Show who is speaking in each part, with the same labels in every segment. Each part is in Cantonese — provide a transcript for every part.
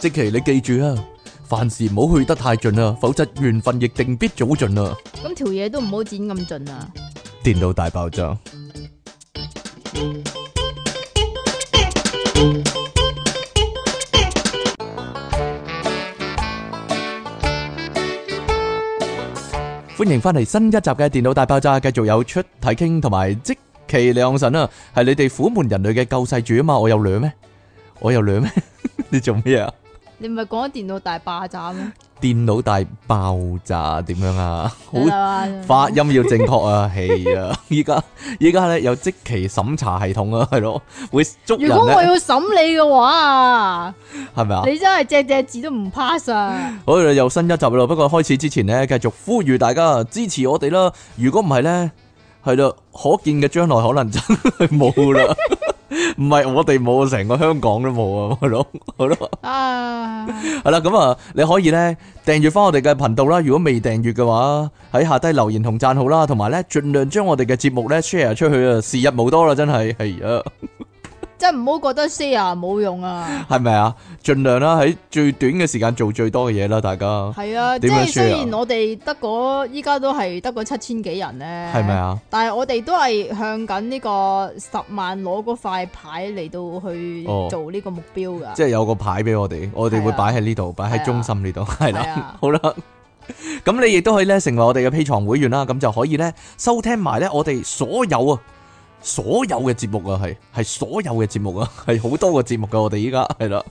Speaker 1: 即期 你記住啊，凡事唔好去得太盡啊，否則緣分亦定必早盡啊！
Speaker 2: 咁條嘢都唔好剪咁盡啊！
Speaker 1: 電腦大爆炸。歡迎翻嚟新一集嘅電腦大爆炸，繼續有出體傾同埋即其兩神啊，係你哋苦悶人類嘅救世主啊嘛！我有兩咩？我有兩咩？你做咩啊？
Speaker 2: 你唔係講電腦大爆炸咩？
Speaker 1: 電腦大爆炸點樣啊？ 好
Speaker 2: 好
Speaker 1: 發音要正確啊， 係啊！依家依家咧有即期審查系統啊，係咯，會捉人
Speaker 2: 如果我
Speaker 1: 咧，
Speaker 2: 要審你嘅話啊，
Speaker 1: 係咪啊？
Speaker 2: 你真係隻隻字都唔 pass 啊！
Speaker 1: 好啦，又新一集啦。不過開始之前呢，繼續呼籲大家支持我哋啦。如果唔係呢，係啦，可見嘅將來可能真係冇啦。唔係我哋冇，成個香港都冇啊，係咯，係咯。
Speaker 2: 啊，
Speaker 1: 係啦，咁啊，你可以呢訂閱翻我哋嘅頻道啦。如果未訂閱嘅話，喺下低留言同讚好啦，同埋呢盡量將我哋嘅節目呢 share 出去啊。時日無多啦，真係係啊。
Speaker 2: 真係唔好覺得 share 冇用啊！
Speaker 1: 係咪啊？盡量啦，喺最短嘅時間做最多嘅嘢啦，大家
Speaker 2: 係啊，即
Speaker 1: 點樣
Speaker 2: 係雖
Speaker 1: share 啊
Speaker 2: 然我哋得嗰依家都係得嗰七千幾人咧，
Speaker 1: 係咪？啊？
Speaker 2: 但係我哋都係向緊呢個十萬攞嗰塊牌嚟到去
Speaker 1: 哦
Speaker 2: 做呢個目標㗎。
Speaker 1: 即係有個牌俾我哋，我哋會
Speaker 2: 係啊
Speaker 1: 擺喺呢度，擺
Speaker 2: 係
Speaker 1: 喺
Speaker 2: 啊
Speaker 1: 中心呢度，係
Speaker 2: 係
Speaker 1: 啦
Speaker 2: 啊，
Speaker 1: 好啦。咁你亦都可以咧成為我哋嘅 P 床會員啦，咁就可以咧收聽埋咧我哋所有啊所有嘅節目啊，係係所有嘅節目啊， 係好多個節目噶，我哋依家係啦，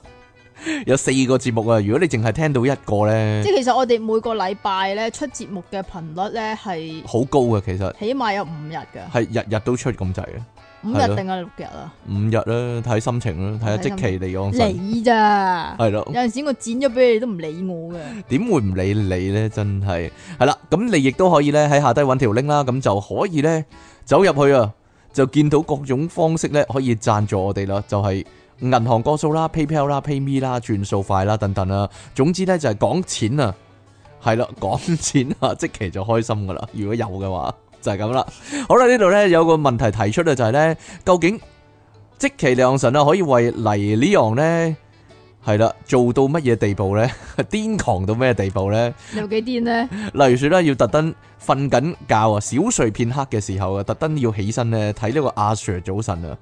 Speaker 1: 有四個節目啊，如果你淨係聽到一個咧
Speaker 2: 即，係其實我哋每個禮拜咧出節目嘅頻率咧係
Speaker 1: 好高嘅，其實
Speaker 2: 起碼有五日㗎，
Speaker 1: 係日日都出咁滯嘅，
Speaker 2: 五
Speaker 1: 係咯
Speaker 2: 日定係六日啊？
Speaker 1: 五日啦，睇心情啦，睇下即期嚟安神，
Speaker 2: 你咋？
Speaker 1: 係咯
Speaker 2: 有。陣時我剪咗俾你都唔理我嘅，
Speaker 1: 點會唔理你呢？真係係啦，咁你亦都可以呢喺下低揾條 link 啦，咁就可以呢走入去啊，就見到各種方式呢可以贊助我哋啦，就係、銀行個數啦、PayPal 啦、PayMe 啦、轉數快啦等等啦，總之呢就係講錢啊，係啦， 講錢啊，即期就開心噶啦，如果有嘅話就係咁啦。好啦，呢度呢有個問題提出啊，就係、呢究竟即期良神啊可以為黎呢樣呢？係啦，做到乜嘢地步呢？癲狂到咩地步呢？
Speaker 2: 你有幾癲咧？
Speaker 1: 例如說咧，要特登瞓緊覺啊，小睡片刻嘅時候啊，特登要起身咧睇呢個阿 Sir 早晨啊，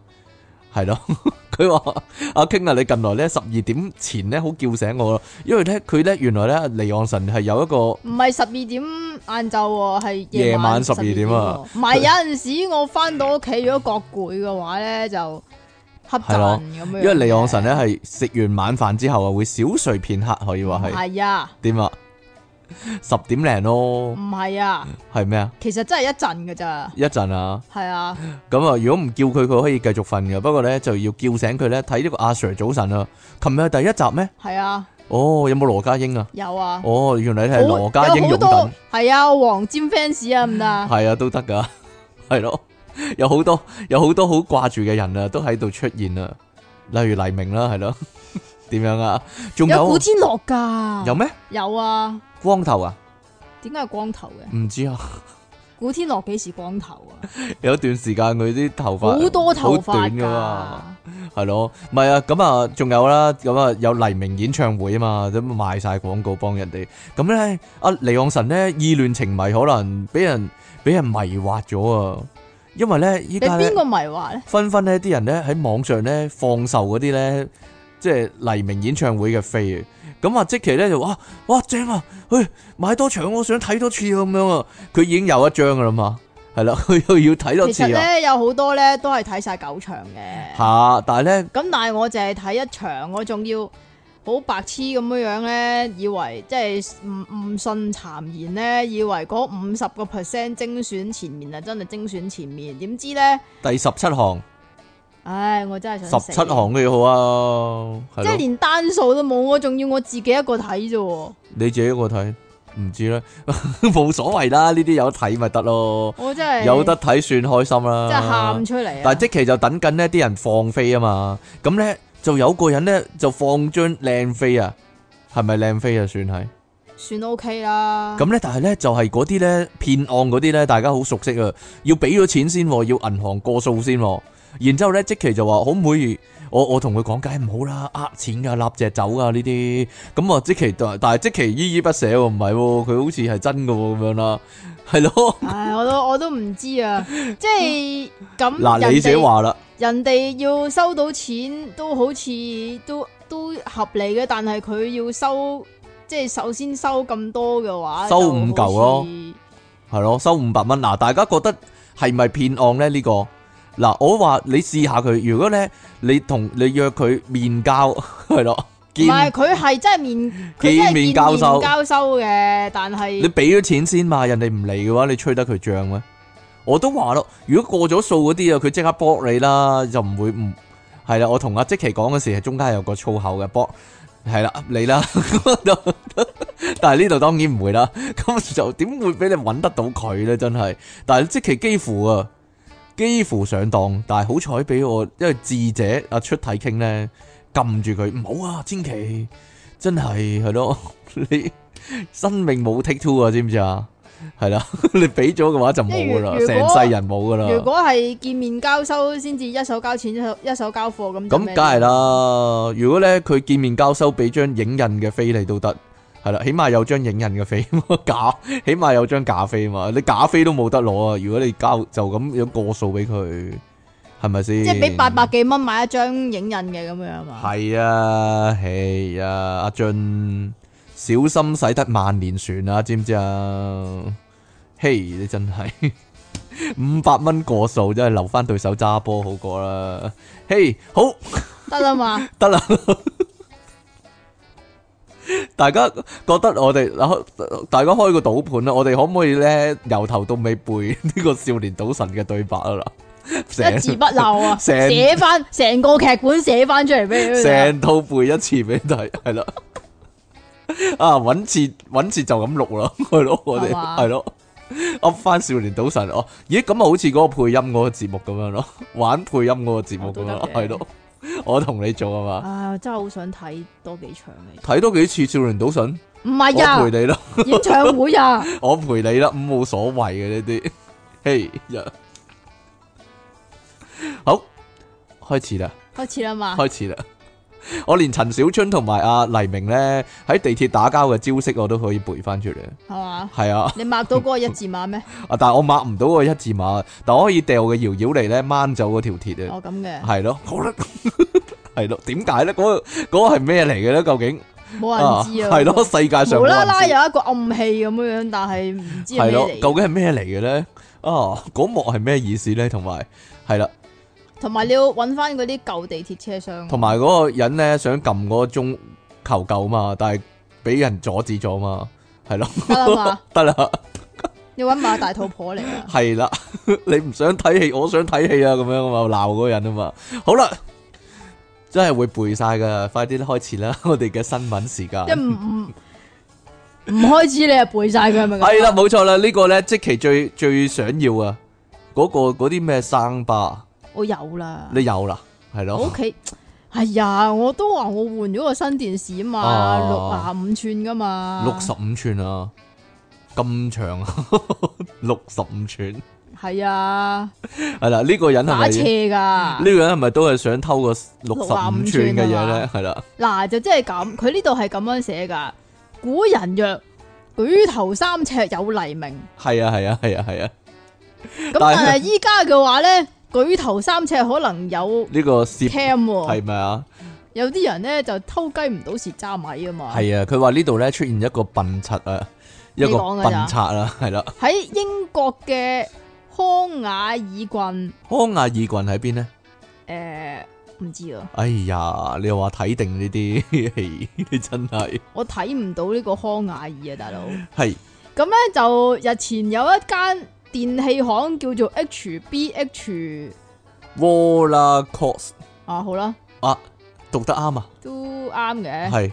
Speaker 1: 係咯。 佢話阿 King 啊，你近來咧十二點前咧好叫醒我咯，因為咧佢咧原來咧離岸神係有一個
Speaker 2: 唔係十二點晏晝喎，係
Speaker 1: 夜晚
Speaker 2: 晚
Speaker 1: 12點啊
Speaker 2: 喎唔係有陣時我翻到屋企如果覺攰嘅話咧就瞌
Speaker 1: 係咯
Speaker 2: 陣咁樣。
Speaker 1: 因為離岸神咧係食完晚飯之後啊會小睡片刻，可以話係
Speaker 2: 係啊，
Speaker 1: 點啊？十點零
Speaker 2: 唔
Speaker 1: 咯，
Speaker 2: 係啊，
Speaker 1: 係咩啊？
Speaker 2: 其實真係一陣㗎咋。
Speaker 1: 一陣啊！
Speaker 2: 係啊，
Speaker 1: 咁啊，如果唔叫佢，佢可以繼續瞓嘅。不過咧，就要叫醒佢咧，睇呢個阿 Sir 早晨啊。琴日係第一集咩？
Speaker 2: 係啊，
Speaker 1: 哦，有冇羅家英啊？
Speaker 2: 有啊。
Speaker 1: 哦，原來你係
Speaker 2: 好
Speaker 1: 羅家英
Speaker 2: 有好
Speaker 1: 擁
Speaker 2: 多
Speaker 1: 趸，
Speaker 2: 係啊，我黃沾 fans 啊，唔得啊。
Speaker 1: 係啊，都得噶， 係咯。有好多有好多好掛住嘅人啊，都喺度出現啊。例如黎明啦，係咯， 點樣啊？仲
Speaker 2: 有古
Speaker 1: 有
Speaker 2: 天樂㗎，
Speaker 1: 有咩
Speaker 2: 有啊？
Speaker 1: 光頭啊？
Speaker 2: 點解係光頭嘅？
Speaker 1: 唔知啊，
Speaker 2: 古天樂幾時光頭啊？
Speaker 1: 有一段時間佢啲頭髮
Speaker 2: 好多頭
Speaker 1: 好短
Speaker 2: 髮
Speaker 1: 㗎嘛。
Speaker 2: 噶，
Speaker 1: 係咯，唔係啊，咁啊，仲有啦，咁啊有黎明演唱會啊嘛，咁賣晒廣告幫人哋，咁啊咧阿離岸神咧意亂情迷，可能俾人俾人迷惑咗啊，因為咧依
Speaker 2: 你
Speaker 1: 家咧
Speaker 2: 邊個迷惑咧？
Speaker 1: 紛紛咧啲人咧喺網上咧放售嗰啲咧，即係黎明演唱會嘅飛啊，咁啊即期咧就哇哇正啊，去買多場，我想睇多次啊咁樣啊，佢已經有一張噶啦嘛，係啦，佢又要睇多
Speaker 2: 其
Speaker 1: 次
Speaker 2: 實
Speaker 1: 啊，
Speaker 2: 咧有好多咧都係睇晒九場嘅，咁
Speaker 1: 吓，但係咧
Speaker 2: 但係我淨係睇一場，我仲要好白痴咁樣樣咧，以為即係唔唔信谗言咧，以為嗰五十個 percent 精選前面啊，真係精選前面，點知咧，
Speaker 1: 第十七行。
Speaker 2: 唉，我真係
Speaker 1: 十
Speaker 2: 想死
Speaker 1: 七行嘅好啊，係
Speaker 2: 即係
Speaker 1: 咯，
Speaker 2: 連單數都冇，我仲要我自己一個睇啫喎，
Speaker 1: 你自己一個睇，唔知咧， 冇所謂啦，呢啲有得睇咪得咯，
Speaker 2: 我真係
Speaker 1: 有得睇算開心啦。
Speaker 2: 真係喊出嚟
Speaker 1: 但
Speaker 2: 啊！
Speaker 1: 係即期就等緊呢啲人放飛啊嘛，咁咧就有個人咧就放張靚飛啊，係咪靚飛啊？算係。
Speaker 2: 算 OK 啦，
Speaker 1: 咁咧，但係咧就係嗰啲咧騙案嗰啲咧，大家好熟悉啊，要俾咗錢先喎，要銀行過數先喎，然之後咧，即期就話可唔可以？我我同佢講解唔好啦，呃錢噶，立隻走噶呢啲。咁啊，即期但但係即期依依不捨喎，唔係喎，佢好似係真噶喎咁樣啦， 係咯。
Speaker 2: 唉，我都我都唔知 啊，即係咁
Speaker 1: 嗱，你
Speaker 2: 人
Speaker 1: 自己
Speaker 2: 哋
Speaker 1: 話啦，
Speaker 2: 人哋要收到錢都好似都都合理嘅，但係佢要收即係首先收咁多嘅話，
Speaker 1: 收
Speaker 2: 就
Speaker 1: 五
Speaker 2: 好
Speaker 1: 嚿咯
Speaker 2: 似，
Speaker 1: 係咯，收五百蚊。嗱，大家覺得係咪騙案咧？呢個嗱，我話你試下佢，如果咧你同你約佢面交， 係咯，
Speaker 2: 唔
Speaker 1: 見
Speaker 2: 係佢係真係面佢真
Speaker 1: 見
Speaker 2: 係
Speaker 1: 面
Speaker 2: 面
Speaker 1: 交
Speaker 2: 交
Speaker 1: 收
Speaker 2: 收交收嘅，但
Speaker 1: 你
Speaker 2: 係
Speaker 1: 俾咗錢先嘛，人哋唔嚟嘅話，你吹得佢漲咩？我都話咯，如果過咗數嗰啲啊，佢即刻 block 你啦，就唔會唔係啦。我同阿即奇講嗰時，係中間有個粗口嘅 block，係啦，你啦。 但係呢度當然唔會啦，咁就點會俾你揾得到佢呢？真係，但係即奇幾乎啊，幾乎上當，但係好彩俾我，因為智者阿出體傾呢，撳住佢，唔好啊，千祈真係係咯， 你。生命冇 take two 啊，知唔知啊？系啦， 你俾咗嘅話就冇噶啦，
Speaker 2: 即係如如果
Speaker 1: 成世人冇噶
Speaker 2: 如
Speaker 1: 啦。
Speaker 2: 果係見面交收先至一手交錢一手一手交貨
Speaker 1: 咁
Speaker 2: 咁，
Speaker 1: 梗係。啦，如果咧佢見面交收俾張影印嘅飛你都得，係啦，起碼有張影印嘅飛 假，起碼有張假飛嘛，你假飛都冇得攞啊！如果你交就咁樣過數俾佢，係咪先？
Speaker 2: 即係俾八百幾蚊買一張影印嘅咁樣嘛？
Speaker 1: 系啊，系啊，阿俊，小心使得萬年船啊，知唔知啊？嘿，你真係 五百蚊過數，真係留翻對手揸波好過啦。嘿，好
Speaker 2: 得啦嘛，
Speaker 1: 得啦， 大家覺得我哋嗱大家開個賭盤啦，我哋可唔可以咧由頭到尾背呢個少年賭神嘅對白啊啦？
Speaker 2: 一字不漏啊！
Speaker 1: 成
Speaker 2: 寫翻成個劇本寫翻出嚟俾你聽。
Speaker 1: 成套背一次俾你睇，系啦。啊，搵次搵次就咁 錄啦，係咯，我哋
Speaker 2: 係嘛
Speaker 1: 係咯，噏翻少年賭神哦，咦，咁啊好似嗰個配音嗰個節目咁樣 咯，玩配音嗰個節目咁樣咯，
Speaker 2: 哦都得
Speaker 1: 係
Speaker 2: 嘅
Speaker 1: 咯，我同你做啊嘛，
Speaker 2: 唉，我真係好想睇多幾場嘅。
Speaker 1: 睇多幾次少年賭神，
Speaker 2: 唔係
Speaker 1: 我
Speaker 2: 啊，
Speaker 1: 陪你 啦，
Speaker 2: 演 唱會啊，
Speaker 1: 我陪你啦，咁冇所謂嘅呢 啲，嘿呀，好，開始啦。
Speaker 2: 開始啦嘛。
Speaker 1: 開始啦。 我連陳小春同埋阿黎明咧喺地鐵打交嘅招式我都可以背翻出嚟，
Speaker 2: 係嘛？
Speaker 1: 係啊，
Speaker 2: 你抹到嗰個一字 馬咩？
Speaker 1: 啊但係我抹唔到個一字馬，但我可以掉嘅搖搖嚟咧掹走嗰條鐵 啊，
Speaker 2: 哦咁嘅，
Speaker 1: 係咯，好啦，係咯，點解咧？嗰、個嗰個係咩嚟嘅咧？究竟
Speaker 2: 冇人知啊。
Speaker 1: 係咯，世界上
Speaker 2: 無
Speaker 1: 冇
Speaker 2: 啦啦
Speaker 1: 人知
Speaker 2: 有一個暗器咁樣，但係唔知係
Speaker 1: 係咯，
Speaker 2: 咩
Speaker 1: 究
Speaker 2: 嚟。
Speaker 1: 竟係咩嚟嘅咧？啊，嗰幕係咩意思咧？同埋係啦，
Speaker 2: 同埋你要揾翻嗰啲舊地鐵車廂。
Speaker 1: 同埋嗰個人咧想撳嗰個鐘求救嘛，但係俾人阻止咗嘛，係咯，
Speaker 2: 得啦嘛，
Speaker 1: 得啦。
Speaker 2: 要揾馬大肚婆 嚟啊！
Speaker 1: 系啦，你唔想睇戲，我想睇戲啊，咁樣啊嘛，鬧嗰個人啊嘛。好啦，真係會背晒噶，快啲開始啦， 我哋嘅新聞時間
Speaker 2: 即。係唔唔唔開始你就背晒佢係咪咁啊？
Speaker 1: 係啦，冇錯啦，呢、個呢，即其最最想要啊，嗰、個嗰啲咩生巴，
Speaker 2: 我有啦。
Speaker 1: 你有啦，係
Speaker 2: 我
Speaker 1: 咯
Speaker 2: 屋，企係呀，我都話我換咗個新電視啊嘛，六
Speaker 1: 啊
Speaker 2: 啊五寸噶嘛，
Speaker 1: 六十五寸啊，咁長啊， 六十五寸，
Speaker 2: 係啊，
Speaker 1: 係啦，呢、個人係
Speaker 2: 打
Speaker 1: 咪？
Speaker 2: 斜啊噶
Speaker 1: 呢。個人係咪都係想偷個六十五寸嘅嘢
Speaker 2: 啊
Speaker 1: 呢？
Speaker 2: 嘛
Speaker 1: 係啦，
Speaker 2: 嗱就即係咁，佢呢度係咁樣寫噶。古人曰：舉頭三尺有黎明。
Speaker 1: 係啊，係啊，係啊，係啊，
Speaker 2: 咁
Speaker 1: 但係
Speaker 2: 但係依家嘅話咧，舉頭三尺可能有
Speaker 1: 呢、個攝
Speaker 2: cam 喎
Speaker 1: 係咪啊？
Speaker 2: 有啲人咧就偷雞唔到蝕揸米啊嘛。
Speaker 1: 系啊，佢話呢度咧出現一個笨賊啊，一
Speaker 2: 你
Speaker 1: 個
Speaker 2: 講㗎
Speaker 1: 笨
Speaker 2: 咋
Speaker 1: 賊啊，係啦。
Speaker 2: 喺英國嘅康雅爾郡，
Speaker 1: 康亞爾郡喺邊呢？
Speaker 2: 诶、唔知啊，
Speaker 1: 哎呀，你又話睇定呢啲， 嘿你真係
Speaker 2: 我睇唔到呢個康雅爾啊，大佬。
Speaker 1: 係
Speaker 2: 咁咧就日前有一間電器行叫做 HBH
Speaker 1: w a l a c o s
Speaker 2: 啊，好啦，
Speaker 1: 啊，讀得啱啊，
Speaker 2: 都啱嘅。
Speaker 1: 係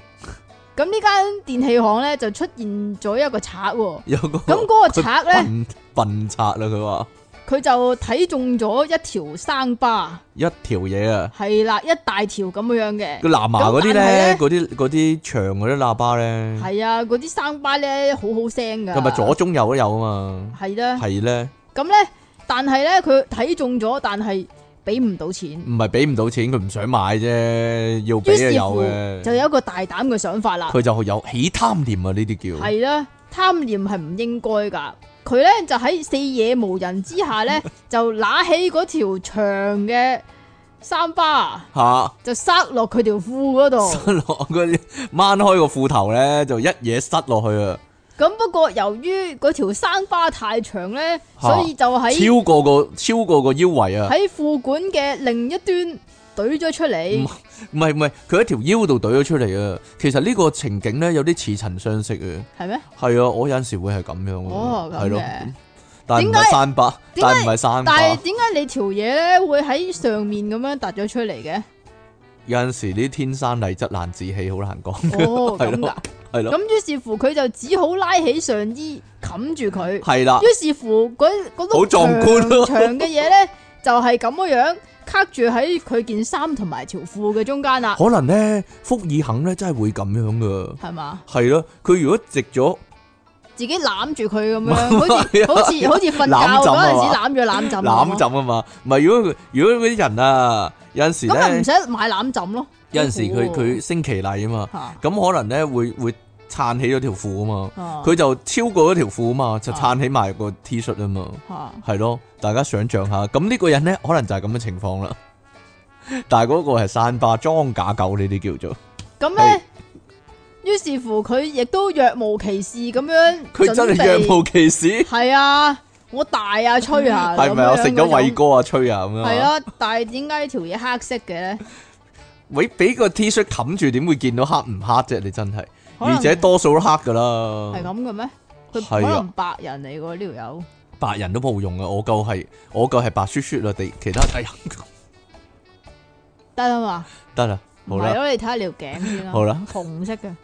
Speaker 2: 咁呢間電器行咧就出現咗一個賊喎，
Speaker 1: 有個
Speaker 2: 咁嗰個賊咧
Speaker 1: 笨笨賊啦，佢話
Speaker 2: 佢就睇中咗一條生巴，
Speaker 1: 一條嘢啊，
Speaker 2: 係啦，一大條咁樣嘅
Speaker 1: 個。藍牙嗰啲咧，
Speaker 2: 咁但
Speaker 1: 嗰啲嗰啲長嗰啲喇叭咧，
Speaker 2: 係啊，嗰啲生巴咧好好聲㗎。
Speaker 1: 係咪左中右都有啊嘛？
Speaker 2: 係啦，
Speaker 1: 係咧，
Speaker 2: 咁咧，但係咧佢睇中咗，但係俾唔到錢，
Speaker 1: 唔係俾唔到錢，佢唔想買啫，要
Speaker 2: 於
Speaker 1: 俾就是有
Speaker 2: 乎就
Speaker 1: 嘅。
Speaker 2: 有一個大膽嘅想法啦，
Speaker 1: 佢就有起貪念啊！呢啲叫
Speaker 2: 啊係啦，貪念係唔應該㗎。佢咧就喺四野無人之下 咧，就揦起嗰條長嘅三巴，
Speaker 1: 嚇，
Speaker 2: 就塞落佢條褲嗰度。
Speaker 1: 塞落嗰啲掹開個褲頭咧，就一嘢塞落去啊！
Speaker 2: 咁不過由於嗰條生花太長咧，
Speaker 1: 嚇
Speaker 2: 所以就喺
Speaker 1: 超過個超過個腰圍啊！
Speaker 2: 喺褲管嘅另一端懟咗出嚟
Speaker 1: 唔。唔係唔係，佢喺條腰度懟咗出嚟啊！其實呢個情景咧有啲似曾相識啊！
Speaker 2: 係咩？
Speaker 1: 係啊，我有陣時會係咁樣嘅
Speaker 2: 哦咁
Speaker 1: 係咯
Speaker 2: 嘅。
Speaker 1: 但係唔
Speaker 2: 點解
Speaker 1: 係山巴，
Speaker 2: 點
Speaker 1: 但
Speaker 2: 解
Speaker 1: 係唔係山
Speaker 2: 但
Speaker 1: 巴。
Speaker 2: 係點解你條嘢咧會喺上面咁樣突咗出嚟嘅？
Speaker 1: 有陣時啲天生麗質難自棄，好難講。
Speaker 2: 哦，
Speaker 1: 係
Speaker 2: 咁
Speaker 1: 咯
Speaker 2: 噶。
Speaker 1: 係咯，
Speaker 2: 咁於是乎佢就只好拉起上衣冚住佢。
Speaker 1: 係啦，
Speaker 2: 於是乎嗰嗰
Speaker 1: 好
Speaker 2: 碌長
Speaker 1: 壯觀啊咯
Speaker 2: 長嘅嘢咧，就係咁樣樣卡住喺佢件衫同埋條褲嘅中間啦，
Speaker 1: 可能咧福爾肯咧真係會咁樣噶。
Speaker 2: 係嘛？
Speaker 1: 係咯，佢如果直咗
Speaker 2: 自己攬住佢 咁樣，好似好似好似瞓
Speaker 1: 啊攬
Speaker 2: 覺
Speaker 1: 枕
Speaker 2: 嗰陣時
Speaker 1: 啊
Speaker 2: 攬住攬枕，
Speaker 1: 攬枕啊嘛，唔係如果佢如果嗰啲人啊，有陣時
Speaker 2: 咁咪
Speaker 1: 咧
Speaker 2: 唔，使買攬枕咯。
Speaker 1: 有陣時佢
Speaker 2: 好苦喎
Speaker 1: 佢升旗禮啊嘛，
Speaker 2: 嚇
Speaker 1: 咁可能咧會會撐起咗條褲啊嘛。
Speaker 2: 啊
Speaker 1: 佢就超過嗰條褲啊嘛，就
Speaker 2: 啊
Speaker 1: 撐起埋個 T 恤啊嘛，
Speaker 2: 嚇
Speaker 1: 係咯，大家想象下，咁呢個人咧可能就係咁嘅情況啦。 但係嗰個係山巴裝假狗呢啲叫做，
Speaker 2: 咁
Speaker 1: 係
Speaker 2: 咧，於是乎佢亦都若無其事咁樣
Speaker 1: 佢真係
Speaker 2: 準備
Speaker 1: 若無其事，
Speaker 2: 係啊！我大啊，吹啊，
Speaker 1: 係咪啊？我食咗偉
Speaker 2: 偉
Speaker 1: 哥啊，吹啊咁樣啊。
Speaker 2: 係啊，但係點解條嘢黑色嘅咧？
Speaker 1: 喂，俾個 T 恤冚住，點會見到黑唔黑啫？你真係，
Speaker 2: 可能
Speaker 1: 而且多數都黑噶
Speaker 2: 係
Speaker 1: 啦，
Speaker 2: 咁嘅咩？佢
Speaker 1: 係啊
Speaker 2: 可能白人嚟喎呢條友，
Speaker 1: 白人都冇用啊！我夠係我夠係白雪雪啦，地其他哎呀
Speaker 2: 得啦嘛？
Speaker 1: 得啦，
Speaker 2: 唔
Speaker 1: 好
Speaker 2: 係
Speaker 1: 啦，
Speaker 2: 咯，你睇下條頸先啦。
Speaker 1: 好啦，
Speaker 2: 紅色嘅。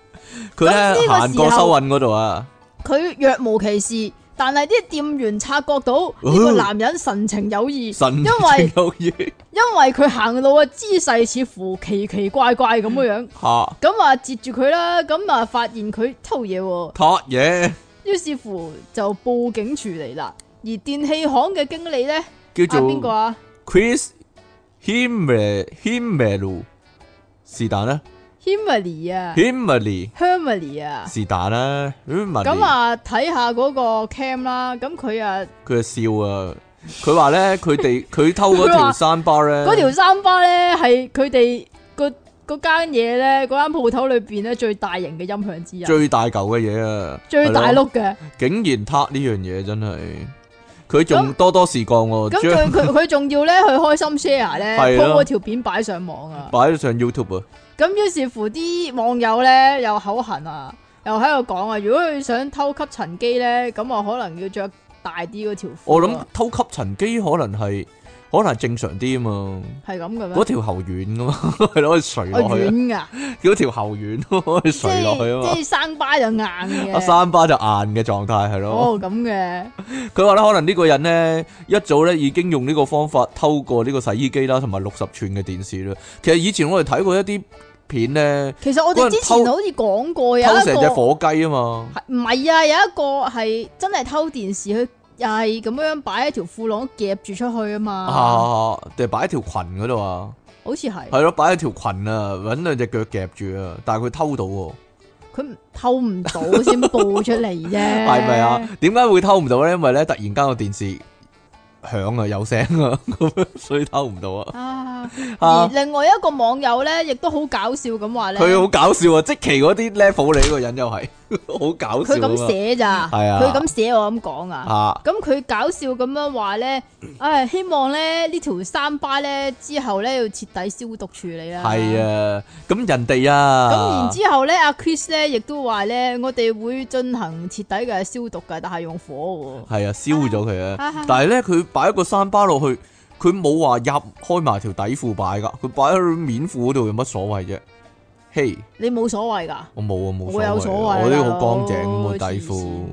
Speaker 1: 佢
Speaker 2: 咁呢
Speaker 1: 咧
Speaker 2: 個
Speaker 1: 行過
Speaker 2: 時
Speaker 1: 收
Speaker 2: 候
Speaker 1: 運嗰度啊，
Speaker 2: 佢若無其事，但係啲店員察覺到呢個男人神情有異，
Speaker 1: 哦神
Speaker 2: 因為
Speaker 1: 情有異
Speaker 2: 因為佢行路嘅姿勢似乎奇奇怪怪咁樣樣，
Speaker 1: 嚇。
Speaker 2: 咁啊截住佢啦，咁啊發現佢偷嘢喎，
Speaker 1: 托嘢
Speaker 2: 於是乎就報警處理啦。而電器行嘅經理咧，
Speaker 1: 叫
Speaker 2: 啊邊個
Speaker 1: 做
Speaker 2: 啊
Speaker 1: Chris Himmel Himmelu 是但啦
Speaker 2: ？Himily 啊
Speaker 1: ，Himmeli
Speaker 2: ，Hermily 啊，
Speaker 1: 是但啦，Himmeli
Speaker 2: 咁啊睇下嗰個 cam 啦，咁佢啊
Speaker 1: 佢就笑啊，佢話咧佢 哋佢偷嗰
Speaker 2: 佢
Speaker 1: 條
Speaker 2: 話
Speaker 1: 山巴咧，
Speaker 2: 嗰條三花咧係佢哋個嗰間嘢咧，嗰間鋪頭裏邊咧最大型嘅音響之一，最
Speaker 1: 最大嚿嘅嘢啊，
Speaker 2: 大
Speaker 1: 係咯，
Speaker 2: 碌嘅。
Speaker 1: 竟然撻呢樣嘢真係，佢仲
Speaker 2: 咁
Speaker 1: 多多事幹喎，
Speaker 2: 咁
Speaker 1: 將
Speaker 2: 佢 佢佢仲要咧去開心 share 咧，
Speaker 1: 係
Speaker 2: po
Speaker 1: 咯
Speaker 2: 嗰條片擺上網啊。
Speaker 1: 擺咗上 YouTube 啊，
Speaker 2: 咁於是乎啲網友咧又口痕啊，又喺度講啊，如果佢想偷吸塵機咧，咁啊可能要着大啲嗰條褲啊。
Speaker 1: 我諗偷吸塵機可能係可能正常啲啊嘛，
Speaker 2: 係咁嘅
Speaker 1: 嗰
Speaker 2: 咩？
Speaker 1: 條喉軟噶嘛， 係攞去垂
Speaker 2: 我
Speaker 1: 落去啊。
Speaker 2: 軟噶，
Speaker 1: 嗰條喉軟可以
Speaker 2: 即
Speaker 1: 垂落去啊
Speaker 2: 係
Speaker 1: 嘛啊
Speaker 2: 即係生巴就硬，
Speaker 1: 阿
Speaker 2: 嘅。
Speaker 1: 三巴就硬嘅狀態係咯。
Speaker 2: 哦，咁嘅，
Speaker 1: 佢話咧，可能呢個人呢，一早咧已經用呢個方法偷過呢個洗衣機啦，同埋六十寸嘅電視啦。其實以前我哋睇過一啲片呢，
Speaker 2: 其實我
Speaker 1: 嗰
Speaker 2: 哋
Speaker 1: 人
Speaker 2: 之前
Speaker 1: 啊偷
Speaker 2: 好似講過有
Speaker 1: 偷
Speaker 2: 一
Speaker 1: 成
Speaker 2: 個
Speaker 1: 隻火雞啊嘛，
Speaker 2: 係唔係啊？有一個係真係偷電視，佢又係咁樣擺喺條褲窿夾住出去啊嘛，
Speaker 1: 啊，定係擺喺條裙嗰度啊，
Speaker 2: 好似係
Speaker 1: 係咯，擺喺條裙啊，揾兩隻腳夾住啊，但係佢偷到喎，
Speaker 2: 佢偷唔到先報出嚟啫，係
Speaker 1: 係咪啊？？點解會偷唔到呢？因為呢，突然間個電視響啊，有聲啊，咁樣所以偷唔到啊。
Speaker 2: 啊！
Speaker 1: 啊
Speaker 2: 而另外一個網友咧，亦都好搞笑咁話咧，
Speaker 1: 佢好
Speaker 2: 佢
Speaker 1: 搞笑啊！即其嗰啲 level 你呢個人又係好搞笑啊
Speaker 2: 咁寫咋，
Speaker 1: 係啊
Speaker 2: 佢咁寫我咁講啊。
Speaker 1: 啊！
Speaker 2: 咁佢搞笑咁樣話咧，唉、希望咧呢條三巴咧之後咧要徹底消毒處理啦。
Speaker 1: 係啊，咁人哋啊，
Speaker 2: 咁然之後咧，阿 Chris 咧亦都話咧，我哋會進行徹底嘅消毒㗎，但係用火
Speaker 1: 係啊，燒咗佢
Speaker 2: 啊
Speaker 1: 啊
Speaker 2: 啊！
Speaker 1: 但係咧，佢擺一個山巴落去，佢冇話入開埋條底褲擺噶，佢擺喺面褲嗰度有乜所謂啫？嘿，
Speaker 2: 喎，你冇所謂㗎，
Speaker 1: 我冇啊，冇
Speaker 2: 我有所謂
Speaker 1: 謂，
Speaker 2: 啊，
Speaker 1: 我呢個好乾淨
Speaker 2: 大佬
Speaker 1: 咁啊底
Speaker 2: 黐
Speaker 1: 褲
Speaker 2: 線。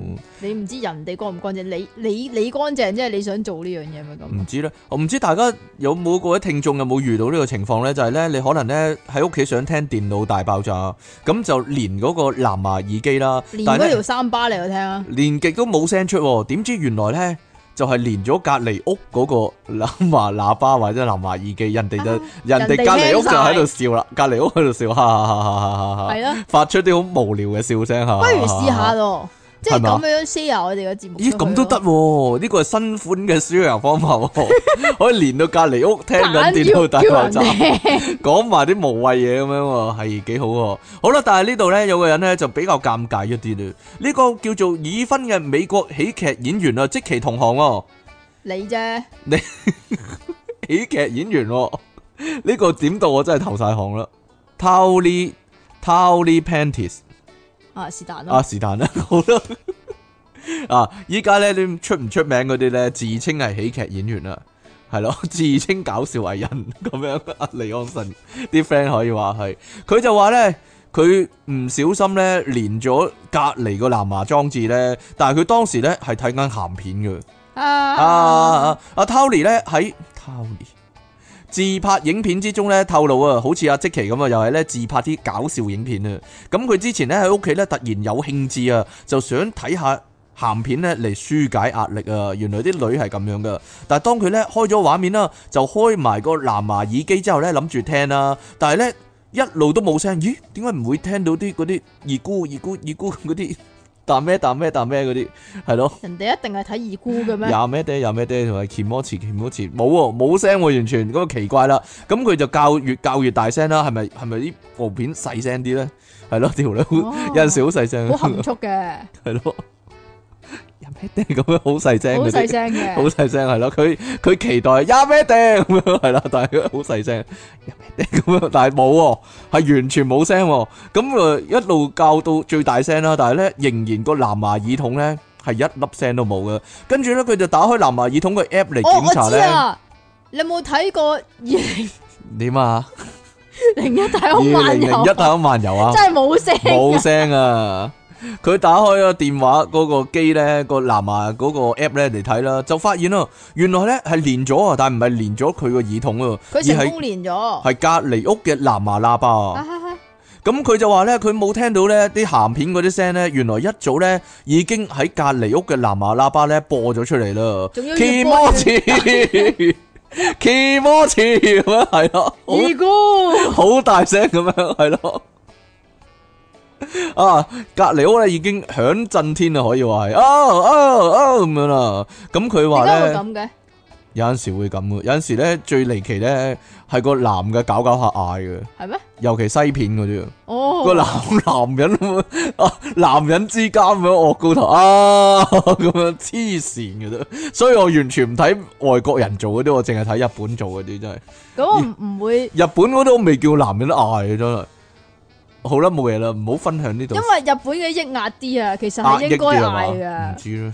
Speaker 2: 你唔知人哋乾唔乾淨，你你你乾淨即係你想做呢樣嘢咪
Speaker 1: 唔
Speaker 2: 咁？
Speaker 1: 知咧，我唔知大家有冇各位聽眾有冇遇到呢個情況呢？就係呢，你可能呢喺屋企想聽電腦大爆炸，咁就連嗰個藍牙耳機啦，
Speaker 2: 連
Speaker 1: 但係
Speaker 2: 嗰
Speaker 1: 呢
Speaker 2: 條三巴嚟我聽啊，
Speaker 1: 連極都冇聲出喎，點知原來呢就係連咗隔離屋嗰個喇嘛喇叭或者藍牙耳機，人哋就
Speaker 2: 啊
Speaker 1: 人哋隔離屋就喺度
Speaker 2: 人
Speaker 1: 笑啦，隔離屋喺度笑，哈哈哈哈哈哈哈，
Speaker 2: 係咯，
Speaker 1: 發出啲好無聊嘅笑聲嚇。
Speaker 2: 不如試下咯，即係
Speaker 1: 啊係嘛
Speaker 2: 咁樣 share 我哋嘅節目出去
Speaker 1: 咦，
Speaker 2: 咯。
Speaker 1: 咁都得喎！呢個係新款嘅輸入方法喎， 可以連到隔離屋聽緊
Speaker 2: 懶
Speaker 1: 電腦
Speaker 2: 要
Speaker 1: 大
Speaker 2: 叫
Speaker 1: 爆
Speaker 2: 人
Speaker 1: 炸，
Speaker 2: 哋
Speaker 1: 講埋啲無謂嘢咁樣喎，係幾好喎。好啦，但係呢度呢，有個人呢就比較尷尬一啲啦。呢個叫做已婚嘅美國喜劇演員啊，即其同行喎，
Speaker 2: 你啫，
Speaker 1: 喜劇演員喎。呢個點到我真係頭晒汗啦。Tony Tony Pantis。
Speaker 2: 啊是但
Speaker 1: 啊，
Speaker 2: 咯，
Speaker 1: 是但啦， 好啦。啊，依家咧，你出唔出名嗰啲咧，自稱係喜劇演員啦，係咯， 自稱搞笑藝人 咁樣。阿李安臣啲 friend 可以話係，佢就話咧，佢唔小心咧連咗隔離個藍牙裝置咧，但係佢當時咧係睇緊鹹片嘅。
Speaker 2: 啊
Speaker 1: 啊！阿 Tony 咧喺 Tony 自拍影片之中咧透露啊，好似阿即奇咁啊，又係咧自拍啲搞笑影片啊。咁佢之前咧喺屋企咧突然有興致啊，就想睇下鹹片咧嚟舒解壓力啊。原來啲女係咁樣噶，但係當佢咧開咗畫面啦，就開埋個藍牙耳機之後咧諗住聽啦，但係咧一路都冇聲，咦？點解唔會聽到啲嗰啲二姑二姑二姑嗰啲彈咩彈咩彈咩嗰啲係咯？
Speaker 2: 人哋一定係睇二姑嘅咩？
Speaker 1: 廿咩爹廿咩爹，同埋鉗摩詞鉗摩詞，冇喎冇聲喎，完全咁啊奇怪啦！咁佢就教越教越大聲啦，係咪係咪啲部片細聲啲咧？係咯，條女好
Speaker 2: 哦
Speaker 1: 有陣時好細 聲，
Speaker 2: 好含蓄嘅，
Speaker 1: 係咯，廿咩爹咁樣好細聲
Speaker 2: 好
Speaker 1: 嗰
Speaker 2: 細
Speaker 1: 啲，
Speaker 2: 聲
Speaker 1: 好
Speaker 2: 嘅，
Speaker 1: 細聲係咯，佢佢期待廿 咩爹咁樣係啦，但係佢好細聲廿咩爹咁 樣，但係冇喎，係完全冇聲喎。咁啊一路教到最大聲啦，但係咧仍然個藍牙耳筒咧。係一粒聲都冇嘅，跟住咧佢就打開藍牙耳筒嘅 app 嚟
Speaker 2: 哦
Speaker 1: 檢查
Speaker 2: 我知
Speaker 1: 咧。
Speaker 2: 啊，你有冇睇過二零
Speaker 1: 点啊？
Speaker 2: 零一太
Speaker 1: 二
Speaker 2: 空漫
Speaker 1: 零零一
Speaker 2: 遊？
Speaker 1: 太空漫游啊
Speaker 2: 真，係冇聲
Speaker 1: 冇
Speaker 2: 嘅，
Speaker 1: 聲啊！佢打開個電話嗰個機咧，個藍牙嗰個 app 咧嚟睇啦，就發現啊，原來咧係連咗啊，但唔係連咗佢個耳筒啊，而
Speaker 2: 佢成
Speaker 1: 係
Speaker 2: 功連咗。
Speaker 1: 係隔離屋嘅藍牙喇叭
Speaker 2: 啊
Speaker 1: 啊。
Speaker 2: 哈哈
Speaker 1: 咁佢就話咧，佢冇聽到咧啲鹹片嗰啲聲咧，原來一早咧已經喺隔離屋嘅藍牙喇叭咧播咗出嚟啦。
Speaker 2: 仲要
Speaker 1: 奇
Speaker 2: 越
Speaker 1: 摩
Speaker 2: 播越
Speaker 1: 次， 奇摩次咁樣啊係咯，好
Speaker 2: 二姑
Speaker 1: 好大聲咁樣，係咯。啊，隔離屋咧已經響震天啦，可以話係，哦哦哦咁樣啦。咁佢話
Speaker 2: 點解會
Speaker 1: 咧，
Speaker 2: 咁嘅？
Speaker 1: 有陣時會咁嘅，有陣時咧最離奇咧係個男嘅搞搞下嗌嘅，
Speaker 2: 係咩？
Speaker 1: 尤其西片嗰啲啊，
Speaker 2: 哦，
Speaker 1: 個男男人咁樣 啊，男人之間咁樣惡高頭啊 咁樣黐線嘅都，所以我完全唔睇外國人做嗰啲，我淨係睇日本做嗰啲真係。
Speaker 2: 咁我唔唔會，
Speaker 1: 日本嗰度未叫男人嗌嘅真係。好啦，冇嘢啦，唔好分享呢度
Speaker 2: 因。為日本嘅抑壓啲啊，其實
Speaker 1: 壓
Speaker 2: 係
Speaker 1: 抑
Speaker 2: 應該
Speaker 1: 啲係嘛？
Speaker 2: 嗌
Speaker 1: 唔
Speaker 2: 嘅，
Speaker 1: 知啦，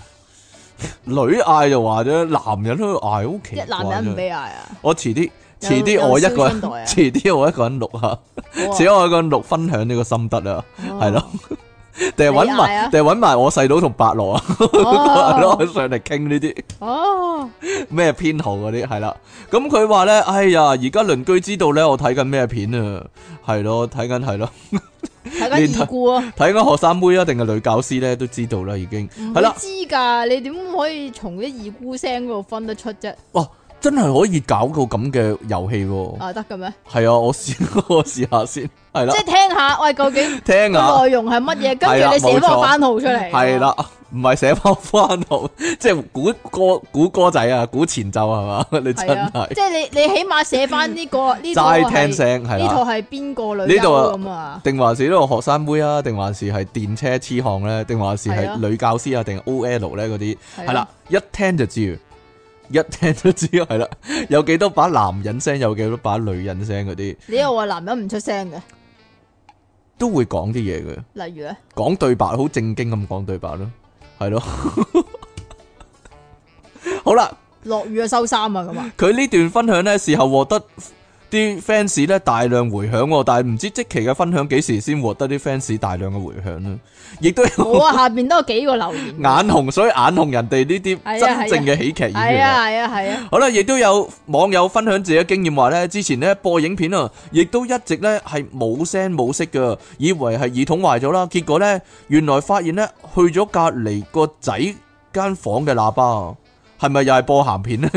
Speaker 1: 女嗌就話啫，男人喺度嗌好奇怪
Speaker 2: 一
Speaker 1: 啫。
Speaker 2: 男人唔俾 嗌啊！
Speaker 1: 我遲啲，
Speaker 2: 有
Speaker 1: 遲啲我一個
Speaker 2: 有燒
Speaker 1: 人，
Speaker 2: 春袋 啊
Speaker 1: 遲啲我一個人錄下，
Speaker 2: 哇
Speaker 1: 遲啲我一個人錄分享呢個心得啊，係咯， 定係揾
Speaker 2: 哦你嗌啊
Speaker 1: 埋，定係揾埋我細佬同白羅啊， 係
Speaker 2: 哦，
Speaker 1: 咯，上嚟傾呢啲。
Speaker 2: 哦，
Speaker 1: 咩偏好嗰啲係啦。咁佢話咧，哎呀，而家鄰居知道咧，我睇緊咩片啊？係咯，睇緊係咯，
Speaker 2: 睇緊二姑啊，
Speaker 1: 睇緊學生妹啊，定係女教師咧都知道啦，已經
Speaker 2: 唔
Speaker 1: 係
Speaker 2: 會
Speaker 1: 啦。
Speaker 2: 知㗎，你點可以從啲二姑聲嗰度分得出啫？
Speaker 1: 哇，真係可以搞個咁嘅遊戲喎。
Speaker 2: 啊，得嘅咩？
Speaker 1: 係啊，我試 我試下先，係啦
Speaker 2: 即，係聽下，喂，究竟
Speaker 1: 聽
Speaker 2: 個啊
Speaker 1: 下，
Speaker 2: 內容係乜嘢？跟
Speaker 1: 係啦
Speaker 2: 住你寫
Speaker 1: 冇
Speaker 2: 翻
Speaker 1: 錯
Speaker 2: 個番號出嚟。
Speaker 1: 係，啦。唔係寫翻翻好， 即係估歌估歌仔啊，估前奏係嘛？ 你真
Speaker 2: 係啊，
Speaker 1: 係
Speaker 2: 即係你你起碼寫翻 呢個呢套
Speaker 1: 齋
Speaker 2: 係
Speaker 1: 聽聲係
Speaker 2: 呢
Speaker 1: 啦
Speaker 2: 套。係邊個女
Speaker 1: 呢度啊
Speaker 2: 優咁啊？
Speaker 1: 定還是呢個學生妹啊？定還是係電車痴漢咧？定還是
Speaker 2: 係
Speaker 1: 係
Speaker 2: 啊
Speaker 1: 女教師啊？定 O L 咧嗰啲
Speaker 2: 係啊
Speaker 1: 係啦，一聽就知，一聽就知係啦。 有幾多把男人聲，有幾多把女人聲嗰啲，
Speaker 2: 你又話男人唔出聲嘅，
Speaker 1: 都會講啲嘢嘅，
Speaker 2: 例如咧，啊
Speaker 1: 講對白好正經咁講對白咯，係咯。 好啦，
Speaker 2: 落雨啊收衫啊咁啊，
Speaker 1: 佢呢段分享呢，事後獲得啲 fans 咧大量回響喎，但係唔知即期嘅分享幾時先獲得啲 fans 大量嘅回響呢？亦 都有。
Speaker 2: 冇啊，下邊都有幾個留言。
Speaker 1: 眼紅，所以眼紅人哋呢啲真正嘅喜劇演
Speaker 2: 係
Speaker 1: 員啊。
Speaker 2: 啊係啊係啊，
Speaker 1: 好啦，亦都有網友分享自己嘅經驗話呢之前呢播影片啊，亦都一直呢係冇聲冇息噶，以為係耳筒壞咗啦，結果呢，原來發現呢去咗隔離個仔間房嘅喇叭，系咪又係播鹹片 咧？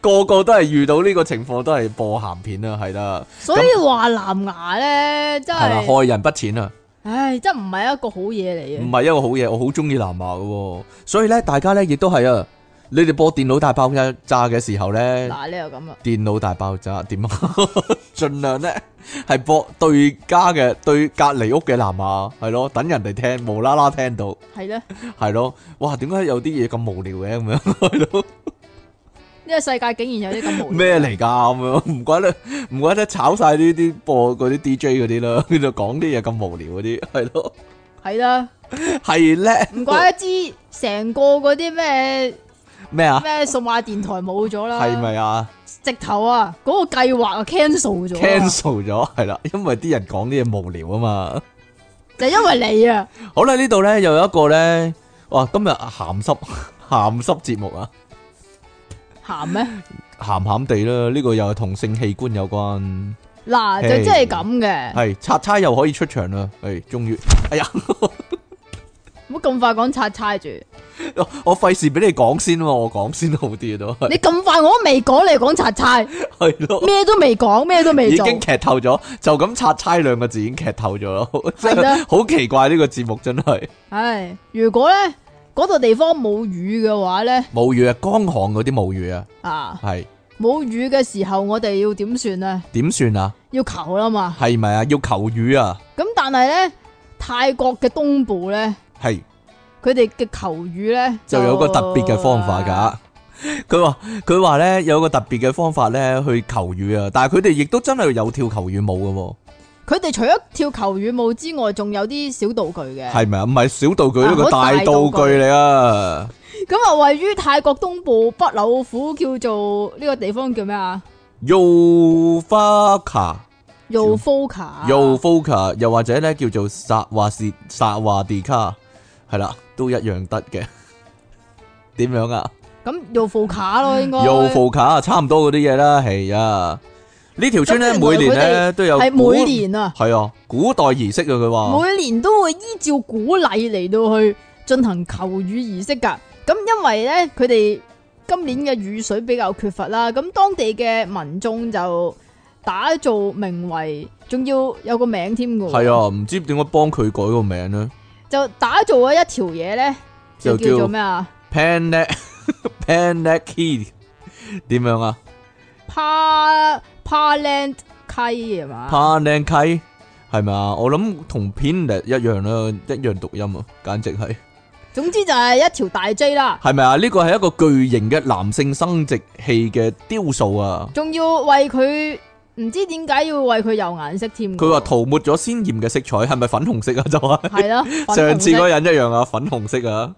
Speaker 1: 個個都係遇到呢個情況，都係播鹹片啦，係啦，
Speaker 2: 所以話藍牙咧，真
Speaker 1: 係啦，
Speaker 2: 係，
Speaker 1: 害人不淺啊！
Speaker 2: 唉，真唔係一個好嘢嚟
Speaker 1: 唔
Speaker 2: 嘅。
Speaker 1: 係一個好嘢，我好中意藍牙嘅喎，所以咧，大家咧亦都係啊，你哋播電腦大爆炸嘅時候咧，
Speaker 2: 嗱，你又咁啊啦，
Speaker 1: 電腦大爆炸點啊？ 盡量咧係播對家嘅對隔離屋嘅藍牙，係咯，等人哋聽，無啦啦聽到，
Speaker 2: 係咧，呢
Speaker 1: 係咯，哇！點解有啲嘢咁無聊啊嘅咁樣，係咯，
Speaker 2: 個世界竟然有啲咁無聊。
Speaker 1: 咩嚟㗎咁樣？唔怪得唔怪得炒晒呢啲播嗰啲 DJ 嗰啲啦，佢就講啲嘢咁無聊嗰啲，係咯，
Speaker 2: 係啦，
Speaker 1: 係咧
Speaker 2: 唔怪得知成個嗰啲咩
Speaker 1: 咩啊？
Speaker 2: 咩數碼電台冇咗啦。
Speaker 1: 係？咪啊？
Speaker 2: 直頭啊，嗰個計劃啊 cancel 咗啊，
Speaker 1: cancel 咗，係啦，因為啲人講啲嘢無聊啊嘛。
Speaker 2: 就因為你啊，
Speaker 1: 好啦，呢度咧又有一個咧，哇，今日鹹濕 鹹濕節目啊，
Speaker 2: 鹹咩？
Speaker 1: 鹹鹹地啦，呢、個又係同性器官有關，
Speaker 2: 嗱，就真係咁嘅，
Speaker 1: 係拆差又可以出場啦，係終於， 哎呀，
Speaker 2: 唔好咁快講拆差住。
Speaker 1: 我我費事俾你講先喎，我講先好啲啊都 係
Speaker 2: 你咁快我都未講，你就講拆差，
Speaker 1: 係咯。
Speaker 2: 咩都未講，咩都未
Speaker 1: 已
Speaker 2: 做，
Speaker 1: 經劇透咗，就咁拆差兩個字已經劇透咗咯，真
Speaker 2: 係
Speaker 1: 係
Speaker 2: 啦
Speaker 1: 好奇怪呢、個節目真係
Speaker 2: 唉，如果咧嗰度地方冇雨嘅話咧，
Speaker 1: 冇語啊，江航嗰啲冇語啊，
Speaker 2: 啊
Speaker 1: 係
Speaker 2: 冇雨嘅時候，我哋要點算啊？
Speaker 1: 點算啊？
Speaker 2: 要求啦嘛。
Speaker 1: 係咪啊？要求雨啊？
Speaker 2: 咁但係咧，泰國嘅東部咧，
Speaker 1: 係
Speaker 2: 佢哋嘅求雨咧
Speaker 1: 就有個特別嘅方法。
Speaker 2: 哦
Speaker 1: 㗎。佢話佢話咧有個特別嘅方法咧去求雨啊，但係佢哋亦都真係有跳求雨舞
Speaker 2: 佢哋除咗跳求雨舞之外，仲有啲小道具
Speaker 1: 嘅
Speaker 2: 嘅
Speaker 1: 喎，。係咪啊？唔係小道具，
Speaker 2: 啊
Speaker 1: 一個
Speaker 2: 嗰
Speaker 1: 大
Speaker 2: 大
Speaker 1: 道
Speaker 2: 道具
Speaker 1: 具嚟啊！
Speaker 2: 咁啊，位於泰國東部北柳府叫做呢個地方叫咩啊
Speaker 1: y o f a k a
Speaker 2: y o f o k a
Speaker 1: y o f o k a 又或者咧叫做薩華士薩華迪卡，係啦，都一樣得嘅。 點樣啊？
Speaker 2: 咁 y o f o k a 咯，應該
Speaker 1: y o f o k a 差唔多嗰啲嘢啦，係啊！呢條村咧
Speaker 2: 咁原來
Speaker 1: 每年
Speaker 2: 佢
Speaker 1: 咧都有
Speaker 2: 係
Speaker 1: 古
Speaker 2: 每年啊，
Speaker 1: 系啊，古代儀式啊，佢話
Speaker 2: 每年都會依照古禮嚟到去進行求雨儀式㗎。咁因為咧，佢哋今年嘅雨水比較缺乏啦，咁當地嘅民眾就打造名為，仲要有個名添㗎喎。
Speaker 1: 係啊，唔知點解幫佢改個名咧
Speaker 2: 就打造咗一條嘢咧，
Speaker 1: 就
Speaker 2: 就
Speaker 1: 叫
Speaker 2: 叫做咩啊
Speaker 1: p a n e p a n e Key 點樣啊
Speaker 2: ？Pa Parland 溪係嘛
Speaker 1: p？a n e Key 係咪啊？我諗同 p a n e 一樣啦，一樣讀音啊，簡直係
Speaker 2: 總之就係一條大 J 啦，
Speaker 1: 係咪啊？呢個係一個巨型嘅男性生殖器嘅雕塑啊！
Speaker 2: 仲要為佢唔知點解要為佢油顏色添㗎。
Speaker 1: 佢話塗抹咗鮮豔嘅色彩，係咪粉紅色啊？就 係
Speaker 2: 係啦，粉
Speaker 1: 上次
Speaker 2: 紅
Speaker 1: 嗰
Speaker 2: 色
Speaker 1: 個人一樣啊，粉紅色啊，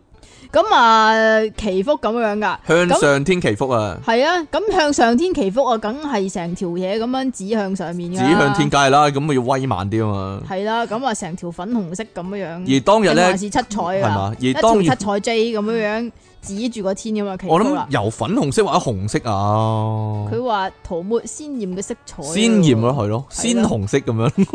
Speaker 2: 咁啊祈福咁樣噶，
Speaker 1: 向
Speaker 2: 咁
Speaker 1: 上天祈福啊！
Speaker 2: 係啊，咁向上天祈福啊，梗係成條嘢咁樣指向上面
Speaker 1: 指
Speaker 2: 㗎
Speaker 1: 向天，界啦，咁咪要威猛啲啊嘛！
Speaker 2: 係啦，咁啊成條粉紅色咁樣樣，
Speaker 1: 而當日
Speaker 2: 定
Speaker 1: 咧
Speaker 2: 還。是七彩
Speaker 1: 係
Speaker 2: 啊，
Speaker 1: 嘛？
Speaker 2: 一
Speaker 1: 而
Speaker 2: 條
Speaker 1: 當
Speaker 2: 七
Speaker 1: 然，
Speaker 2: 彩 J 咁樣樣指住個天咁啊祈
Speaker 1: 我
Speaker 2: 福啦
Speaker 1: 諗。由粉紅色或者紅色啊，
Speaker 2: 佢話塗抹鮮豔嘅色彩，
Speaker 1: 鮮豔咯，，係咯，
Speaker 2: 係
Speaker 1: 鮮
Speaker 2: 啦
Speaker 1: 紅色咁樣，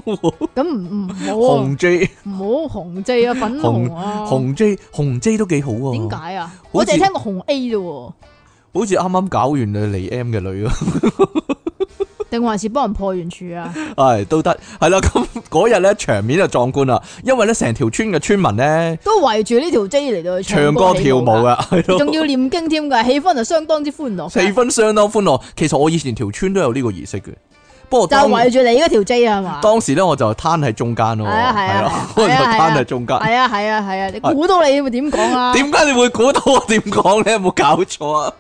Speaker 2: 咁唔唔好 啊
Speaker 1: 紅 J
Speaker 2: 唔好紅 J 啊，粉紅啊，
Speaker 1: 紅 J 紅 J 都幾好啊，
Speaker 2: 點？解啊？我
Speaker 1: 好似
Speaker 2: 哋聽過紅 A 啫喎，
Speaker 1: 好似啱啱搞完你嚟 M 嘅女 啊，
Speaker 2: 定還是幫人破完處啊？
Speaker 1: 係都得，係啦，咁嗰日咧場面就壯觀啦，因為咧成條村嘅村民咧
Speaker 2: 都圍住呢條 J 嚟到去
Speaker 1: 唱歌
Speaker 2: 起
Speaker 1: 跳舞啊
Speaker 2: 㗎
Speaker 1: 噶， 係咯，
Speaker 2: 仲要念經添㗎，氣氛就相當之歡樂 㗎。
Speaker 1: 氣氛相當歡樂。其實我以前條村都有呢個儀式嘅，不過
Speaker 2: 就
Speaker 1: 當
Speaker 2: 圍住你嗰條 J 啊嘛。
Speaker 1: 當時咧我就攤喺中間咯，
Speaker 2: 係啊係啊
Speaker 1: 係
Speaker 2: 係
Speaker 1: 啦
Speaker 2: 啊，
Speaker 1: 我就
Speaker 2: 係啊係啊
Speaker 1: 攤喺中間。
Speaker 2: 係啊係啊係啊，你估到你會點講啊？
Speaker 1: 点解你會估到我點講咧？有冇搞錯啊？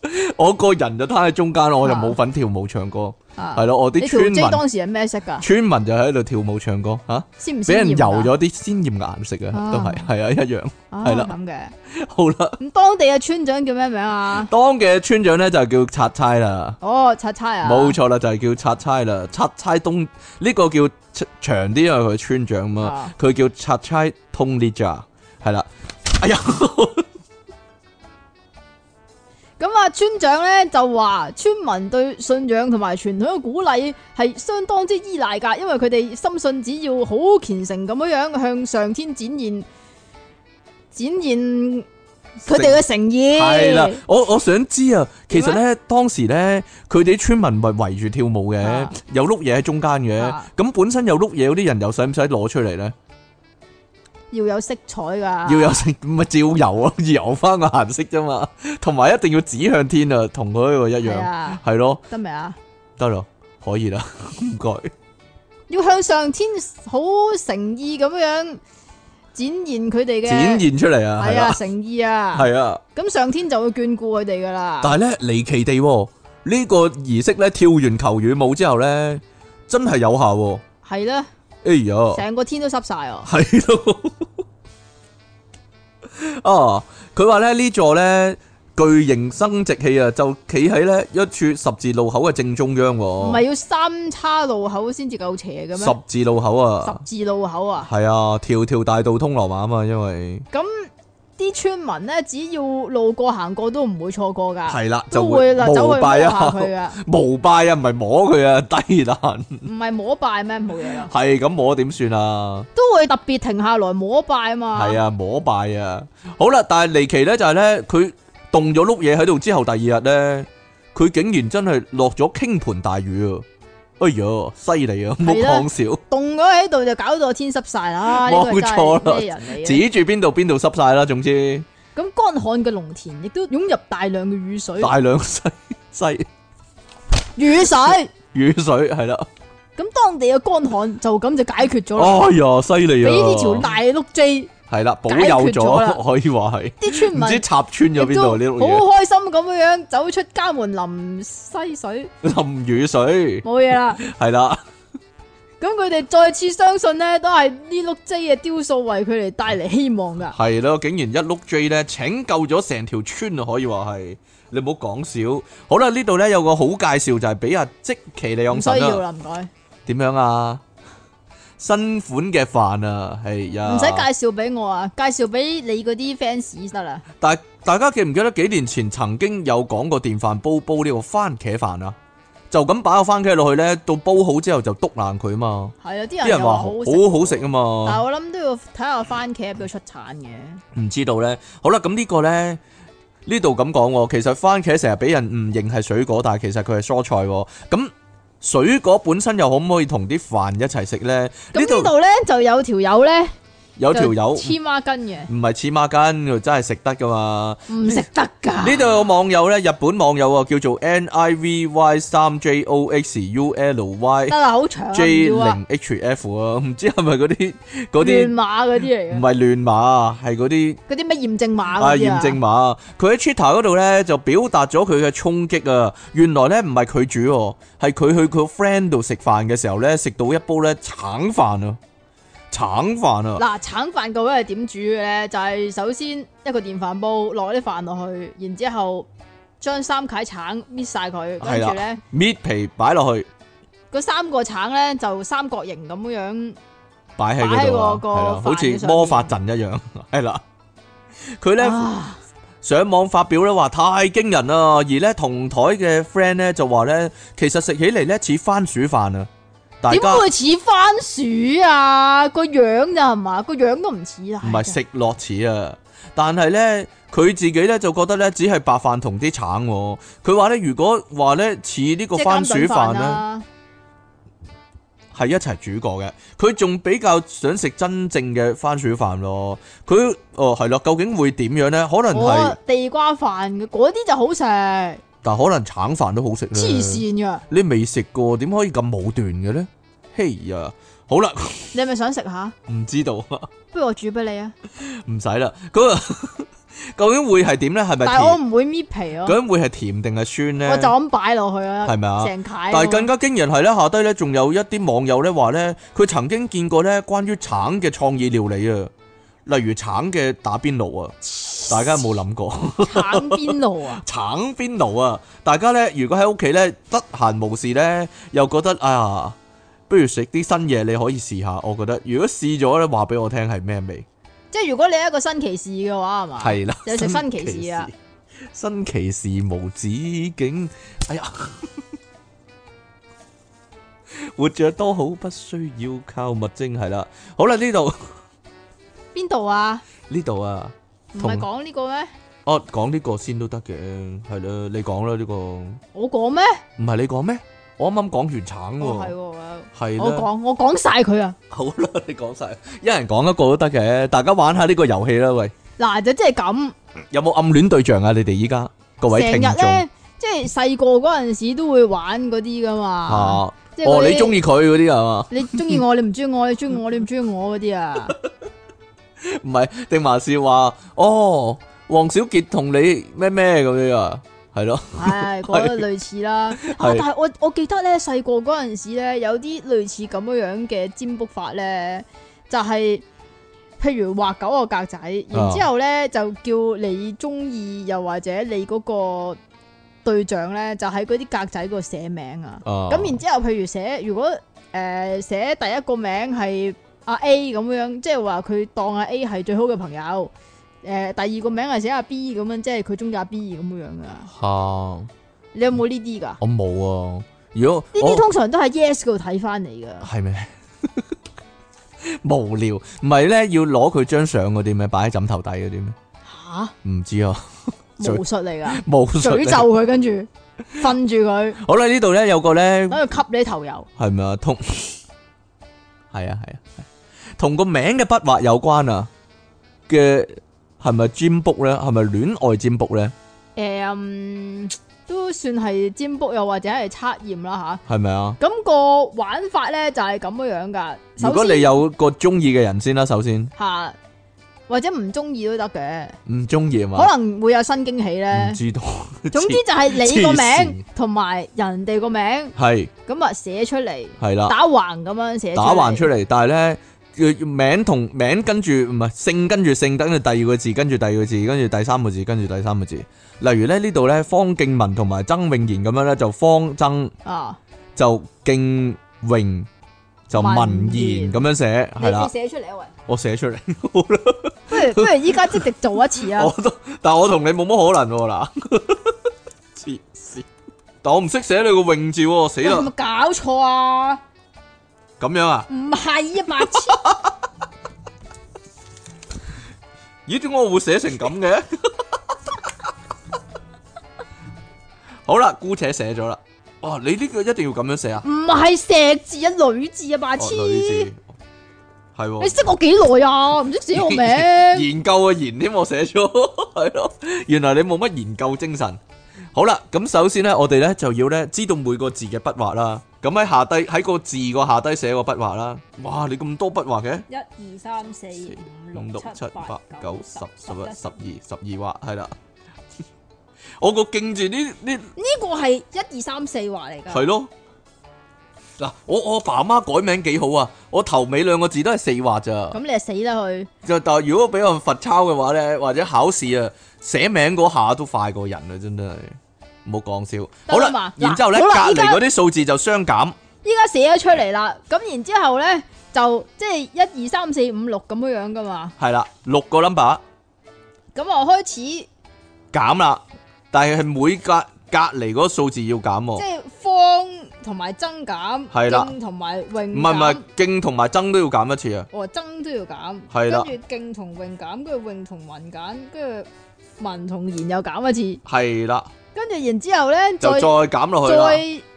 Speaker 1: 我個人就攤喺中間，我就冇份跳舞唱歌，
Speaker 2: 啊
Speaker 1: 係咯，我
Speaker 2: 你
Speaker 1: 啲
Speaker 2: 條
Speaker 1: 村
Speaker 2: J
Speaker 1: 民
Speaker 2: 當時係咩色㗎？
Speaker 1: 村民就喺度跳舞唱歌吓，
Speaker 2: 鮮唔鮮
Speaker 1: 俾人油
Speaker 2: 豔㗎
Speaker 1: 咗啲鮮豔嘅顏色啊，
Speaker 2: 啊
Speaker 1: 都係係啊一樣。
Speaker 2: 啊
Speaker 1: 係啦
Speaker 2: 咁嘅。
Speaker 1: 好啦，
Speaker 2: 咁當地嘅村長叫咩名啊？
Speaker 1: 當嘅村長咧就叫拆差啦，
Speaker 2: 哦，拆差啊！
Speaker 1: 冇錯啦，就係叫拆差啦。拆差東呢個叫長啲，因為佢村長嘛
Speaker 2: 啊，
Speaker 1: 佢叫拆差通列咋，係啦。哎呀，
Speaker 2: 咁啊，村長咧就話村民對信仰同埋傳統嘅鼓勵係相當之依賴㗎，因為佢哋深信只要好虔誠咁樣樣向上天展現展現佢哋嘅誠意
Speaker 1: 系啦，我我想知啊，其實咧當時咧，佢哋啲村民咪圍住跳舞嘅
Speaker 2: 啊，
Speaker 1: 有碌嘢喺中間嘅
Speaker 2: 啊，
Speaker 1: 咁本身有碌嘢嗰啲人又使唔使攞出嚟咧？
Speaker 2: 要有色彩㗎，要
Speaker 1: 要有成咪照油啊，油翻個顏色啫嘛， 同埋一定要指向天啊，同佢嗰個一樣，
Speaker 2: 啊，
Speaker 1: 係咯，
Speaker 2: 得未啊？
Speaker 1: 得啦，可以啦， 唔該，
Speaker 2: 要向上天好誠意咁樣展現佢哋嘅
Speaker 1: 展現出嚟啊，係
Speaker 2: 係啊
Speaker 1: 啊，
Speaker 2: 誠意啊，
Speaker 1: 係啊。
Speaker 2: 咁上天就會眷顧佢哋㗎啦。
Speaker 1: 但系咧离奇地喎，呢、個个仪式咧跳完球羽舞之後咧，真係有效喎。
Speaker 2: 係啦，
Speaker 1: 哎呀，
Speaker 2: 成個天都濕晒哦。
Speaker 1: 係咯。 啊，佢話咧呢座咧巨型生殖器啊，就企喺咧一處十字路口嘅正中央
Speaker 2: 唔
Speaker 1: 喎。
Speaker 2: 係要三叉路口先至夠斜嘅咩？
Speaker 1: 十字路口啊
Speaker 2: 十，字路口啊！
Speaker 1: 係啊，條條大道通羅馬啊嘛，因為
Speaker 2: 咁啲村民咧，只要路過行過都唔會錯過㗎，
Speaker 1: 係啦，就
Speaker 2: 啊都
Speaker 1: 會
Speaker 2: 會啦，走
Speaker 1: 膜
Speaker 2: 去摸
Speaker 1: 拜
Speaker 2: 下
Speaker 1: 啊，
Speaker 2: 佢㗎，
Speaker 1: 膜拜啊，唔係摸佢啊， 低能，
Speaker 2: 唔係摸拜咩？冇嘢 啦，
Speaker 1: 係咁摸點算啊？
Speaker 2: 都會特別停下來摸拜嘛。
Speaker 1: 系，啊，摸拜啊。好啦，但系离奇咧就系咧，佢冻咗碌嘢喺度之后，第二日咧，佢竟然真系落咗倾盆大雨啊！哎呀，犀利啊！冇
Speaker 2: 係啦
Speaker 1: 讲笑，
Speaker 2: 凍咗喺度就搞到天濕 晒啦。呢個
Speaker 1: 冇
Speaker 2: 真
Speaker 1: 錯啦
Speaker 2: 係咩人嚟嘅？
Speaker 1: 指住边度边度湿晒啦。总之，
Speaker 2: 咁乾旱嘅農田亦都湧入大量嘅雨水，
Speaker 1: 大量 西西
Speaker 2: 雨水。
Speaker 1: 雨水系啦。
Speaker 2: 咁當地嘅乾旱就咁就解決咗啦，
Speaker 1: 哎呀，犀利
Speaker 2: 俾
Speaker 1: 啊！
Speaker 2: 呢條大碌 J
Speaker 1: 系啦，保
Speaker 2: 解
Speaker 1: 佑
Speaker 2: 決咗啦
Speaker 1: 咗，可以话系。
Speaker 2: 啲村
Speaker 1: 唔知
Speaker 2: 民。
Speaker 1: 插穿咗
Speaker 2: 亦
Speaker 1: 边
Speaker 2: 都
Speaker 1: 度呢碌
Speaker 2: 好開心咁樣樣走出家門淋西水，
Speaker 1: 嘢，淋雨水
Speaker 2: 冇嘢啦。
Speaker 1: 系啦，
Speaker 2: 咁佢哋再次相信呢，都係呢碌 J 嘅雕塑為佢哋帶嚟希望噶。
Speaker 1: 系咯，竟然一碌 J 咧拯救咗成條村啊，可以話係你唔好講少。好啦，呢度咧有個好介紹就係俾阿即奇利
Speaker 2: 唔
Speaker 1: 昂
Speaker 2: 需
Speaker 1: 神
Speaker 2: 要
Speaker 1: 啊，
Speaker 2: 啦，唔該，
Speaker 1: 點樣啊？新款嘅飯啊，係呀，
Speaker 2: 唔使介紹俾我啊，介紹俾你嗰啲 fans 得啦。
Speaker 1: 但大家記唔記得幾年前曾經有講過電飯煲煲呢個番茄飯啊？就咁擺個番茄落去咧，到煲好之後就篤爛佢嘛。
Speaker 2: 係啊，啲
Speaker 1: 啲
Speaker 2: 人
Speaker 1: 人話
Speaker 2: 又話
Speaker 1: 好
Speaker 2: 好
Speaker 1: 好食啊
Speaker 2: 嘛。
Speaker 1: 嘛。
Speaker 2: 但係我諗都要睇下番茄邊度出產嘅。
Speaker 1: 唔知道呢。好啦，咁呢個呢，呢度咁講喎，其實番茄成日俾人誤認係水果，但係其實佢係蔬菜喎。咁水果本身又可唔可以同啲飯一齊食呢？呢
Speaker 2: 咁呢
Speaker 1: 度
Speaker 2: 度咧就有條友咧，
Speaker 1: 有條友
Speaker 2: 就黐孖筋嘅，
Speaker 1: 唔係黐孖筋，佢真係食得噶嘛？
Speaker 2: 唔食得㗎。
Speaker 1: 呢度有網友呢，日本網友啊，叫做 N I V Y 三 J O X U L Y
Speaker 2: 得啦，好長啊，唔
Speaker 1: J
Speaker 2: 要啊，
Speaker 1: 零 H F 啊，唔知係咪嗰啲嗰
Speaker 2: 亂
Speaker 1: 啲
Speaker 2: 馬嗰啲嚟
Speaker 1: 唔
Speaker 2: 嘅，
Speaker 1: 係亂碼，係嗰啲。
Speaker 2: 嗰啲咩驗證碼
Speaker 1: 啊，
Speaker 2: 嗰啲
Speaker 1: 驗
Speaker 2: 啊。
Speaker 1: 證碼，佢喺 Twitter 嗰度咧就表達咗佢嘅衝擊啊！原來咧唔係佢煮喎，係佢去佢個 friend 度食飯嘅時候咧，食到一煲咧橙飯啊，橙飯啊，
Speaker 2: 嗱，橙飯究竟係點煮嘅咧？就係、首先一個電飯煲落啲飯落去，然之後將三塊橙搣晒佢，
Speaker 1: 係
Speaker 2: 跟
Speaker 1: 啦
Speaker 2: 住咧
Speaker 1: 搣皮擺落去，
Speaker 2: 嗰三個橙咧就三角形咁樣，
Speaker 1: 擺喺嗰度啊
Speaker 2: 擺喺個個
Speaker 1: 係啦，好
Speaker 2: 飯嘅
Speaker 1: 似
Speaker 2: 上
Speaker 1: 魔
Speaker 2: 面
Speaker 1: 法陣一樣， 係啦。佢咧
Speaker 2: 啊
Speaker 1: 上網發表咧話太驚人啦，而咧同台嘅 friend 咧就話咧，其實食起嚟咧似番薯飯啊，大
Speaker 2: 點
Speaker 1: 家。
Speaker 2: 會似番薯啊？個樣咋係嘛？個樣都唔似啊！
Speaker 1: 唔係食落似啊，但係呢，佢自己呢就覺得呢，只係白飯同啲橙喎。佢話呢，如果話呢似呢個
Speaker 2: 即係
Speaker 1: 番薯
Speaker 2: 監啊躉
Speaker 1: 飯呢，
Speaker 2: 啦，
Speaker 1: 係一齊煮過嘅。佢仲比較想食真正嘅番薯飯咯。佢哦係咯，究竟會點樣呢？可能係
Speaker 2: 我，啊地瓜飯嘅嗰啲就好食，黐
Speaker 1: 但可能橙飯都好食咧。
Speaker 2: 線㗎！
Speaker 1: 你未食過，點可以咁武斷嘅呢？嘿呀，好啦，
Speaker 2: 你係咪想食下？
Speaker 1: 唔知道， 唔
Speaker 2: 不如我煮俾你啊！
Speaker 1: 使啦。嗰個 究竟會係點呢？係咪
Speaker 2: 但係我
Speaker 1: 甜？
Speaker 2: 唔會搣皮咯，
Speaker 1: 究竟會係甜定係酸呢？
Speaker 2: 我就咁擺落去啊！
Speaker 1: 係咪啊？
Speaker 2: 成解喎。
Speaker 1: 但係 更加驚人係咧，下低咧仲有一啲網友咧話咧，佢曾經見過咧關於橙嘅創意料理啊，例如橙嘅打邊爐啊，大家有冇諗過？
Speaker 2: 橙邊爐啊
Speaker 1: 橙邊爐啊？大家咧如果喺屋企咧得閒無事咧，又覺得啊，不如食啲新嘢，你可以試下。我覺得如果試咗咧，話俾我聽係咩味，
Speaker 2: 即係如果你係一個新奇士嘅話，係嘛？
Speaker 1: 係啦，
Speaker 2: 啊有食新奇士啊！
Speaker 1: 新奇士無止境，哎呀， 活着多好，不需要靠物精，係啦。好啦，呢度
Speaker 2: 邊度啊？
Speaker 1: 呢度啊，
Speaker 2: 唔
Speaker 1: 同
Speaker 2: 係講呢個咩？
Speaker 1: 哦，講呢個先都得嘅，係啦，你講啦呢個，唔
Speaker 2: 我講咩？
Speaker 1: 係你講咩？我啱啱講完橙
Speaker 2: 哦，係
Speaker 1: 喎，
Speaker 2: 喎。
Speaker 1: 係
Speaker 2: 我
Speaker 1: 啦。
Speaker 2: 講我講晒佢啊！
Speaker 1: 好啦，你講晒，一人講一個都得嘅，大家玩下呢個遊戲啦。喂，
Speaker 2: 嗱就即係咁，
Speaker 1: 有冇暗戀對象啊？你哋依家各位
Speaker 2: 成
Speaker 1: 聽
Speaker 2: 日
Speaker 1: 眾
Speaker 2: 咧即係細個嗰陣時都會玩嗰啲噶
Speaker 1: 啊，
Speaker 2: 嘛，
Speaker 1: 哦，
Speaker 2: 即係嗰啲
Speaker 1: 你中意佢嗰啲啊
Speaker 2: 你中意我，你唔中意我，你中意我，你唔中意我嗰啲啊，
Speaker 1: 嘛？唔係，定還是話哦，黃小傑同你咩咩咁樣啊？係咯，
Speaker 2: 唉，覺得類似啦。啊但係我我記得咧細個嗰陣時咧，有啲類似咁樣樣嘅占卜法咧，就係、譬如畫九個格仔，然之後咧就叫你中意又或者你嗰個對象咧，就喺嗰啲格仔嗰度寫名啊。
Speaker 1: 啊，
Speaker 2: 咁然之後，譬如寫，如果誒、呃、寫第一個名係阿 A 咁樣，即係話佢當阿 A 係最好嘅朋友。誒、第二個名係寫阿 B 咁樣，即係佢中意阿 B 咁樣噶。
Speaker 1: 吓，我
Speaker 2: 你有冇呢啲㗎？呢
Speaker 1: 冇啊。如果
Speaker 2: 啲
Speaker 1: 我
Speaker 2: 通常都係 Yes 嗰度睇翻嚟㗎。
Speaker 1: 係咩？無聊，唔係咧要攞佢張相嗰啲咩，擺喺枕頭底嗰啲咩？
Speaker 2: 吓，
Speaker 1: 唔知啊， 嘴
Speaker 2: 巫術嚟㗎，
Speaker 1: 冇
Speaker 2: 詛咒佢，跟住瞓住佢，
Speaker 1: 好啦，呢度咧有個咧。
Speaker 2: 等佢吸你頭油。
Speaker 1: 系咪啊？同系啊系啊，係同個名嘅筆畫有關啊嘅係咪占卜咧？係咪戀愛占卜咧？
Speaker 2: 誒、嗯都算係占卜，又或者係測驗啦
Speaker 1: 係咪啊？
Speaker 2: 吓，咁、個玩法咧就係咁樣樣㗎。
Speaker 1: 如
Speaker 2: 首
Speaker 1: 果
Speaker 2: 先
Speaker 1: 你有個中意嘅人先啦，首先
Speaker 2: 吓、或者唔中意都得嘅，
Speaker 1: 唔中意啊嘛，
Speaker 2: 可能會有新驚喜
Speaker 1: 唔
Speaker 2: 咧。
Speaker 1: 知道。
Speaker 2: 總之就係你個
Speaker 1: 黐線
Speaker 2: 名同埋人哋個名，
Speaker 1: 係
Speaker 2: 咁啊寫出嚟，
Speaker 1: 係啦，
Speaker 2: 打橫咁樣寫
Speaker 1: 啊打橫出
Speaker 2: 嚟。
Speaker 1: 嚟，但係咧叫名同名跟住唔係姓跟住姓，跟住第二個字，跟住第二個字，跟住第三個字，跟住第三個字。例如咧呢度咧，方敬文同埋曾穎賢咁樣咧，就方曾。
Speaker 2: 啊，
Speaker 1: 就敬榮就文言
Speaker 2: 文言
Speaker 1: 咁樣寫，
Speaker 2: 你
Speaker 1: 係啦
Speaker 2: 你，寫出嚟啊喂，
Speaker 1: 我寫出嚟，
Speaker 2: 不如 不如依家即刻做一次啊！
Speaker 1: 我都，但我同你冇乜可能喎嗱， 黐線，啊但我唔識寫你個榮字喎，死
Speaker 2: 喂有
Speaker 1: 啦，
Speaker 2: 冇搞錯啊？
Speaker 1: 咁樣啊？
Speaker 2: 唔係啊，白 痴！
Speaker 1: 咦？點解我會寫成咁嘅？ 好啦，姑且寫咗啦。哇！你呢個一定要咁樣寫啊？
Speaker 2: 唔係石字啊，女字啊，白
Speaker 1: 哦
Speaker 2: 痴！
Speaker 1: 女字哦
Speaker 2: 你
Speaker 1: 係喎。
Speaker 2: 識我幾耐啊？唔識 寫我名，
Speaker 1: 研究啊，研添我寫咗， 係咯，原來你冇乜研究精神。好啦，咁首先咧，我哋咧就要咧知道每個字嘅筆畫啦。咁喺下低喺個字個下低寫個筆畫啦。哇，你咁多筆畫嘅，
Speaker 2: 一二三四
Speaker 1: 五六七八九十十一十二十二畫，係啦。 我個勁字呢呢
Speaker 2: 呢個係一二三四畫嚟㗎。
Speaker 1: 係咯。嗱，我我爸媽改名幾好啊！我頭尾兩個字都係四畫咋。
Speaker 2: 咁你就死啦佢。
Speaker 1: 就但係如果俾我罰抄嘅話咧，或者考試啊，寫名嗰下都快過人啊啦，真係唔好講笑。
Speaker 2: 得
Speaker 1: 好
Speaker 2: 啦
Speaker 1: 啦
Speaker 2: 嘛，
Speaker 1: 然之後咧，
Speaker 2: 嗱
Speaker 1: 隔
Speaker 2: 好啦依
Speaker 1: 離
Speaker 2: 家
Speaker 1: 嗰啲數字就相減，
Speaker 2: 依家寫咗出嚟啦，咁然之後咧就即係一二三四五六咁樣樣噶嘛，
Speaker 1: 係啦，六個 number
Speaker 2: 咁我開始即
Speaker 1: 減啦，但係係每隔隔離嗰個數字要減喎，
Speaker 2: 係方同埋增減，
Speaker 1: 哦係啦
Speaker 2: 徑同埋泳
Speaker 1: 唔係唔係
Speaker 2: 減，
Speaker 1: 勁同埋增都要減一次啊，
Speaker 2: 哦增都要減，
Speaker 1: 係啦
Speaker 2: 跟住徑同泳減，跟住泳同文減，跟住文同言又減一次，
Speaker 1: 係啦，
Speaker 2: 跟住然之後咧
Speaker 1: 就再
Speaker 2: 再
Speaker 1: 減落去啦。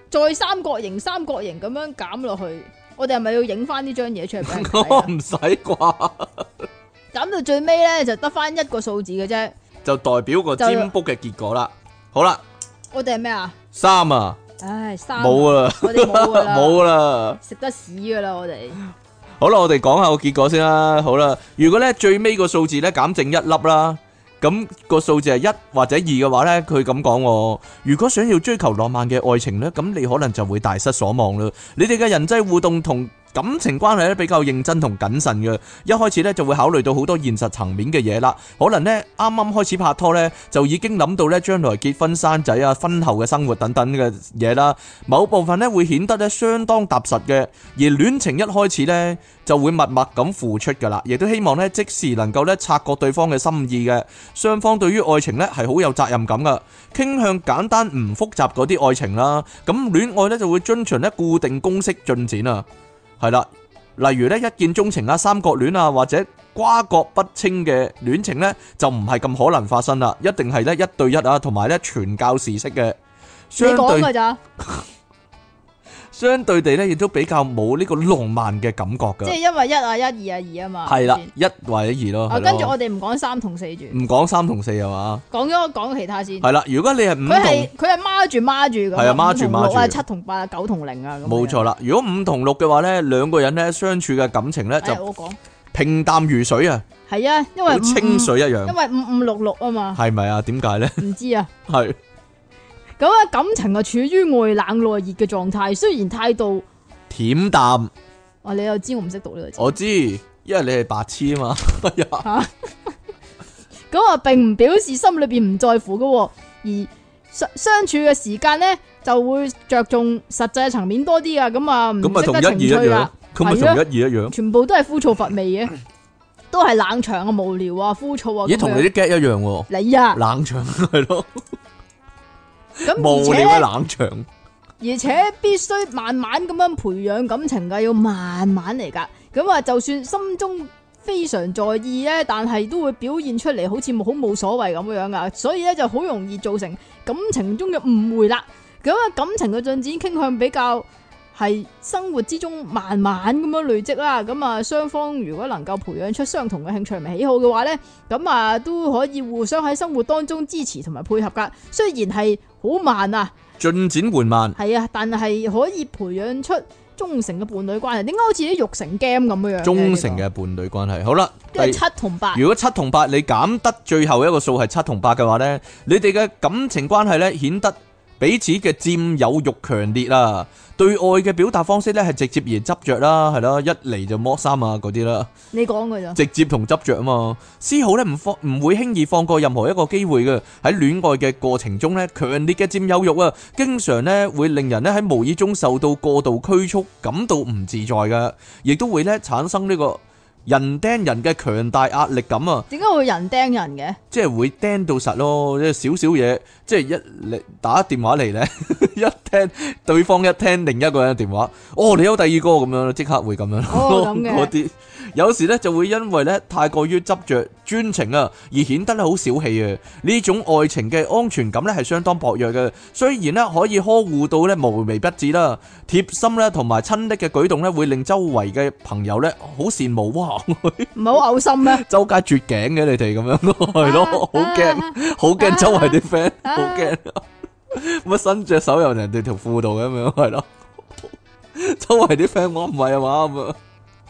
Speaker 2: 再再三角形三角形咁樣減落去，我哋係咪要影翻呢張嘢出嚟俾人睇
Speaker 1: 我唔使
Speaker 2: 啊？
Speaker 1: 啩，
Speaker 2: 減到最尾咧就得翻一個數字嘅啫，
Speaker 1: 就代表個占卜嘅結果啦。好啦，
Speaker 2: 我哋係咩啊？
Speaker 1: 三啊，
Speaker 2: 唉，三啊
Speaker 1: 冇啊，
Speaker 2: 我哋冇噶啦，
Speaker 1: 冇啊啦。
Speaker 2: 食得屎噶啦，我哋
Speaker 1: 好啦，我哋講下個結果先啦。好啦，如果咧最尾個數字咧減剩一粒啦，咁、個數字係一或者二嘅話咧，佢咁講喎。如果想要追求浪漫嘅愛情咧，咁你可能就會大失所望啦。你哋嘅人際互動同感情關係咧比較認真同謹慎嘅，一開始咧就會考慮到好多現實層面嘅嘢啦。可能咧啱啱開始拍拖咧，就已經諗到咧將來結婚生仔啊、婚後嘅生活等等嘅嘢啦。某部分咧會顯得咧相當踏實嘅，而戀情一開始咧就會默默咁付出噶啦，亦都希望咧即時能夠咧察覺對方嘅心意嘅。雙方對於愛情咧係好有責任感噶，傾向簡單唔複雜嗰啲愛情啦。咁戀愛咧就會遵循咧固定公式進展啊，係啦。例如咧一見鐘情啊、三角戀啊，或者瓜葛不清嘅戀情呢，就唔係咁可能發生啦，一定係咧一對一啊，同埋咧傳教士式嘅。
Speaker 2: 你
Speaker 1: 相
Speaker 2: 講
Speaker 1: 對
Speaker 2: 噶咋？
Speaker 1: 相對地咧，亦都比較冇呢個浪漫嘅感覺噶。
Speaker 2: 即係因為一啊一二啊二啊嘛。
Speaker 1: 係啦
Speaker 2: 咪先，
Speaker 1: 一或者二咯。嗯
Speaker 2: 啊，
Speaker 1: 係咯
Speaker 2: 跟住我哋唔講三同四住，
Speaker 1: 唔講三同四係嘛？
Speaker 2: 講咗講其他先。
Speaker 1: 係啦，如果你係五
Speaker 2: 嗯佢
Speaker 1: 同
Speaker 2: 係佢係孖住孖住咁啊，
Speaker 1: 係啊孖住
Speaker 2: 五同六啊，
Speaker 1: 孖住
Speaker 2: 七同八啊，九同零啊咁樣。
Speaker 1: 冇錯啦，如果五同六嘅話呢，兩個人呢相處嘅感情呢
Speaker 2: 哎，
Speaker 1: 就
Speaker 2: 我講
Speaker 1: 平淡如水啊，
Speaker 2: 係啊，因為嗯
Speaker 1: 好
Speaker 2: 五
Speaker 1: 清水一樣
Speaker 2: 因，為五五六六啊嘛，
Speaker 1: 係咪啊？點解呢？
Speaker 2: 唔知啊。
Speaker 1: 係
Speaker 2: 咁啊，感情啊處於外冷內熱嘅狀態，雖然態度，
Speaker 1: 恬淡，
Speaker 2: 啊你又知我唔識讀呢個字，
Speaker 1: 我知，因為你係白痴啊嘛。哎呀，
Speaker 2: 咁啊並唔表示心裏邊唔在乎噶喎，而相相處嘅時間咧就會着重實際層面多啲啊，咁啊唔
Speaker 1: 咁咪
Speaker 2: 識
Speaker 1: 同
Speaker 2: 得
Speaker 1: 一二
Speaker 2: 情
Speaker 1: 一
Speaker 2: 趣
Speaker 1: 樣
Speaker 2: 啊，，
Speaker 1: 咁咪
Speaker 2: 係啊
Speaker 1: 同一二一樣。
Speaker 2: 全部都係枯燥乏味嘅，都係冷場啊、無聊啊、枯燥啊
Speaker 1: 咦，
Speaker 2: 咁
Speaker 1: 同你啲
Speaker 2: 樣。
Speaker 1: get 一樣喎，
Speaker 2: 你啊，
Speaker 1: 冷場係咯，
Speaker 2: 咁而
Speaker 1: 無
Speaker 2: 且
Speaker 1: 聊啊
Speaker 2: 呢
Speaker 1: 嘅冷場。
Speaker 2: 而且必須慢慢咁樣培養感情噶，要慢慢嚟噶。咁啊，就算心中非常在意咧，但係都會表現出嚟，好似好冇所謂咁樣噶。所以咧就好容易造成感情中嘅誤會啦。咁啊，感情嘅進展傾向比較係生活之中慢慢咁樣累積啦。咁啊，雙方如果能夠培養出相同嘅興趣同埋喜好嘅話咧，咁啊都可以互相喺生活當中支持同埋配合噶。雖然係好慢啊。
Speaker 1: 進展緩慢，
Speaker 2: 系啊，但係可以培養出忠誠嘅伴侶關係。點解好似啲育成 game 咁樣嘅？
Speaker 1: 忠誠嘅伴侶關係。好啦，
Speaker 2: 呢個，因為
Speaker 1: 第
Speaker 2: 七同八
Speaker 1: 如果七同八你減得最後一個數係七同八嘅話呢，你哋嘅感情關係呢顯得彼此嘅佔有欲強烈啊！對愛嘅表達方式呢係直接而執着啦，係啦，一嚟就剝衫啊嗰啲啦，
Speaker 2: 你講嘅咋？
Speaker 1: 直接同執着啊嘛。絲毫呢唔放唔會輕易放過任何一個機會嘅。喺戀愛嘅過程中呢，強烈嘅佔有欲啊，經常呢會令人呢喺無意中受到過度拘束，感到唔自在嘅，亦都會呢產生呢個人盯人嘅強大壓力感啊！
Speaker 2: 點解會人盯人嘅？
Speaker 1: 即係會釘到實咯，即係少少嘢，即係一嚟打電話嚟咧， 一聽對方一聽另一個人嘅電話，哦，你有第二個咁樣，即刻會咁樣
Speaker 2: 哦
Speaker 1: 咯，
Speaker 2: 咁 嘅
Speaker 1: 嗰啲有時咧就會因為咧太過於執着專情啊，而顯得咧好小氣啊。呢種愛情嘅安全感咧係相當薄弱嘅，雖然咧可以呵護到咧無微不至啦，貼心咧同埋親昵嘅舉動咧會令周圍嘅朋友咧好羨慕哇，
Speaker 2: 唔係好嘔心咩？
Speaker 1: 周街絕頸嘅你哋咁樣 咯， 係咯，好驚。
Speaker 2: 啊！
Speaker 1: 好驚周圍啲 friend，
Speaker 2: 啊
Speaker 1: 好驚，乜伸隻手入人哋條褲度咁樣，係咯。周圍啲 friend 我唔係啊嘛咁啊，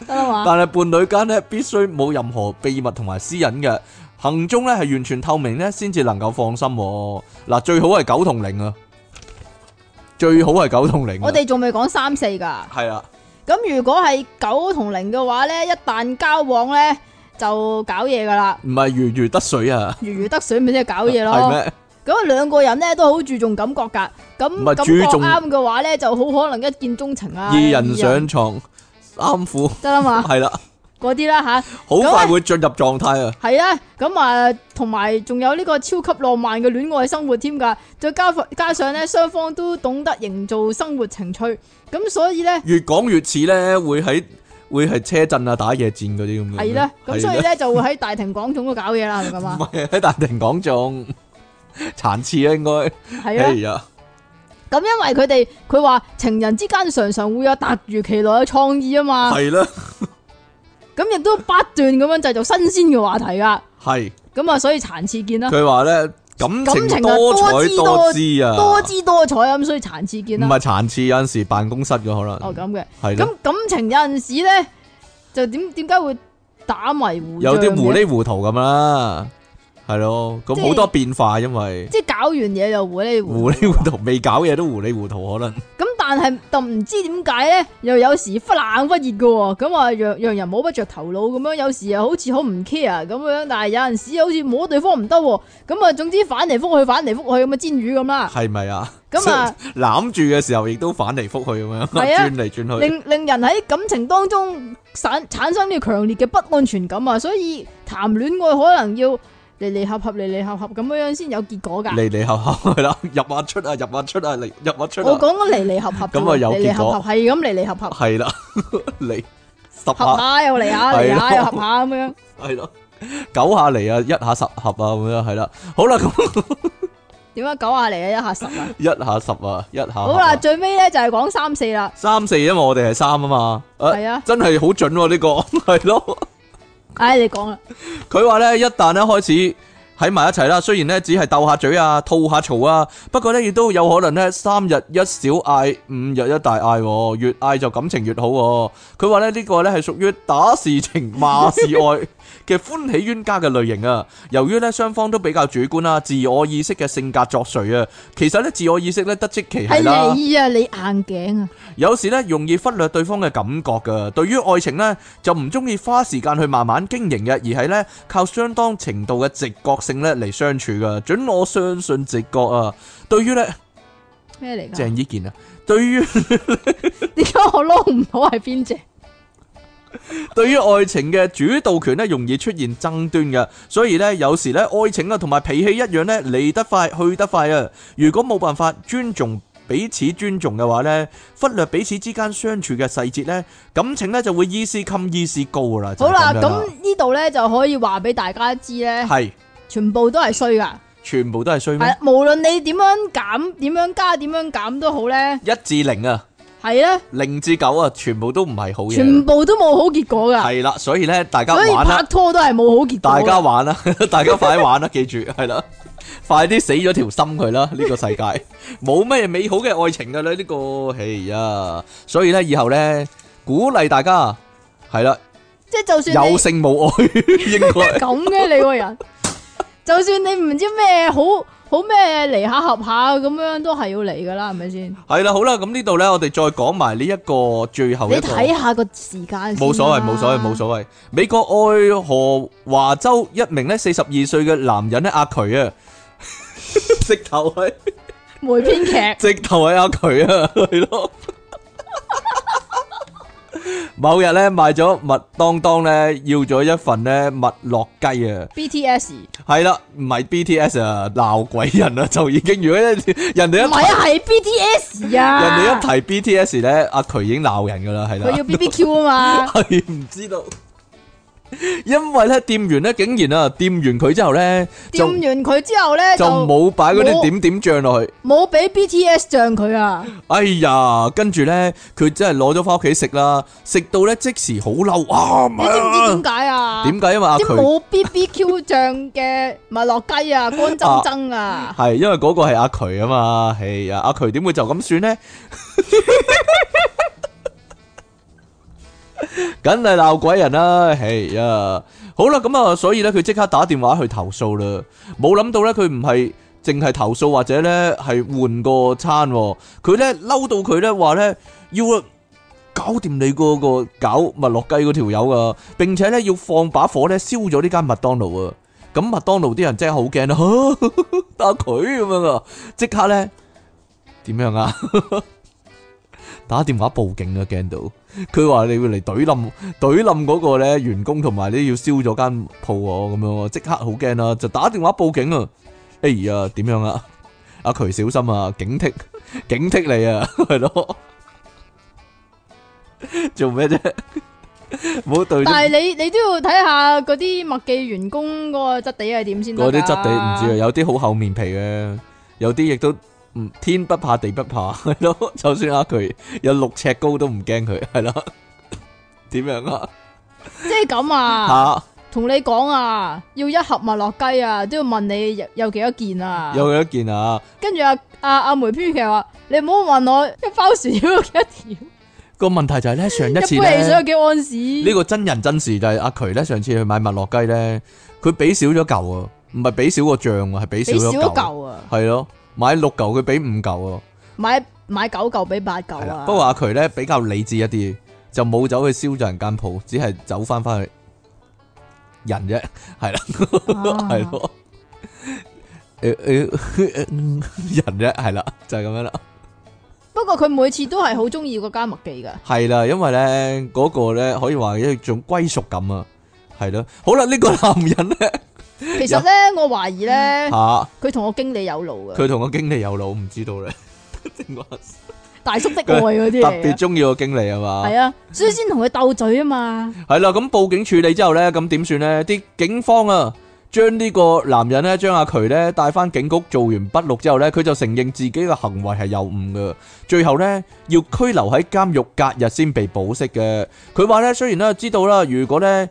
Speaker 2: 得 啦嘛，
Speaker 1: 但係伴侶間咧必須冇任何秘密同埋私隱嘅，行蹤咧係完全透明咧先至能夠放心喎。嗱，最好係九同零啊，最好係九同零啊。
Speaker 2: 我哋仲未講三四㗎。
Speaker 1: 係啊，
Speaker 2: 咁如果係九同零嘅話咧，一旦交往咧就搞嘢㗎啦，
Speaker 1: 唔係如魚得水啊，
Speaker 2: 如魚得水咪即係搞嘢
Speaker 1: 係
Speaker 2: 咯。
Speaker 1: 咩？
Speaker 2: 咁啊，兩個人咧都好注重感覺㗎。
Speaker 1: 唔
Speaker 2: 咁
Speaker 1: 係
Speaker 2: 感覺
Speaker 1: 注重
Speaker 2: 啱嘅話咧，就好可能一見鍾情啊。
Speaker 1: 二人上床，三褲，
Speaker 2: 得 啦嘛，
Speaker 1: 係啦，
Speaker 2: 嗰啲啦吓。
Speaker 1: 好
Speaker 2: 咁
Speaker 1: 快
Speaker 2: 咧
Speaker 1: 會進入狀態啊。
Speaker 2: 系啊，咁啊，同埋仲有呢個超級浪漫嘅戀愛生活添㗎，再加加上咧，雙方都懂得營造生活情趣，咁所以咧
Speaker 1: 越講越似咧，會喺會係車震啊、打野戰嗰啲咁樣。
Speaker 2: 係啦，咁所以
Speaker 1: 係啦
Speaker 2: 咧就會喺大庭廣眾度搞嘢啦，係咪 咁
Speaker 1: 唔
Speaker 2: 啊？
Speaker 1: 係喺大庭廣眾殘次啊，應該
Speaker 2: 係
Speaker 1: 哎
Speaker 2: 啊，
Speaker 1: 呀，
Speaker 2: 咁因為佢哋佢話情人之間常常會有突如其來嘅創意啊嘛，
Speaker 1: 係啦，
Speaker 2: 咁亦都不斷咁樣製造新鮮嘅話題㗎，
Speaker 1: 係
Speaker 2: 咁啊，所以殘次見啦，
Speaker 1: 佢話咧感
Speaker 2: 感
Speaker 1: 情
Speaker 2: 情啊
Speaker 1: 多彩多
Speaker 2: 多
Speaker 1: 姿啊，
Speaker 2: 多姿多彩咁，所以殘次見
Speaker 1: 唔
Speaker 2: 啦，
Speaker 1: 係殘次有陣時辦公室嘅可
Speaker 2: 哦咁嘅。
Speaker 1: 能係啦，
Speaker 2: 咁感情有陣時咧，就點點解會打迷糊？
Speaker 1: 有啲糊，里糊塗咁啦，係咯，
Speaker 2: 即
Speaker 1: 咁
Speaker 2: 係
Speaker 1: 好多變化，因為
Speaker 2: 即係搞完嘢就糊里糊
Speaker 1: 糊
Speaker 2: 塗。
Speaker 1: 里糊塗未搞嘢都糊里糊塗，可能
Speaker 2: 咁但係就唔知點解咧，又有時忽冷忽熱嘅喎，咁啊讓讓人摸不着頭腦咁樣。有時又好似好唔 care 咁樣，但係有陣時又好似摸對方唔得喎，咁啊總之反嚟覆去，反嚟覆去咁啊煎魚 咁啦。
Speaker 1: 係咪啊？
Speaker 2: 咁啊
Speaker 1: 攬住嘅時候亦都反嚟覆去咁樣，
Speaker 2: 係啊
Speaker 1: 轉嚟轉去。
Speaker 2: 令令人喺感情當中產產生呢個強烈嘅不安全感啊，所以談戀愛可能要離離合合、離離合合咁樣樣先有結果㗎。
Speaker 1: 嚟嚟合合係啦， 入啊出啊，入啊出啊，嚟入啊出
Speaker 2: 我
Speaker 1: 啊，
Speaker 2: 講緊離離合合啫喎，
Speaker 1: 咁啊有
Speaker 2: 離離
Speaker 1: 結果
Speaker 2: 合合係咁離離合合，
Speaker 1: 係啦，嚟十下
Speaker 2: 合下又嚟下嚟
Speaker 1: 係咯
Speaker 2: 下又合下咁樣，
Speaker 1: 系咯，九下嚟啊，一下十盒啊，咁样系啦。好啦，咁
Speaker 2: 點解九下嚟啊一下十啊？
Speaker 1: 一下十啊，一下盒啊
Speaker 2: 好啦，最尾咧就係講三四啦，
Speaker 1: 三四，因为我哋系三啊嘛，诶，
Speaker 2: 係啊，
Speaker 1: 真系好准喎 呢个，系咯。
Speaker 2: 唉你講啦，
Speaker 1: 佢話咧，一旦咧開始喺埋一齊啦，雖然咧只係鬥下嘴啊、吐下槽啊，不過咧亦都有可能咧三日一小嗌，五日一大嗌喎，越嗌就感情越好喎。佢話咧呢個咧係屬於打是情罵是愛嘅歡喜冤家嘅類型啊。由於咧雙方都比較主觀啦，自我意識嘅性格作祟啊，其實咧自我意識咧得即其
Speaker 2: 係
Speaker 1: 係啦。
Speaker 2: 你啊你硬頸啊，
Speaker 1: 有時咧容易忽略對方嘅感覺噶，對於愛情呢，就唔中意花時間去慢慢經營嘅，而係呢靠相當程度嘅直覺性呢嚟相處噶。准我相信直覺啊！對於呢，
Speaker 2: 咩嚟㗎？
Speaker 1: 鄭伊健啊，對於
Speaker 2: 點解我撈唔到係邊只？
Speaker 1: 對於愛情嘅主導權呢，容易出現爭端嘅，所以呢，有時呢，愛情啊同埋脾氣一樣呢，嚟得快去得快啊！如果冇辦法尊重彼此尊重嘅話呢，忽略彼此之間相處嘅細節呢，感情呢就會依思襟依思高噶啦。就
Speaker 2: 好
Speaker 1: 係
Speaker 2: 啦，
Speaker 1: 咁樣
Speaker 2: 咁呢度咧就可以話俾大家知咧，
Speaker 1: 系
Speaker 2: 全部都係衰噶，
Speaker 1: 全部都系衰咩？
Speaker 2: 係無論你點樣減、點樣加、點樣減都好咧，
Speaker 1: 一至零啊，
Speaker 2: 係咧，
Speaker 1: 零至九啊，全部都唔系好
Speaker 2: 全
Speaker 1: 嘢。
Speaker 2: 部都冇好結果噶，
Speaker 1: 系啦，所以咧，大家
Speaker 2: 所以
Speaker 1: 玩
Speaker 2: 拍
Speaker 1: 啦，
Speaker 2: 拖都係冇好結
Speaker 1: 大
Speaker 2: 果
Speaker 1: 家
Speaker 2: 㗎。
Speaker 1: 玩啦， 大家快啲玩啦，记住系啦，快啲死咗条心佢啦！呢个世 界冇咩美好嘅爱情噶啦，呢个系啊，所以咧以后咧鼓励大家系啦，
Speaker 2: 即係就算你
Speaker 1: 有性冇 爱，应该
Speaker 2: 咁嘅你個人，就算你唔知咩好好咩嚟下合下咁樣，都係要嚟噶啦，係咪先？
Speaker 1: 系啦，好啦，咁呢度咧，我哋再讲埋呢一个最后
Speaker 2: 你
Speaker 1: 一个。
Speaker 2: 睇下個時間先啦
Speaker 1: 冇所謂，冇所謂，冇。所謂。美國愛荷華州一名咧四十二歲嘅男人咧阿渠 啊，直頭係
Speaker 2: 梅編 劇
Speaker 1: 直頭係阿渠 啊，係咯。某日咧買咗麥當當咧，要咗一份咧麥樂雞啊。
Speaker 2: BTS
Speaker 1: 係啦，唔係 BTS 啊，鬧鬼人啊，就已經如果人哋
Speaker 2: 唔
Speaker 1: 一
Speaker 2: 係啊，係 BTS 啊，
Speaker 1: 人哋一提 BTS 咧，阿渠已經鬧人噶啦，係啦。
Speaker 2: 佢要 BBQ 啊嘛，
Speaker 1: 系唔知道，因为咧店员咧竟然啊掂完佢之后咧
Speaker 2: 掂
Speaker 1: 就
Speaker 2: 完佢之後咧
Speaker 1: 就
Speaker 2: 就
Speaker 1: 冇摆嗰啲
Speaker 2: 冇
Speaker 1: 点点酱落去，
Speaker 2: 冇俾 BTS 漲佢啊，
Speaker 1: 哎呀，跟住咧佢真系攞咗翻屋企食啦，食到咧即時好嬲啊！唔
Speaker 2: 你知
Speaker 1: 係
Speaker 2: 唔知點解啊？
Speaker 1: 啊，點解因為阿
Speaker 2: 即
Speaker 1: 渠
Speaker 2: 冇 BBQ 漲嘅咪落雞啊， 乾爭爭 啊，
Speaker 1: 係因為嗰個係阿渠啊嘛，哎呀，阿渠點會就咁算呢？梗係鬧鬼人啦，哎呀，好啦，咁啊，所以咧，佢即刻打電話去投訴啦。冇諗到咧，佢唔係淨係投訴或者咧係換個餐喎，佢咧嬲到佢咧話咧要搞掂你嗰個搞麥樂雞嗰條友啊，並且咧要放把火咧燒咗呢間麥當勞啊！咁麥當勞啲人真係好驚啦，打佢咁樣啊！即刻咧點樣啊？ 打電話報警啊！驚到佢話你要嚟懟冧懟冧嗰個咧員工，同埋你要燒咗間鋪喎咁樣喎，即刻好驚啦！就打電話報警啊！哎呀，點樣啊？阿渠小心啊！警惕 警惕你啊，係咯？ 做咩啫？唔好對咗
Speaker 2: 但係你你都要睇下嗰啲麥記員工嗰個質地係點先得
Speaker 1: 嗰
Speaker 2: 㗎
Speaker 1: 啲質地唔知啊，，有啲好厚面皮嘅，有啲亦都唔天不怕地不怕， 係咯。就算呃佢有六尺高都唔驚佢，係啦。點樣啊？
Speaker 2: 即係咁啊，
Speaker 1: 吓
Speaker 2: 同你講啊，要一盒麥落雞啊，都要問你有有幾多件啊，
Speaker 1: 有一件啊，
Speaker 2: 跟住阿阿阿梅編劇話：你唔好問我一包薯條有幾多條。
Speaker 1: 個問題就 係咧，上一
Speaker 2: 一杯
Speaker 1: 次
Speaker 2: 汽水有
Speaker 1: 咧，
Speaker 2: 幾安士？
Speaker 1: 呢個真人真事就係阿渠咧，上次去買麥樂雞咧，佢俾少咗嚿啊，唔係俾少個醬啊，係俾少
Speaker 2: 俾少
Speaker 1: 咗
Speaker 2: 一
Speaker 1: 嚿，
Speaker 2: 嚿啊，
Speaker 1: 係咯，買六嚿佢俾五嚿啊。
Speaker 2: 買買九嚿俾八嚿
Speaker 1: 係啦
Speaker 2: 啊。
Speaker 1: 不過阿渠咧比較理智一啲，就冇走去燒咗人間鋪，只係走翻翻去人啫， 係啦，
Speaker 2: 啊
Speaker 1: 係咯。誒誒 人啫，係啦，就係咁樣啦，
Speaker 2: 不過佢每次都係好中意嗰間麥 記噶，
Speaker 1: 係啦，因為咧嗰個咧可以話一種歸屬感啊，係咯，好啦，呢個男人 咧
Speaker 2: 其實咧，我懷疑咧，
Speaker 1: 吓，
Speaker 2: 佢同我經理有路噶。
Speaker 1: 佢同個經理有腦，唔知道咧，定話
Speaker 2: 大叔的愛嗰啲
Speaker 1: 特
Speaker 2: 嚟
Speaker 1: 別
Speaker 2: 嘅，
Speaker 1: 中意個經理係嘛？
Speaker 2: 係啊，所以先同佢鬥嘴啊嘛，
Speaker 1: 係啦，咁報警處理之後咧，咁點算咧？啲警方啊，將呢個男人咧，將阿渠咧帶翻警局做完筆錄之後咧，佢就承認自己嘅行為係有誤嘅，最後咧要拘留喺監獄隔日先被保釋嘅。佢話咧，雖然咧知道啦，如果咧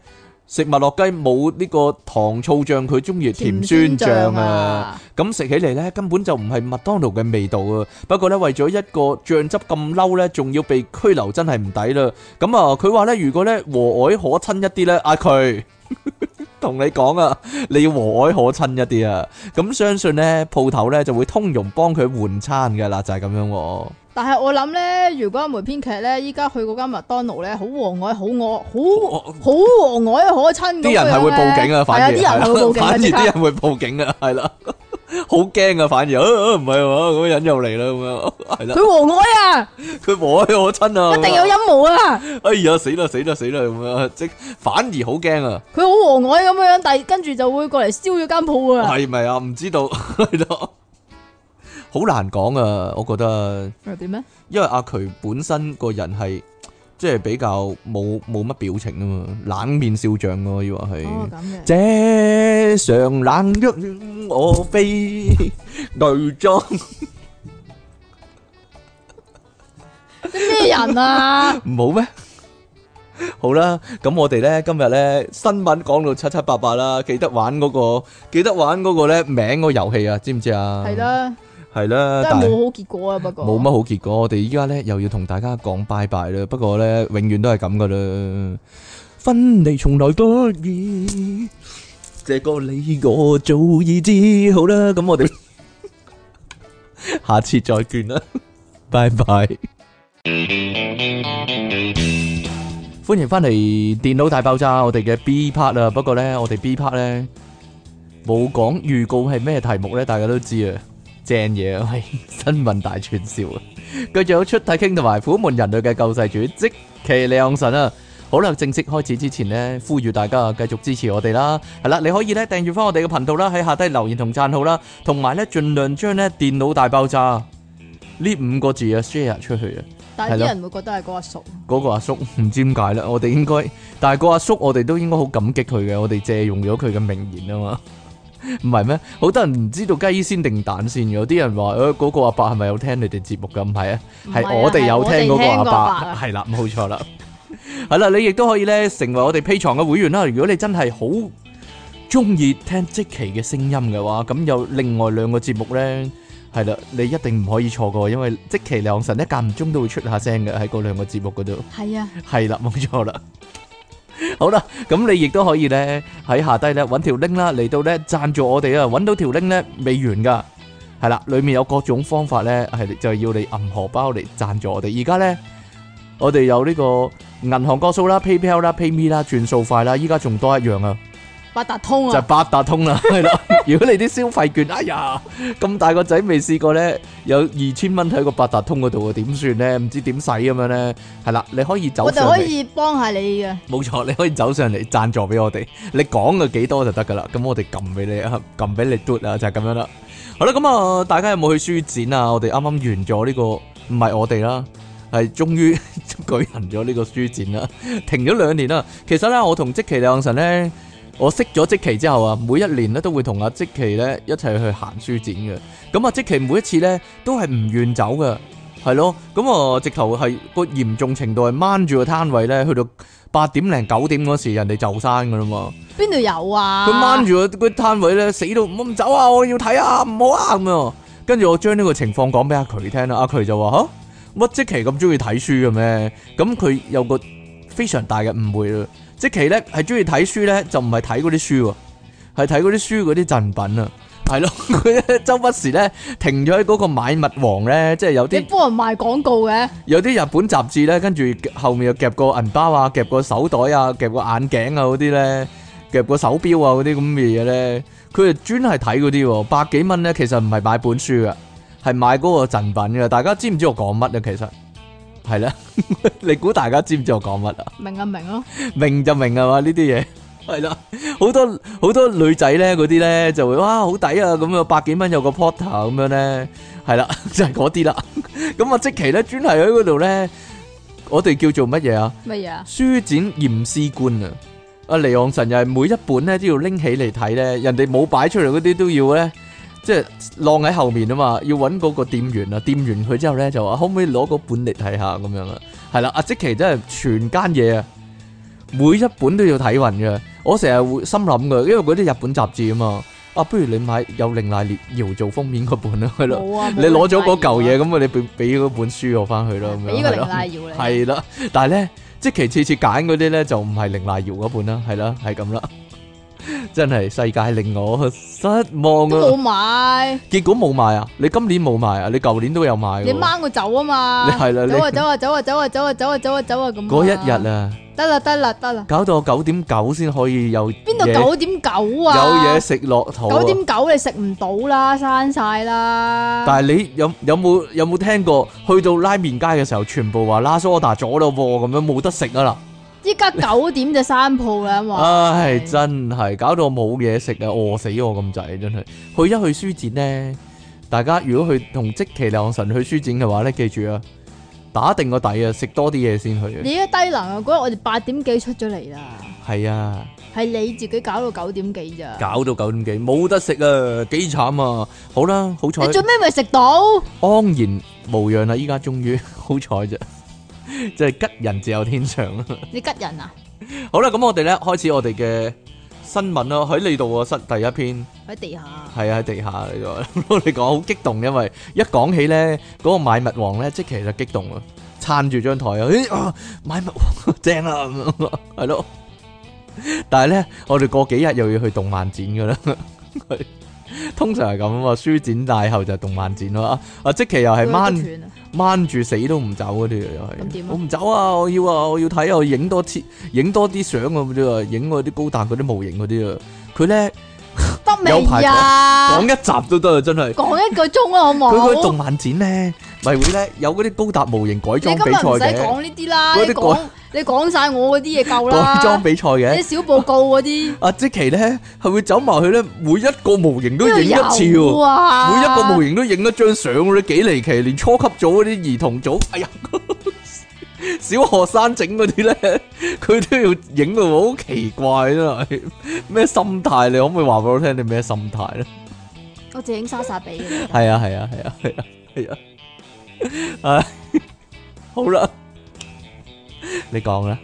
Speaker 1: 食物落雞冇呢個糖醋醬，佢中意甜酸醬啊。，咁食起嚟呢，根本就唔係麥當勞嘅味道啊！不過呢，為咗一個醬汁咁嬲呢，仲要被拘留，真係唔抵啦！咁啊，佢話呢，如果呢和藹可親一啲呢，阿佢 同你講啊，你要和藹可親一啲啊！咁相信呢鋪頭呢就會通融幫佢換餐噶啦，就係咁樣喎。
Speaker 2: 但係我諗咧，如果阿梅編劇咧，依家去嗰間麥當勞咧，好和藹，好我，好好和藹可親咁樣咧。
Speaker 1: 啲人係會報警啊，反
Speaker 2: 係啊
Speaker 1: 而
Speaker 2: 啲人係會報警
Speaker 1: 係啦反而
Speaker 2: 啊即刻
Speaker 1: 啲人會報警啊，係啦，好驚啊，反而啊啊唔係嘛，嗰個人又嚟啦咁樣，係啦，
Speaker 2: 佢和藹啊，
Speaker 1: 佢和藹可親啊，
Speaker 2: 一定有陰謀啊！
Speaker 1: 哎呀，死啦死啦死啦咁样，即反而好惊啊，
Speaker 2: 佢好和藹咁樣，但係跟住就會過嚟燒咗間鋪啊！
Speaker 1: 系咪啊？唔知道 系咯，好难讲啊，我觉得，
Speaker 2: 又哦點咧？
Speaker 1: 因为阿渠本身个人系即系比较冇冇乜表情啊嘛，冷面笑匠啊咯，要话系。
Speaker 2: 哦，咁嘅。
Speaker 1: 这常冷若我 非女装，
Speaker 2: 咩 人啊？
Speaker 1: 唔好咩？好啦，咁我哋咧今日咧新聞講到七七八八啦，記得玩嗰、個，記得玩嗰個咧名嗰個遊戲啊，知唔知啊？
Speaker 2: 係，啦，
Speaker 1: 係啦，
Speaker 2: 真係
Speaker 1: 但
Speaker 2: 冇
Speaker 1: 係
Speaker 2: 好結果啊！不過
Speaker 1: 冇乜好結果。我哋依家咧又要同大家講拜拜啦，不過咧永遠都係咁噶啦，分離從來不易，這個你我早已知。好啦，咁我哋下次再見啦，拜拜。欢迎翻嚟《电脑大爆炸》我哋嘅 B part 啊，不过呢，我哋 B part 呢冇讲预告系咩题目呢，大家都知啊，正嘢啊，系新闻大串烧啊，继续有出体倾同埋虎门人类嘅救世主即其亮神啊！好啦，正式開始之前呢，呼籲大家繼續支持我哋啦，係啦，你可以咧訂閱翻我哋嘅頻道啦，喺下低留言同讚好啦，同埋咧盡量將咧電腦大爆炸呢五個字啊 share 出去啊！
Speaker 2: 但係
Speaker 1: 係咯
Speaker 2: 啲人會覺得係嗰阿叔。
Speaker 1: 嗰個阿叔唔知點解啦，我哋應該，但係個阿叔我哋都應該好感激佢嘅，我哋借用咗佢嘅名言啊嘛， 唔係咩？好多人唔知道雞先定蛋先嘅，有啲人話誒嗰個阿伯係咪有聽你哋節目㗎？唔係啊，
Speaker 2: 唔
Speaker 1: 係
Speaker 2: 係啊
Speaker 1: 我哋有聽嗰個阿
Speaker 2: 係我哋聽嗰個阿伯
Speaker 1: 伯，
Speaker 2: 啊
Speaker 1: 係啦，冇錯啦，係啦，你亦都可以咧成為我哋 P 床嘅會員啦。如果你真係好中意聽即期嘅聲音嘅話，咁有另外兩個節目咧。係啦，你一定唔可以錯過，因為即期兩神咧間唔中都會出下聲嘅喺嗰兩個節目嗰度。
Speaker 2: 係啊，
Speaker 1: 系啦，冇錯啦。好啦，咁你亦都可以咧喺下低咧揾條 link 啦，嚟到咧贊助我哋啊！揾到條 link 咧未完噶，係啦，裡面有各種方法咧，係就要你銀荷包嚟贊助我哋。而家咧，我哋有呢個銀行個數啦、PayPal 啦、PayMe 啦、轉數快啦，依家仲多一樣啊！
Speaker 2: 八達通
Speaker 1: 就係
Speaker 2: 啊，
Speaker 1: 八達通 啦，係啦。如果你啲消費券，哎呀，咁大個仔未試過咧，有二千蚊喺個八達通嗰度啊，點算咧？唔知點使咁樣咧，係啦，你可以走
Speaker 2: 我
Speaker 1: 上
Speaker 2: 哋可
Speaker 1: 嚟，
Speaker 2: 以幫下 你嘅。
Speaker 1: 冇錯，你可以走上嚟贊助俾我哋，你講嘅幾多就得噶啦，咁我哋撳俾你啊，撳俾你嘟啊，就係、咁樣啦。好啦，咁啊，大家有冇去書展啊？我哋啱啱完咗呢、個，唔係我哋啦，係終於舉行咗呢個書展啦，停咗兩年啦。其實咧，我同即其兩神咧。我識咗即期之後啊，每一年咧都會同阿即期咧一齊去行書展嘅。咁啊，即期每一次咧都係唔願走嘅，係咯。咁啊，直頭係個嚴重程度係掹住個攤位咧，去到八點零九點嗰時，人哋就閂噶啦嘛。
Speaker 2: 邊度有啊？
Speaker 1: 佢掹住個個攤位咧，死都唔好唔走啊！我要睇啊，唔好啊咁樣。跟住我將呢個情況講俾阿渠聽啦，阿渠就話吓乜即期咁中意睇書嘅咩？咁佢有個非常大嘅誤會啦。即期咧係中意睇書咧，就唔係睇嗰啲書喎，係睇嗰啲書嗰啲贈品啊。係咯，佢咧周不時咧停咗喺嗰個買物王咧，即係有
Speaker 2: 你
Speaker 1: 啲
Speaker 2: 幫人賣廣告嘅，
Speaker 1: 有啲日本雜誌咧，跟住後面又夾個銀包啊，夾個手袋啊，夾個眼鏡啊嗰啲咧，夾個手錶啊嗰啲咁嘅嘢咧，佢就專係睇嗰啲喎，百幾蚊咧，其實唔係買本書噶，係買嗰個贈品嘅。大家知唔知我講乜咧？其實係啦， 你估大家知唔知我講乜啊？
Speaker 2: 明啊明咯，
Speaker 1: 明就明啊嘛，呢啲嘢 係啦，好多好多女仔咧，嗰啲咧就會哇好抵啊，咁啊百幾蚊有個 porter 咁樣咧，係系啦， 就係嗰啲啦。咁啊，即期咧專係喺嗰度咧，我哋叫做乜嘢啊？
Speaker 2: 乜嘢啊？
Speaker 1: 書展驗屍官啊！阿尼昂神又係每一本咧都要拎起嚟睇咧，人哋冇擺出嚟嗰啲都要咧，即係晾喺後面啊嘛，要揾嗰個店員啊，店完佢之後咧就話可唔可以攞嗰本嚟睇下咁樣啊？係啦，阿即奇真係全間嘢啊，每一本都要睇勻嘅。我成日會心諗嘅，因為嗰啲日本雜誌啊嘛，啊不如你買有令乃烈搖做封面嗰本啦，係咯。
Speaker 2: 冇啊！
Speaker 1: 你攞咗嗰嚿嘢，咁你俾俾嗰本書我翻去咯，咁樣
Speaker 2: 俾
Speaker 1: 係
Speaker 2: 個零
Speaker 1: 咯
Speaker 2: 拉搖你，
Speaker 1: 係啦，但係咧，即其次次揀嗰啲咧就唔係凌麗瑤嗰本啦，係啦，係咁啦，真係世界令我失望
Speaker 2: 都冇
Speaker 1: 啊！
Speaker 2: 買，
Speaker 1: 結果冇買啊，你今年冇買啊，你舊年都有買喎
Speaker 2: 你掹佢走啊嘛！
Speaker 1: 你係啦你
Speaker 2: 走啊走啊走啊走啊走啊走啊走啊走啊咁啊。
Speaker 1: 嗰一日啊，
Speaker 2: 得啦得啦得啦，
Speaker 1: 搞到我九點九先可以有
Speaker 2: 邊度
Speaker 1: 嘢
Speaker 2: 九點九
Speaker 1: 有
Speaker 2: 啊？
Speaker 1: 嘢食落肚啊
Speaker 2: 九點九你食唔到啦，刪晒啦。
Speaker 1: 但係你有有冇有冇聽過去到拉麵街嘅時候，全部話拉蘇打咗咯喎，咁樣冇得食啊啦！
Speaker 2: 依家九點就閂鋪啦，嘛。
Speaker 1: 唉，真係搞到我冇嘢食啊，餓死我咁滯，真係。去一去書展呢，大家如果去同即其良神去書展嘅話呢，記住啊，打定個底啊，食多啲嘢先去
Speaker 2: 你而家低能啊！嗰日我哋八點幾出咗嚟啦，
Speaker 1: 啊。係啊，
Speaker 2: 係你自己搞到九點幾咋？
Speaker 1: 搞到九點幾，冇得食啊，幾慘啊！好啦，好彩
Speaker 2: 你做咩咪食到？
Speaker 1: 安然無恙啦，依家終於好彩啫， 即係吉人自有天相啦。
Speaker 2: 你吉人啊？
Speaker 1: 好啦，咁我哋呢，開始我哋嘅新聞啦，喺呢度啊，失第一篇。
Speaker 2: 喺地下。
Speaker 1: 係啊，喺地下呢個， 我哋講好激動，因為一講起咧，嗰、個買物王咧，即其就激動啊，撐住張台啊，咦啊，買物王正啊，咁樣係咯。但係咧，我哋過幾日又要去動漫展噶啦， 係通常係咁啊嘛，書展大後就動漫展咯。啊，即其又係 掹
Speaker 2: 係啊！
Speaker 1: 掹住死都唔走嗰啲又
Speaker 2: 咁
Speaker 1: 係
Speaker 2: 點啊，
Speaker 1: 我唔走啊，我要啊，我要睇啊，我影多次，影多啲相啊咁啫啊，影嗰啲高達嗰啲模型嗰啲啊，佢咧。
Speaker 2: 得
Speaker 1: 有排
Speaker 2: 未啊
Speaker 1: 講？一集都得啊，真係。
Speaker 2: 講一個鐘啦，好
Speaker 1: 佢嗰個
Speaker 2: 冇
Speaker 1: 動？漫展咧，咪會咧有嗰啲高達模型改
Speaker 2: 你今
Speaker 1: 裝比
Speaker 2: 日唔使
Speaker 1: 賽嘅，
Speaker 2: 講呢啲啦，
Speaker 1: 嗰啲
Speaker 2: 你講你講晒我嗰啲嘢夠
Speaker 1: 改裝
Speaker 2: 啦。
Speaker 1: 比賽
Speaker 2: 你
Speaker 1: 嘅。
Speaker 2: 小報告嗰啲，
Speaker 1: 阿即奇咧係會走埋去咧，每一個模型都
Speaker 2: 邊度
Speaker 1: 影一次
Speaker 2: 有
Speaker 1: 喎，
Speaker 2: 啊？
Speaker 1: 每一個模型都影一張相嗰啲幾離奇，連初級組嗰啲兒童組，哎呀， 小學生整嗰啲咧， 佢都要影到好奇怪真係。咩心態？你可唔可以話俾我聽你咩心態咧？
Speaker 2: 我淨影莎莎比嘅。
Speaker 1: 系啊系啊系啊系啊系啊，唉，好啦，你讲啦，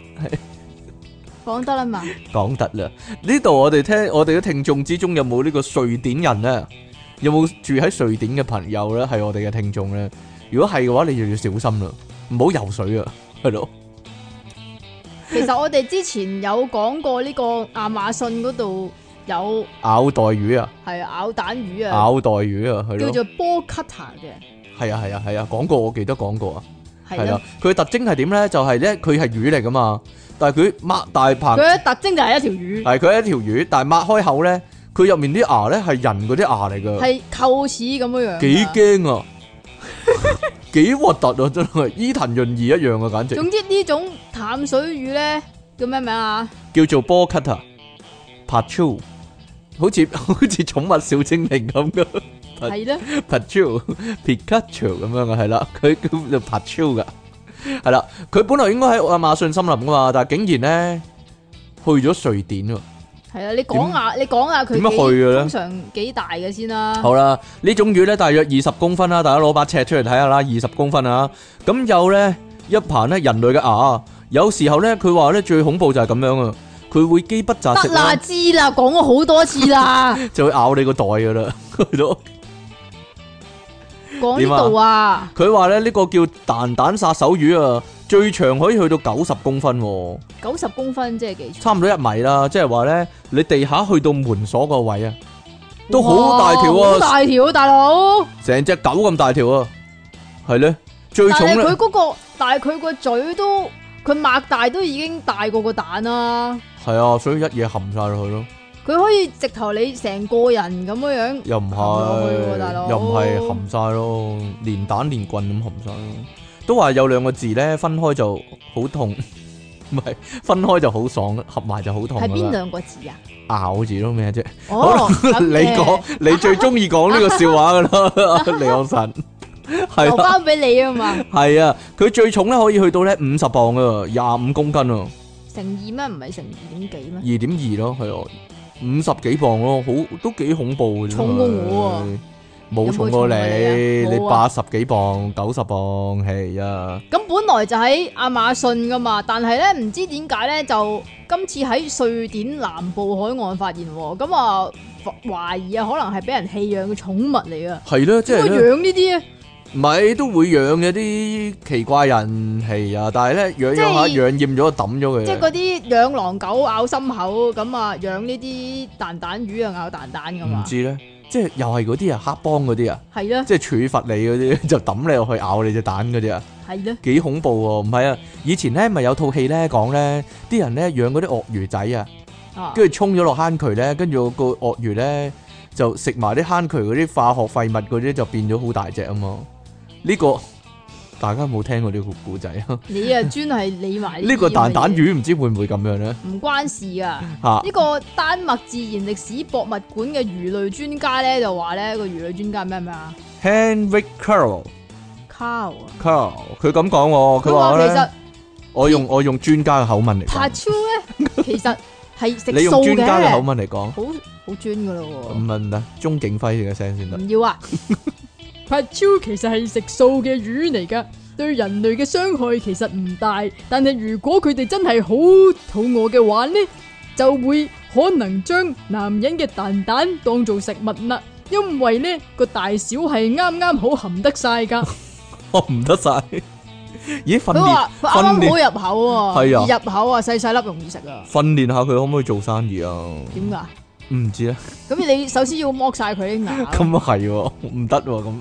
Speaker 2: 講得啦嘛，
Speaker 1: 讲得啦。呢度我哋听我哋嘅听众之中有冇呢个瑞典人咧？有冇住喺瑞典嘅朋友咧？系我哋嘅听众咧？如果系嘅话，你就要小心啦，唔好游水啊，系咯，
Speaker 2: 其實我哋之前有講過呢個亞馬遜嗰度有
Speaker 1: 咬袋鱼啊，
Speaker 2: 係咬蛋魚啊，
Speaker 1: 咬袋鱼啊，系
Speaker 2: 叫
Speaker 1: 咯，
Speaker 2: 做波 cutter 嘅，
Speaker 1: 系啊系啊系啊，讲过我記得講過啊，
Speaker 2: 係
Speaker 1: 係啦
Speaker 2: 啦。，
Speaker 1: 佢嘅特徵係點咧？就係咧，佢係魚嚟噶嘛，但係佢擘大棚。
Speaker 2: 佢嘅特徵就係一條魚，
Speaker 1: 係佢係一條魚，但係擘開口咧，佢入面啲牙咧係人嗰啲牙嚟噶，
Speaker 2: 係扣齒咁樣樣。
Speaker 1: 幾？驚啊！幾核突啊！真係伊藤潤二一樣啊，簡直
Speaker 2: 總之呢種淡水魚咧叫咩名啊？
Speaker 1: 叫做波 cutter pachu，好似好似寵物小精靈咁嘅係
Speaker 2: 係咧，
Speaker 1: pachu Pikachu 咁樣嘅係啦，佢叫做 pachu 噶，係啦，佢本來應該喺亞馬遜森林噶嘛，但係竟然咧去咗瑞典喎。
Speaker 2: 係啦，你講下，你講下佢
Speaker 1: 點樣
Speaker 2: 幾
Speaker 1: 去嘅咧
Speaker 2: 通常幾大嘅先啦。
Speaker 1: 好啦，呢種魚咧大約二十公分啦，大家攞把尺出嚟睇下啦，二十公分啊。咁有咧一棚咧人類嘅牙，有時候咧佢話咧最恐怖就係咁樣啊，佢會飢不擇食
Speaker 2: 得啦，
Speaker 1: 啦，
Speaker 2: 知啦，講咗好多次 啦，
Speaker 1: 就會咬你個袋噶啦， 係咯。
Speaker 2: 講呢度啊，
Speaker 1: 佢話咧呢個叫蛋蛋殺手魚啊，最長可以去到九十公分喎、
Speaker 2: 九十公分即係幾
Speaker 1: 差唔多一米啦，即係話咧你地下去到門鎖個位啊，都好
Speaker 2: 哇
Speaker 1: 大條
Speaker 2: 好
Speaker 1: 啊，
Speaker 2: 大條啊，大佬。
Speaker 1: 成隻狗咁大條啊，係咧最重
Speaker 2: 但係
Speaker 1: 咧
Speaker 2: 佢。嗰個，但係佢個嘴都，佢擘大都已經大過個蛋啦。
Speaker 1: 系啊，所以一嘢含晒落去咯，
Speaker 2: 佢可以直頭你成個人咁樣樣，
Speaker 1: 又唔
Speaker 2: 含落去喎大
Speaker 1: 係，
Speaker 2: 佬
Speaker 1: 又唔係含晒咯，連蛋連棍咁含晒咯。都話有兩個字咧，分開就好痛， 唔係分開就好爽，合埋就好痛
Speaker 2: 係邊
Speaker 1: 㗎啦。
Speaker 2: 兩個字 啊？
Speaker 1: 咬字咯咩啫？
Speaker 2: 哦，
Speaker 1: 你
Speaker 2: 咁嘅
Speaker 1: 講，你最中意講呢個笑話噶啦，李昂臣。 係
Speaker 2: 呃留
Speaker 1: 啦，
Speaker 2: 翻俾你啊嘛，
Speaker 1: 係啊，佢最重咧可以去到咧五十磅啊，廿五公斤啊，
Speaker 2: 乘二咩？唔係乘二點幾咩？
Speaker 1: 二點二咯，係咯，五十幾磅咯，好都幾恐怖嘅。
Speaker 2: 重過我啊！
Speaker 1: 冇重過你，
Speaker 2: 有冇重過你啊
Speaker 1: 你
Speaker 2: 冇
Speaker 1: 八
Speaker 2: 啊
Speaker 1: 十幾磅、九十磅，係啊，
Speaker 2: 咁本來就喺亞馬遜噶嘛，但係咧唔知點解咧就今次喺瑞典南部海岸發現喎，咁啊懷疑啊可能係俾人棄養嘅寵物嚟啊，
Speaker 1: 係咯，即
Speaker 2: 點
Speaker 1: 係嗯
Speaker 2: 解
Speaker 1: 呢
Speaker 2: 養呢啲啊？
Speaker 1: 唔係都會養嘅啲奇怪人係啊，但係咧養養下
Speaker 2: 即
Speaker 1: 養
Speaker 2: 係
Speaker 1: 厭咗，抌咗佢。啊
Speaker 2: 即係嗰啲養狼狗咬心口，咁啊養呢啲蛋蛋魚啊咬蛋蛋噶
Speaker 1: 唔
Speaker 2: 嘛，
Speaker 1: 知咧，即係又係嗰啲啊，黑幫嗰啲啊，
Speaker 2: 係啦
Speaker 1: 即係處罰你嗰啲， 就抌你落去咬你隻蛋嗰啲啊，
Speaker 2: 係啦，
Speaker 1: 幾恐怖喎！唔係啊，以前咧咪有套戲咧講咧，啲人咧養嗰啲鱷魚仔啊，
Speaker 2: 啊
Speaker 1: 跟住沖咗落坑渠咧，跟住個鱷魚咧就食埋啲坑渠嗰啲化學廢物嗰啲，就變咗好大隻啊嘛！呢、個大家有冇聽過呢個故仔 啊？
Speaker 2: 你啊專係理埋
Speaker 1: 呢個
Speaker 2: 個
Speaker 1: 蛋蛋魚唔知會唔會咁樣咧？
Speaker 2: 唔關事啊。
Speaker 1: 嚇、
Speaker 2: 呢個丹麥自然歷史博物館嘅魚類專家咧就話咧個魚類專家咩咩啊
Speaker 1: h e n r i c Carl
Speaker 2: ，cow 啊，
Speaker 1: Carl，佢咁講喎，佢
Speaker 2: 佢
Speaker 1: 話
Speaker 2: 話其
Speaker 1: 咧
Speaker 2: 實，
Speaker 1: 我用我用專家嘅口吻嚟講。
Speaker 2: Pachu 咧其實係食
Speaker 1: 你用
Speaker 2: 素
Speaker 1: 專
Speaker 2: 嘅，
Speaker 1: 家嘅口
Speaker 2: 好
Speaker 1: 吻嚟講，
Speaker 2: 好專噶咯
Speaker 1: 唔係唔得，鐘景輝嘅聲先
Speaker 2: 喎，
Speaker 1: 得。
Speaker 2: 唔要啊 Pachu 其實係食素嘅魚嚟噶。對人類嘅傷害其實唔大，但係如果佢哋真係好肚餓嘅話呢，就會可能將男人嘅蛋蛋當做食物啦，因為呢個大小係啱啱好含得 晒噶。
Speaker 1: 我唔得晒。咦，訓
Speaker 2: 佢
Speaker 1: 練
Speaker 2: 話佢
Speaker 1: 訓
Speaker 2: 啱啱好入口喎，
Speaker 1: 係啊
Speaker 2: 易入口啊，細細粒容易食啊，
Speaker 1: 訓練下佢可唔可以做生意啊？
Speaker 2: 點噶？
Speaker 1: 唔知咧，啊
Speaker 2: 咁你首先要剝晒佢啲牙，
Speaker 1: 咁啊係喎，唔得喎，咁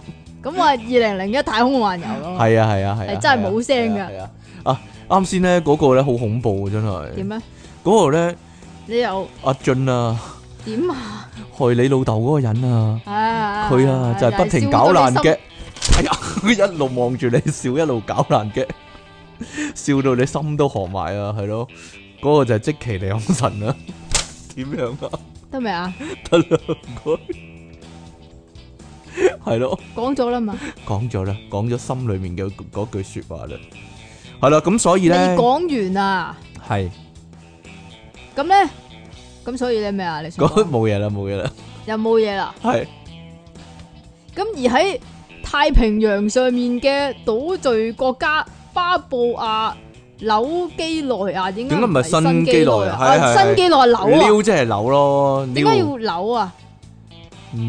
Speaker 2: 咁啊二零零一太空漫遊咯，
Speaker 1: 係啊係啊係啊，
Speaker 2: 係真係冇聲㗎
Speaker 1: 係啊係啊，啊啱先咧嗰個咧好恐怖啊，真係
Speaker 2: 點。咧？
Speaker 1: 嗰個咧
Speaker 2: 你又
Speaker 1: 阿俊啊，
Speaker 2: 點啊？
Speaker 1: 害你老豆嗰個人啊，
Speaker 2: 啊
Speaker 1: 佢啊就係不停搞爛嘅，哎呀，佢一路望住你笑，一路搞爛嘅，笑到你心都寒埋啊，係咯，嗰個就係即其利昂神啦，點樣啊？
Speaker 2: 得未啊？
Speaker 1: 得啦，唔該，係咯，
Speaker 2: 講咗啦嘛，
Speaker 1: 講咗啦，講咗心裏面嘅嗰句说話啦，係啦，咁所以
Speaker 2: 你
Speaker 1: 咧，
Speaker 2: 講完啊，
Speaker 1: 係
Speaker 2: 咁咧，咁所以咧咩啊？你想
Speaker 1: 講
Speaker 2: 講
Speaker 1: 冇嘢啦，冇嘢啦，
Speaker 2: 又冇嘢啦？
Speaker 1: 係
Speaker 2: 咁而喺太平洋上面嘅島嶼國家巴布亞紐基內亞，點
Speaker 1: 點解唔係
Speaker 2: 係
Speaker 1: 新
Speaker 2: 幾
Speaker 1: 幾內亞係係係
Speaker 2: 新幾內亞紐啊？
Speaker 1: 撩即係扭咯，
Speaker 2: 點
Speaker 1: 撩
Speaker 2: 解要扭啊？
Speaker 1: 撩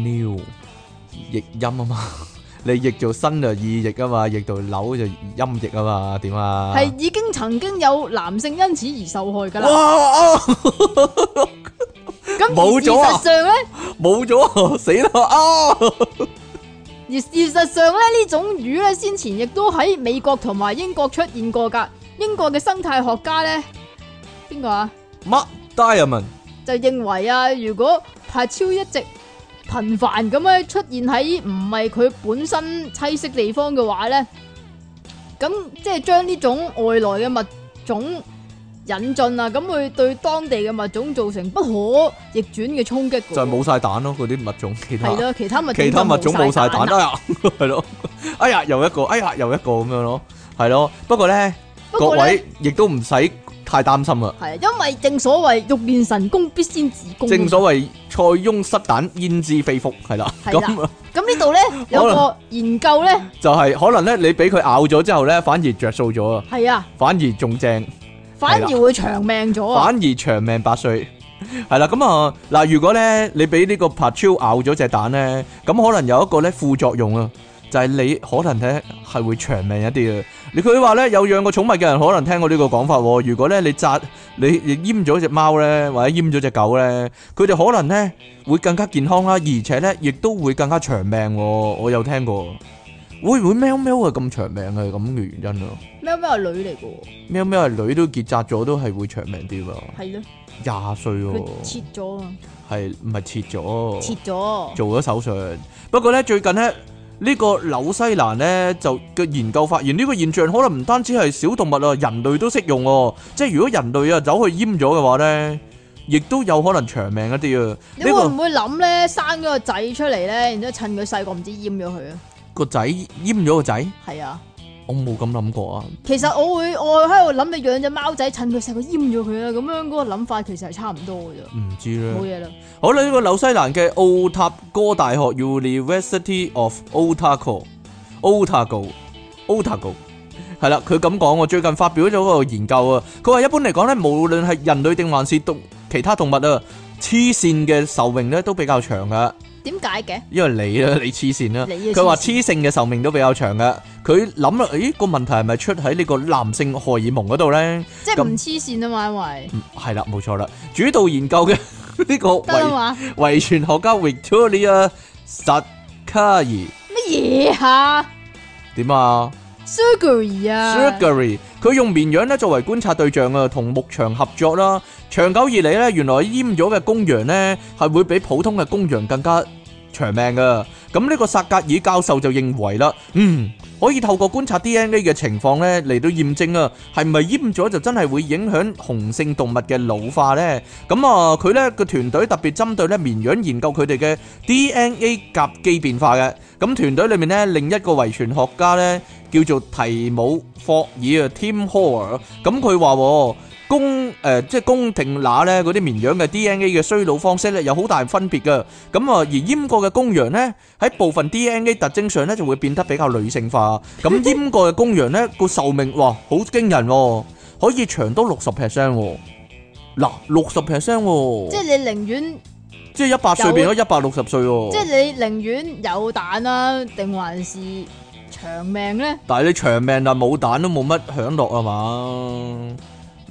Speaker 1: 譯音啊嘛。 你譯做新就意譯啊嘛，譯到扭就音譯啊嘛，點啊？
Speaker 2: 係已經曾經有男性因此而受害㗎啦。
Speaker 1: 哇！啊
Speaker 2: 咁而
Speaker 1: 冇咗啊
Speaker 2: 事實上咧，
Speaker 1: 冇咗，死啦！啊，
Speaker 2: 而事實上咧，呢種魚咧先前亦都喺美國同埋英國出現過㗎。英國嘅生態學家咧，邊個啊？
Speaker 1: 乜 diamond
Speaker 2: 就認為啊，如果排超一直頻繁咁樣出現喺唔係佢本身棲息地方嘅話咧，咁即係將呢種外來嘅物種引進啊，咁會對當地嘅物種造成不可逆轉嘅衝擊㗎喎。
Speaker 1: 就係冇晒蛋咯，嗰啲物種其他
Speaker 2: 係啦，其他物
Speaker 1: 其他物種
Speaker 2: 種
Speaker 1: 冇晒蛋，
Speaker 2: 啦。
Speaker 1: 哎呀， 係咯，哎呀又一個，哎呀又一個咁樣咯，係咯。不過咧，
Speaker 2: 不
Speaker 1: 各
Speaker 2: 過咧，
Speaker 1: 位亦都唔使太擔心啊。
Speaker 2: 係因為正所謂欲練神功，必先自宮。啊
Speaker 1: 正所謂塞翁失蛋，焉知非福，係啦。
Speaker 2: 係啦
Speaker 1: 咁啊
Speaker 2: 咁呢度咧有個研究咧，
Speaker 1: 就係可能咧，你俾佢咬咗之後咧，反而着數咗啊，
Speaker 2: 係啊，
Speaker 1: 反而仲正。
Speaker 2: 反而會長命咗啊！
Speaker 1: 反而長命百歲。 係啦，咁啊嗱，如果咧你俾呢個 p a c h u 咬咗隻蛋咧，咁可能有一個咧副作用啊，就係、你可能咧係會長命一啲啊。你佢話咧有養過寵物嘅人可能聽過呢個講法喎。如果咧你扎你你閹咗只貓咧，或者閹咗只狗咧，佢哋可能咧會更加健康啦，而且咧亦都會更加長命喎。我有聽過，會唔會喵喵係咁長命係咁嘅原因啊？
Speaker 2: 喵喵係女嚟嘅喎，
Speaker 1: 喵喵係女都結紮咗都係會長命啲喎。
Speaker 2: 係咯，
Speaker 1: 廿歲喎
Speaker 2: 佢，切咗啊，
Speaker 1: 係唔係切
Speaker 2: 切
Speaker 1: 咗？
Speaker 2: 咗
Speaker 1: 哦
Speaker 2: 啊
Speaker 1: 做咗手術。不過咧，最近咧呢個紐西蘭咧就嘅研究發現，呢個現象可能唔單止係小動物啊，人類都適用喎。即係如果人類啊走去閹咗嘅話咧，亦都有可能長命一啲啊。
Speaker 2: 你
Speaker 1: 呢
Speaker 2: 會唔
Speaker 1: 個
Speaker 2: 會諗咧，生咗個仔出嚟咧，然之後趁佢細個唔知閹咗佢啊？
Speaker 1: 個仔阉咗個仔，
Speaker 2: 系啊，
Speaker 1: 我冇咁諗過啊。
Speaker 2: 其實我會我喺度諗，你養只貓仔，趁佢細個阉咗佢啊啦，咁樣嗰個諗法其實係差唔多嘅啫，
Speaker 1: 唔知咧
Speaker 2: 冇。嘢啦。
Speaker 1: 好啦，呢、個紐西蘭嘅奧塔哥大學 University of Otago Otago Otago 係啦，佢咁講喎，最近發表咗個研究啊，佢話一般嚟講咧，無論係人類定還是動其他動物啊，黐線嘅壽命咧都比較長噶，
Speaker 2: 點解嘅？
Speaker 1: 因為你啦， 你黐線啦。啊
Speaker 2: 你
Speaker 1: 佢話黐性嘅壽命都比較長嘅，佢諗啦，啊咦個問題係咪出喺呢個男性荷爾蒙嗰度咧？
Speaker 2: 即係唔黐線啊嘛，因為
Speaker 1: 嗯係啦，冇錯啦，主導研究嘅 呢個
Speaker 2: 得啦
Speaker 1: 遺
Speaker 2: 嘛，
Speaker 1: 遺傳學家 Victoria Sakari
Speaker 2: 乜嘢啊
Speaker 1: 點啊
Speaker 2: surgery 啊
Speaker 1: Sakari，佢用綿羊咧作為觀察對象啊，同牧場合作啦。長久以嚟咧，原來閹咗嘅公羊咧係會比普通嘅公羊更加長命噶。咁呢個薩格爾教授就認為啦，嗯，可以透過觀察 DNA 嘅情況咧嚟到驗證啊，係咪閹咗就真係會影響雄性動物嘅老化呢？咁啊，佢呢個團隊特別針對咧綿羊研究佢哋嘅 DNA 甲基變化嘅。咁團隊裏面呢，另一個遺傳學家呢，叫做提姆霍爾啊，Tim Hall。咁佢話喎公誒、呃即係公定乸呢嗰啲綿羊嘅 DNA 嘅衰老方式呢，有好大分別㗎。咁啊，而閹過嘅公羊呢，喺部分 DNA 特徵上呢，就會變得比較女性化。咁閹過嘅公羊呢，個壽命哇好驚人喎、可以長到六十 percent 喎。嗱，六十 percent 喎，
Speaker 2: 即係你寧願，
Speaker 1: 即係一百歲變咗一百六十歲喎。
Speaker 2: 即係你寧願有蛋啦，定還是長命咧？
Speaker 1: 但係你長命但冇蛋都冇乜享樂啊嘛？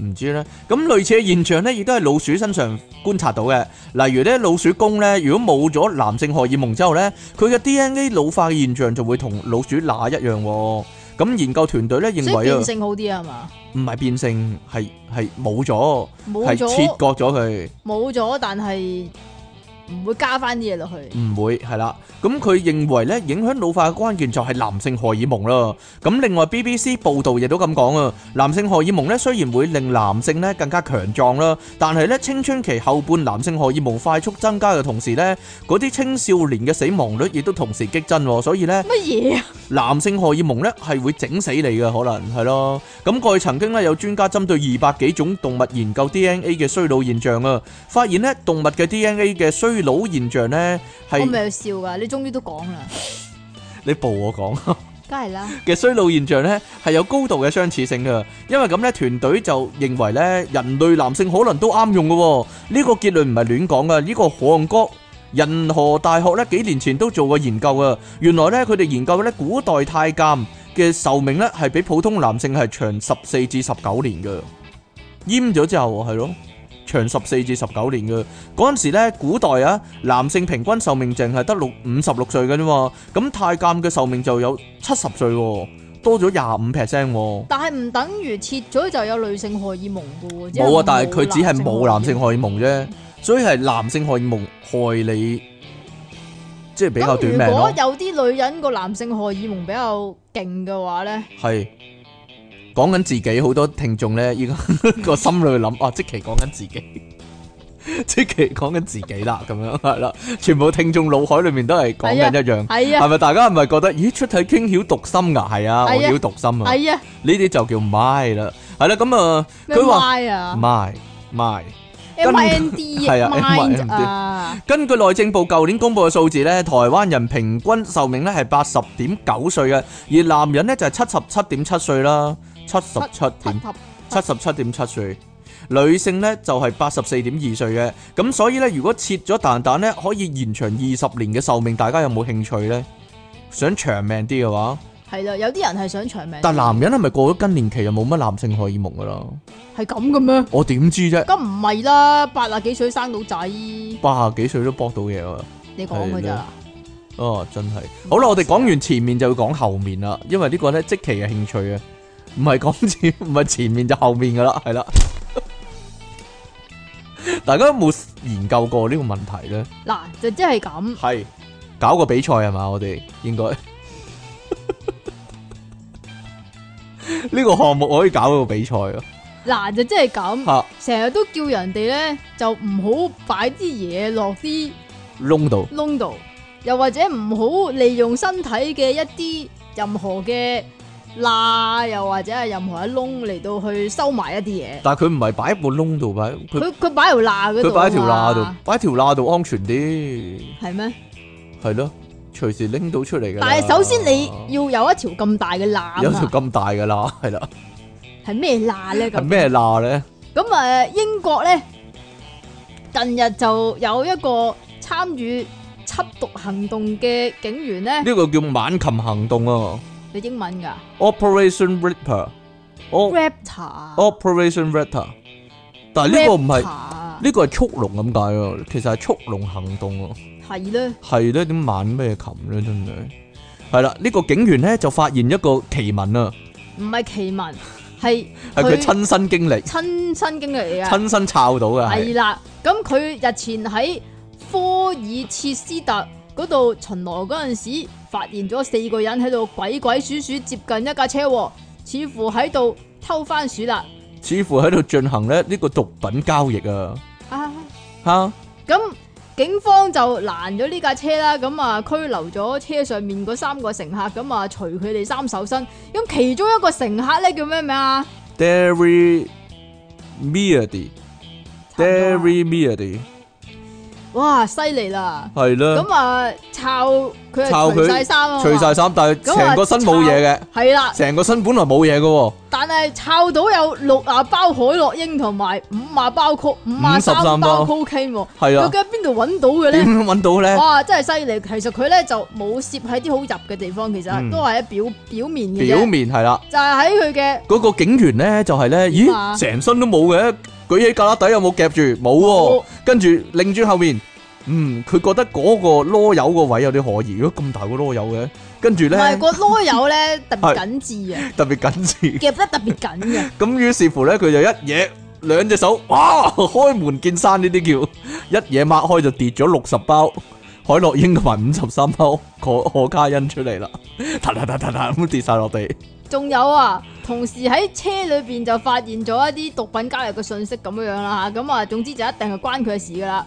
Speaker 1: 唔知咧。咁類似嘅現象咧，亦都係老鼠身上觀察到嘅。例如咧，老鼠公咧，如果冇咗男性荷爾蒙之後咧，佢嘅 DNA 老化嘅現象就會同老鼠乸一樣喎。咁研究團隊咧認
Speaker 2: 所以
Speaker 1: 為啊
Speaker 2: 變，性好啲啊係嘛，
Speaker 1: 唔係變性，係係冇咗，
Speaker 2: 冇
Speaker 1: 係切
Speaker 2: 咗
Speaker 1: 割咗佢。
Speaker 2: 冇咗，但係唔會加翻啲嘢落去。
Speaker 1: 唔會係啦。咁佢認為咧，影響老化嘅關鍵就係男性荷爾蒙啦。咁另外 BBC 報道亦都咁講啊，男性荷爾蒙咧雖然會令男性咧更加強壯啦，但係咧青春期後半男性荷爾蒙快速增加嘅同時咧，嗰啲青少年嘅死亡率亦都同時激增喎，所以咧。
Speaker 2: 乜嘢啊？
Speaker 1: 男性荷爾蒙咧係會整死你嘅，可能係咯。咁過去曾經咧有專家針對二百幾種動物研究 DNA 嘅衰老現象啊，發現咧動物嘅 DNA 嘅衰老現象咧
Speaker 2: 我
Speaker 1: 係
Speaker 2: 咪有笑噶，你終於都講啦，
Speaker 1: 你報我講
Speaker 2: 梗係啦，
Speaker 1: 嘅衰老現象咧係有高度嘅相似性嘅，因為咁咧團隊就認為咧人類男性可能都啱用嘅喎，呢個結論唔係亂講嘅，呢個韓國。仁和大學咧幾年前都做過研究啊，原來咧佢哋研究咧古代太監嘅壽命咧係比普通男性係長十四至十九年嘅，閹咗之後係咯，長十四至十九年嘅。嗰陣時咧，古代啊男性平均壽命淨係得六五十六歲嘅啫嘛，咁太監嘅壽命就有七十歲喎，多咗廿五 percent 喎。
Speaker 2: 但係唔等於切咗就有女性荷爾蒙噶喎。只係
Speaker 1: 冇啊，但係佢只係冇男性
Speaker 2: 荷
Speaker 1: 荷爾蒙啫，所以係男性荷爾蒙害你，即係比較
Speaker 2: 爾蒙。
Speaker 1: 短
Speaker 2: 咁
Speaker 1: 命
Speaker 2: 如
Speaker 1: 咯
Speaker 2: 果。有啲女人個男性荷爾蒙比較勁嘅 話咧，
Speaker 1: 係講緊自己，好多聽眾咧，依家 個心裏諗啊，即期講緊自己， 即期講緊自己啦，咁樣係啦，全部聽眾腦海裏面都係講緊一樣，
Speaker 2: 係
Speaker 1: 係
Speaker 2: 啊，
Speaker 1: 咪？大家係咪覺得咦出體傾曉讀心啊？係啊，我
Speaker 2: 係啊
Speaker 1: 曉讀心啊，呢
Speaker 2: 係啊，
Speaker 1: 啲就叫 my 啦，係啦，咁啊，
Speaker 2: 咩
Speaker 1: 佢話
Speaker 2: Y 啊
Speaker 1: my my。
Speaker 2: M I N D
Speaker 1: 係啊
Speaker 2: mind
Speaker 1: MIND
Speaker 2: 啊，
Speaker 1: 根據內政部舊年公布嘅數字咧，台灣人平均壽命咧係八十點九歲嘅，而男人咧就係七十七點七歲啦，七十七點
Speaker 2: 塔
Speaker 1: 七十七點七歲，女性呢就係八十四點二歲嘅，咁所以呢，如果切咗蛋蛋呢，可以延長二十年嘅壽命，大家有冇興趣呢？想長命啲嘅話，
Speaker 2: 係啦，有啲人係想長命，
Speaker 1: 但男人係咪過咗更年期就冇乜男性荷爾蒙噶啦？
Speaker 2: 係咁嘅咩？
Speaker 1: 我點知啫？
Speaker 2: 咁唔係啦，八啊幾歲生到仔，你
Speaker 1: 八啊幾歲都搏到嘢啊！
Speaker 2: 講佢
Speaker 1: 係啦
Speaker 2: 咋？
Speaker 1: 哦，真係。好啦，我哋講完前面就要講後面啦，因為呢個呢，即期嘅興趣啊，唔係講前 唔係前面就後面噶啦，係 啦。大家有冇研究過呢個問題呢？
Speaker 2: 嗱，就即係咁。
Speaker 1: 系搞個比賽係嘛？我哋應該 呢個項目可以搞個比賽啊！
Speaker 2: 嗱就即係咁，
Speaker 1: 吓
Speaker 2: 成日都叫人哋咧就唔好擺啲嘢落啲
Speaker 1: 窿度
Speaker 2: 窿度，又或者唔好利用身體嘅一啲任何嘅罅，又或者係任何一窿嚟到去收埋一啲嘢。
Speaker 1: 但係佢唔係擺喺個窿度擺，佢
Speaker 2: 佢佢擺條罅嗰度，啊
Speaker 1: 佢擺喺條罅度，，擺喺條罅度安全啲，
Speaker 2: 係咩？
Speaker 1: 係咯，隨時拎到出嚟嘅。
Speaker 2: 但係首先你要有一條咁大嘅罅啊
Speaker 1: 有條
Speaker 2: 嘛，
Speaker 1: 咁大嘅罅，係啦，
Speaker 2: 係咩罅咧？
Speaker 1: 係
Speaker 2: 咁
Speaker 1: 咩罅咧？
Speaker 2: 咁誒，英國咧近日就有一個參與緝毒行動嘅警員咧，
Speaker 1: 呢個叫猛禽行動啊
Speaker 2: 你英文㗎
Speaker 1: ，Operation Reaper，O
Speaker 2: ？Raptor。
Speaker 1: Operation Reaper，但係呢個唔係。
Speaker 2: 係
Speaker 1: 呢個係速龍咁解啊，其實係速龍行動啊，
Speaker 2: 係咧，
Speaker 1: 係咧點猛咩禽咧真係，係啦，呢、個警員咧就發現一個奇聞啊，
Speaker 2: 唔係奇聞，係
Speaker 1: 係佢
Speaker 2: 佢
Speaker 1: 親身經歷、
Speaker 2: 親身經歷嚟嘅。
Speaker 1: 親身抄到嘅係
Speaker 2: 係啦，咁佢日前喺科爾切斯特嗰度巡邏嗰阵时，发現咗四個人喺度鬼鬼祟祟接近一架車喎，似乎喺度偷番薯啦。
Speaker 1: 似乎喺度進行咧呢個毒品交易啊，
Speaker 2: 啊，
Speaker 1: 吓
Speaker 2: 咁警方就攔咗呢架車啦，咁啊拘留咗車上面嗰三個乘客，咁啊除佢哋三手身。咁其中一個乘客咧叫咩名啊
Speaker 1: Derry Meady，Derry
Speaker 2: 查唔到啊
Speaker 1: Meady
Speaker 2: 哇，犀利啦！
Speaker 1: 係啦，
Speaker 2: 咁啊，抄佢係
Speaker 1: 抄佢
Speaker 2: 除晒衫啊，
Speaker 1: 除晒。衫，但係成個身冇嘢嘅，
Speaker 2: 系啦，
Speaker 1: 成個身本來冇嘢嘅喎，
Speaker 2: 但係抄到有六啊包海洛英同埋五啊包曲五啊
Speaker 1: 53
Speaker 2: 三
Speaker 1: 包
Speaker 2: 包 cocaine，喎
Speaker 1: 係
Speaker 2: 究
Speaker 1: 啊，嗯
Speaker 2: 竟喺邊度揾到嘅
Speaker 1: 點
Speaker 2: 咧？
Speaker 1: 揾到咧？
Speaker 2: 哇，真係犀利！其實佢咧就冇攝喺啲好入嘅地方，其
Speaker 1: 嗯
Speaker 2: 實都係喺表表面嘅
Speaker 1: 表
Speaker 2: 啫，
Speaker 1: 面係啦。
Speaker 2: 就係喺佢嘅
Speaker 1: 嗰個警員咧就係咧，
Speaker 2: 點啊
Speaker 1: 咦，成身都冇嘅，舉起架旯底有冇夾住？冇喎
Speaker 2: 冇，
Speaker 1: 跟住擰轉後面，嗯，佢覺得嗰個籮柚個位有啲可疑，如果咁大個籮柚嘅，跟住
Speaker 2: 唔係
Speaker 1: 咧
Speaker 2: 個啰 柚咧特
Speaker 1: 係
Speaker 2: 別緊緻啊，
Speaker 1: 特別緊致，
Speaker 2: 夾得特別 緊嘅，
Speaker 1: 咁於是乎咧佢就一嘢兩隻手，哇，開門見山呢啲叫，一嘢抹開就跌咗六十包。海洛英同埋五十三包可可卡因出嚟啦，嗒嗒嗒嗒嗒咁跌晒落地，
Speaker 2: 仲有啊，同時喺車裏邊就發現咗一啲毒品交易嘅信息咁樣樣啦嚇，咁啊總之就一定係關佢嘅事噶啦。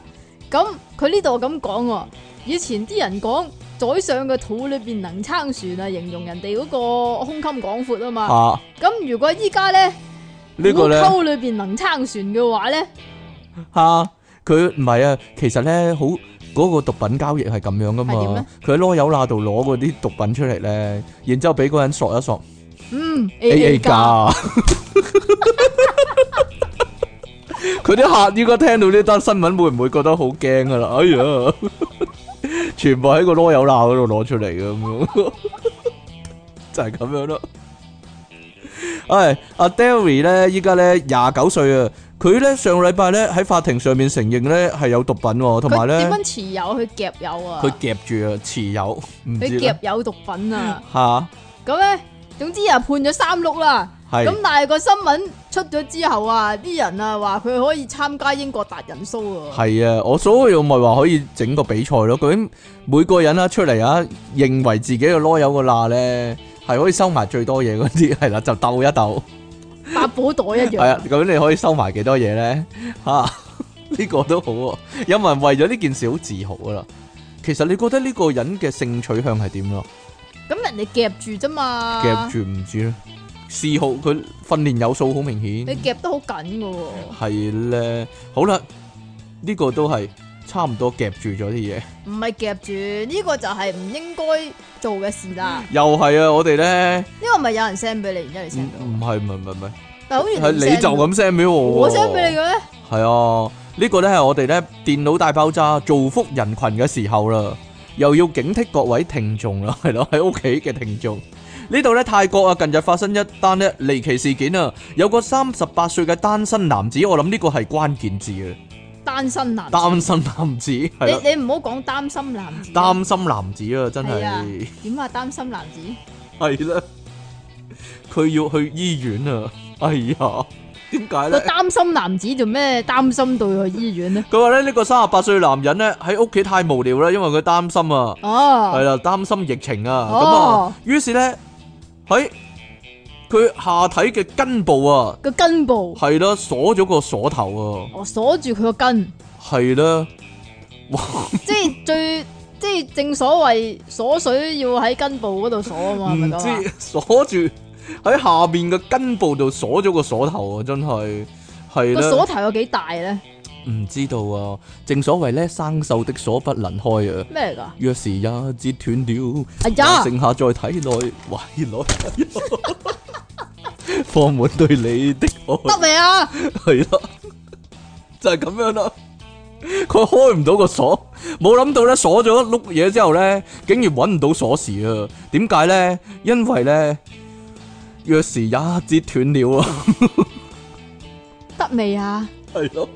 Speaker 2: 咁佢呢度咁講喎，以前啲人講宰相嘅肚裏邊能撐船啊，形容人哋嗰個胸襟廣闊啊嘛。
Speaker 1: 啊，
Speaker 2: 咁、如果依家咧，
Speaker 1: 呢個
Speaker 2: 股
Speaker 1: 咧。
Speaker 2: 溝裏邊能撐船嘅話咧，
Speaker 1: 吓，佢唔係啊，其實咧好嗰、個毒品交易係咁樣噶嘛
Speaker 2: 係點咧，
Speaker 1: 佢喺攞友罅度攞嗰啲毒品出嚟咧，然之後俾嗰個人索一索
Speaker 2: 嗯
Speaker 1: A
Speaker 2: A
Speaker 1: A
Speaker 2: A 價，
Speaker 1: 價，佢啲客依家聽到呢單新聞會唔會覺得好驚噶啦？哎呀，全部喺個攞友罅嗰度攞出嚟嘅咁樣，就係咁樣咯。唉，阿 Derry 咧，依家咧廿九歲啊，佢咧上個禮拜咧喺法庭上面承認咧係有毒品喎，同埋
Speaker 2: 佢點
Speaker 1: 咧
Speaker 2: 樣持有去夾有啊
Speaker 1: 佢？夾住啊持有，唔
Speaker 2: 佢
Speaker 1: 知
Speaker 2: 夾
Speaker 1: 咧
Speaker 2: 有毒品啊！
Speaker 1: 嚇
Speaker 2: 咁咧，總之啊判咗三碌啦。
Speaker 1: 係
Speaker 2: 咁但係個新聞出咗之後啊，啲人啊話佢可以參加英國達人 show 啊，
Speaker 1: 係啊，我所以我咪話可以整個比賽咯。究竟每個人啦出嚟啊，認為自己嘅啰柚個罅咧係可以收埋最多嘢嗰啲，係啦，就鬥一鬥。
Speaker 2: 八寶袋一
Speaker 1: 係啊
Speaker 2: 樣，，
Speaker 1: 究竟你可以收埋幾多嘢咧？吓、 呢、個都好喎、有冇人為咗呢件事好自豪噶啦？其實你覺得呢個人嘅性取向係點咯？
Speaker 2: 咁人哋夾住啫嘛，
Speaker 1: 夾住唔知咧，嗜好佢訓練有素，好明
Speaker 2: 你
Speaker 1: 顯
Speaker 2: 夾得好緊嘅喎，
Speaker 1: 係咧。好啦，呢、個都係差唔多夾住咗啲嘢。
Speaker 2: 唔係夾住呢個就係唔應該做嘅事啦，
Speaker 1: 又係啊！我哋咧
Speaker 2: 呢個咪有人 send 俾你，然之後
Speaker 1: 唔
Speaker 2: 你 send 到，
Speaker 1: 唔係唔係唔係唔係，
Speaker 2: 但係好
Speaker 1: 係
Speaker 2: 似
Speaker 1: 你就
Speaker 2: 咁，
Speaker 1: 咁 send 俾我喎。
Speaker 2: 我 send 俾你嘅咩？
Speaker 1: 係啊，呢個咧係我哋咧電腦大爆炸造福人群嘅時候啦， 又要警惕各位聽眾啦，係咯，喺屋企嘅聽眾。呢度咧泰國啊，近日發生一單咧離奇事件啊，有個三十八歲嘅單身男子，我諗呢個係關鍵字啊，
Speaker 2: 單身男子，
Speaker 1: 單身男子係啦，
Speaker 2: 你你唔好講擔心男子，
Speaker 1: 擔心男子啊，真
Speaker 2: 係啊
Speaker 1: 係
Speaker 2: 點啊擔心男子，
Speaker 1: 係啦，佢要去醫院啊，哎呀，點解
Speaker 2: 個
Speaker 1: 咧？
Speaker 2: 擔心男子做咩擔心到去醫院呢？
Speaker 1: 佢話咧呢個三十八歲男人咧喺屋企太無聊啦，因為佢擔心啊，係
Speaker 2: 哦，
Speaker 1: 啦擔心疫情啊，咁啊
Speaker 2: 哦，
Speaker 1: 於是咧喺佢下體嘅根部啊，
Speaker 2: 個根部，
Speaker 1: 係啦鎖咗個鎖頭啊，
Speaker 2: 我鎖住佢個根。
Speaker 1: 係啦，
Speaker 2: 即系最即係正所謂鎖水要喺根部嗰度鎖啊嘛，係咪
Speaker 1: 唔
Speaker 2: 咁啊？
Speaker 1: 知 鎖住喺下面嘅根部度鎖咗個鎖頭啊，真係係
Speaker 2: 個鎖
Speaker 1: 啦，
Speaker 2: 頭有幾大咧？
Speaker 1: 唔知道啊。正所謂咧，生鏽的鎖不能開啊。
Speaker 2: 咩嚟噶？
Speaker 1: 若是也折斷了，
Speaker 2: 哎呀，
Speaker 1: 剩下再體內懷 內，放滿對你的愛
Speaker 2: 得，未啊？
Speaker 1: 係啦，就係咁樣啦。佢開唔到個鎖，冇諗到咧鎖咗一碌嘢之後咧，竟然揾唔到鎖匙啊！點解咧？因為咧，若是也折斷了 啊！
Speaker 2: 得未啊？
Speaker 1: 系咯。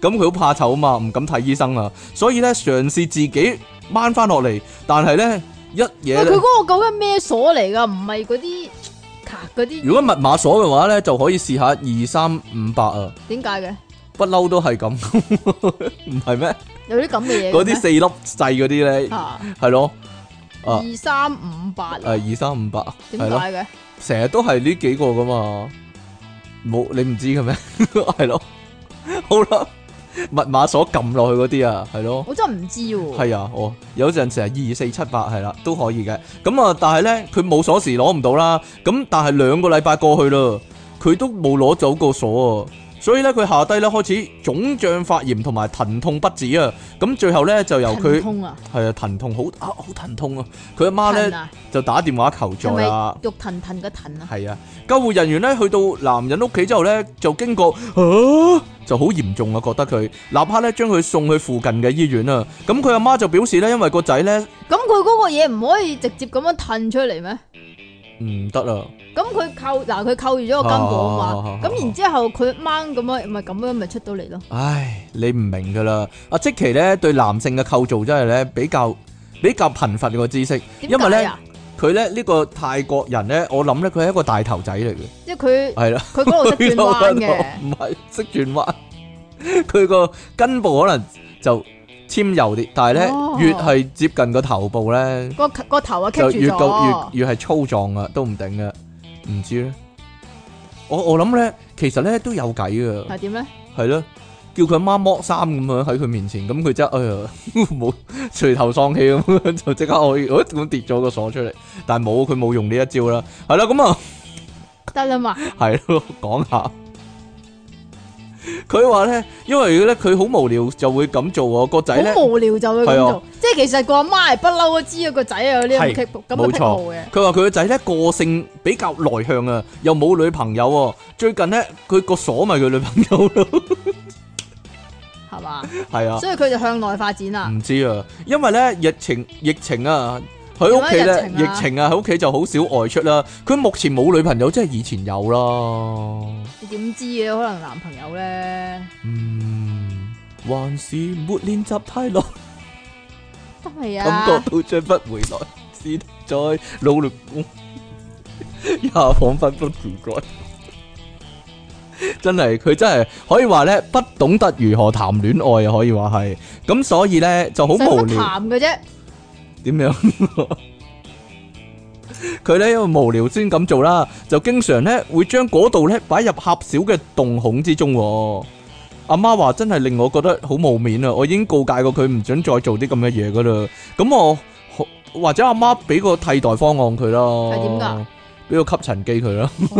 Speaker 1: 咁佢好怕醜啊嘛，唔敢睇醫生啊，所以咧嘗試自己掹翻落嚟，但係咧一
Speaker 2: 喂，
Speaker 1: 嘢
Speaker 2: 佢
Speaker 1: 呢
Speaker 2: 嗰個究竟咩鎖嚟噶？唔係嗰啲卡嗰啲
Speaker 1: 如果密碼鎖嘅話咧，就可以試下二三五八啊，
Speaker 2: 點解嘅？
Speaker 1: 不嬲都係咁， 唔係咩？
Speaker 2: 有啲咁嘅嘢嘅咩。
Speaker 1: 嗰啲四粒掣嗰啲咧，
Speaker 2: 啊，
Speaker 1: 係咯，啊
Speaker 2: 二三五八啊，
Speaker 1: 誒二三五八，
Speaker 2: 點
Speaker 1: 係咯，
Speaker 2: 解嘅？
Speaker 1: 成日都係呢幾個噶嘛，冇你唔知嘅咩？ 係咯，好啦，密碼鎖撳落去嗰啲啊，係咯。
Speaker 2: 我真係唔知喎。
Speaker 1: 係啊，哦，有陣時係二四七八係啦，都可以嘅。咁啊，但係咧，佢冇鎖匙攞唔到啦。咁但係兩個禮拜過去啦，佢都冇攞走個鎖啊。所以咧，佢下低咧開始腫脹發炎同埋疼痛不止啊。咁最後咧就由
Speaker 2: 神
Speaker 1: 佢
Speaker 2: 通啊，
Speaker 1: 係啊疼痛好啊好疼痛啊。佢阿媽咧
Speaker 2: 騰啊
Speaker 1: 就打電話求
Speaker 2: 係
Speaker 1: 助啦
Speaker 2: 咪。肉騰騰嘅騰啊？
Speaker 1: 係啊，救護人員咧去到男人屋企之後咧，就經過啊就好嚴重啊，覺得佢立刻咧將佢送去附近嘅醫院啊。咁佢阿媽就表示咧，因為個仔咧
Speaker 2: 咁佢嗰個嘢唔可以直接咁樣褪出嚟咩？
Speaker 1: 唔得啦，
Speaker 2: 咁佢扣嗱佢扣住咗個根部
Speaker 1: 啊
Speaker 2: 啊
Speaker 1: 啊啊
Speaker 2: 嘛，咁然之後佢掹咁樣，咪咁樣咪出到嚟咯。
Speaker 1: 唉，你唔明噶啦。阿即奇咧對男性嘅構造真係咧比較比較貧乏個知識，因
Speaker 2: 點
Speaker 1: 為
Speaker 2: 解
Speaker 1: 咧
Speaker 2: 啊？
Speaker 1: 佢咧呢個泰國人咧，我諗咧佢係一個大頭仔嚟嘅，
Speaker 2: 即係佢
Speaker 1: 係啦。
Speaker 2: 佢嗰度識轉彎 嘅，
Speaker 1: 唔係識轉彎， 佢個根部可能就尖右啲，但係咧、
Speaker 2: 哦
Speaker 1: 越係接近個頭部咧，
Speaker 2: 個個頭啊棘
Speaker 1: 就越
Speaker 2: 住
Speaker 1: 夠
Speaker 2: 咗。
Speaker 1: 越越係粗壯啊，都唔定嘅，唔知咧。我我諗咧，其實咧都有計噶，
Speaker 2: 係點咧？
Speaker 1: 係咯，叫佢媽剝衫咁樣喺佢面前，咁佢即係哎呀 冇垂頭喪氣咁 樣，就即刻可以，哎咁跌咗個鎖出嚟，但係冇佢冇用呢一招啦，係啦，咁啊。
Speaker 2: 得啦嘛，
Speaker 1: 系咯，講下。佢話咧，因為咧佢好無聊，就會咁做喎。個仔咧
Speaker 2: 好，無聊就會咁
Speaker 1: 係啊
Speaker 2: 做。即係其實個阿媽係不嬲都知啊，個仔有呢
Speaker 1: 係
Speaker 2: 咁咁嘅癖好嘅。
Speaker 1: 佢話佢個仔咧個性比較內向啊，又冇女朋友喎。最近咧，佢個鎖咪佢女朋友咯，
Speaker 2: 係嘛？
Speaker 1: 係啊，
Speaker 2: 所以佢就向內發展啦。
Speaker 1: 唔知啊，因為咧疫情疫情啊。佢屋企咧，
Speaker 2: 有乜疫情
Speaker 1: 疫
Speaker 2: 啊
Speaker 1: 情啊，喺屋企就好少外出啦。佢目前冇女朋友，即係以前有啦。
Speaker 2: 你點知啊嘅？可能男朋友咧
Speaker 1: 嗯，還是沒練習太耐。
Speaker 2: 得未
Speaker 1: 感
Speaker 2: 啊？
Speaker 1: 覺到追不回來，是在努力中，也彷彿不存在。真係佢真係可以話咧，不懂得如何談戀愛啊，可以話係咁，所以咧就好
Speaker 2: 使
Speaker 1: 無
Speaker 2: 乜
Speaker 1: 聊。
Speaker 2: 談嘅啫？
Speaker 1: 點樣？ 佢咧因為無聊先咁做啦，就經常咧會將嗰度咧擺入狹小嘅洞孔之中喎。阿媽話真係令我覺得好冇面啊！我已經告戒過佢唔准再做啲咁嘅嘢噶啦。咁我可或者阿媽俾個替代方案佢咯，
Speaker 2: 係點㗎？
Speaker 1: 俾個吸塵機佢啦， 係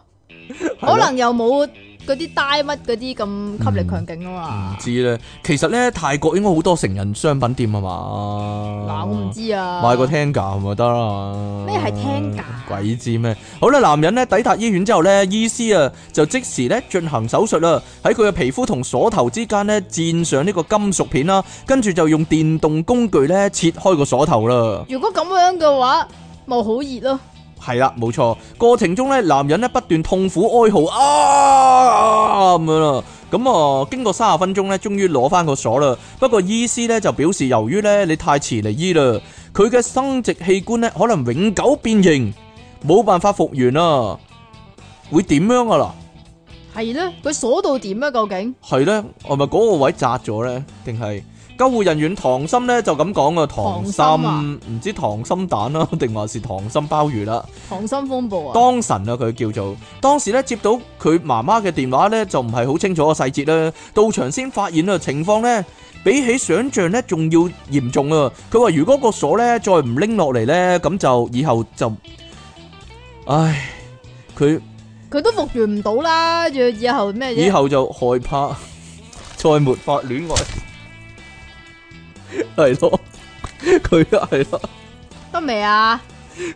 Speaker 1: 咯，
Speaker 2: 可能啊又冇嗰啲呆乜嗰啲咁吸力強勁
Speaker 1: 唔
Speaker 2: 啊
Speaker 1: 知咧。其實咧泰國應該好多成人商品店啊
Speaker 2: 嘛。
Speaker 1: 嘛。
Speaker 2: 嗱，我唔知啊。
Speaker 1: 買個聽架咪得啦。
Speaker 2: 咩係聽啊架
Speaker 1: 鬼知咩？好啦，男人咧抵達醫院之後咧，醫師啊就即時咧進行手術啦，喺佢嘅皮膚同鎖頭之間咧墊上呢個金屬片啦，跟住就用電動工具咧切開個鎖頭啦。
Speaker 2: 如果咁樣嘅話，咪好熱咯。
Speaker 1: 係啦，冇錯。過程中咧，男人咧不斷痛苦哀嚎啊咁樣啦。咁啊，經過三十分鐘咧，終於攞翻個鎖啦。不過醫師咧就表示，由於咧你太遲嚟醫啦，佢嘅生殖器官咧可能永久變形，冇辦法復原啊。會點樣啊啦？
Speaker 2: 係咧，佢鎖到點啊？究竟
Speaker 1: 係咧，係咪嗰個位窄咗咧？定係救護人員唐心咧就咁講啊，唐
Speaker 2: 溏心啊
Speaker 1: 心唔知溏心蛋啦， 定還是溏心鮑魚啦。
Speaker 2: 溏心風暴啊，
Speaker 1: 當神啊，佢叫做當時咧接到佢媽媽嘅電話咧，就唔係好清楚嘅細節啦。到場先發現啊，情況咧比起想像咧仲要嚴重啊！佢話如果個鎖咧再唔拎落嚟咧，咁就以後就，唉，佢
Speaker 2: 佢都復原唔到啦，仲要以後咩
Speaker 1: 以
Speaker 2: 啫？
Speaker 1: 後就害怕 再沒法戀 愛，係咯，佢係咯。
Speaker 2: 得未啊？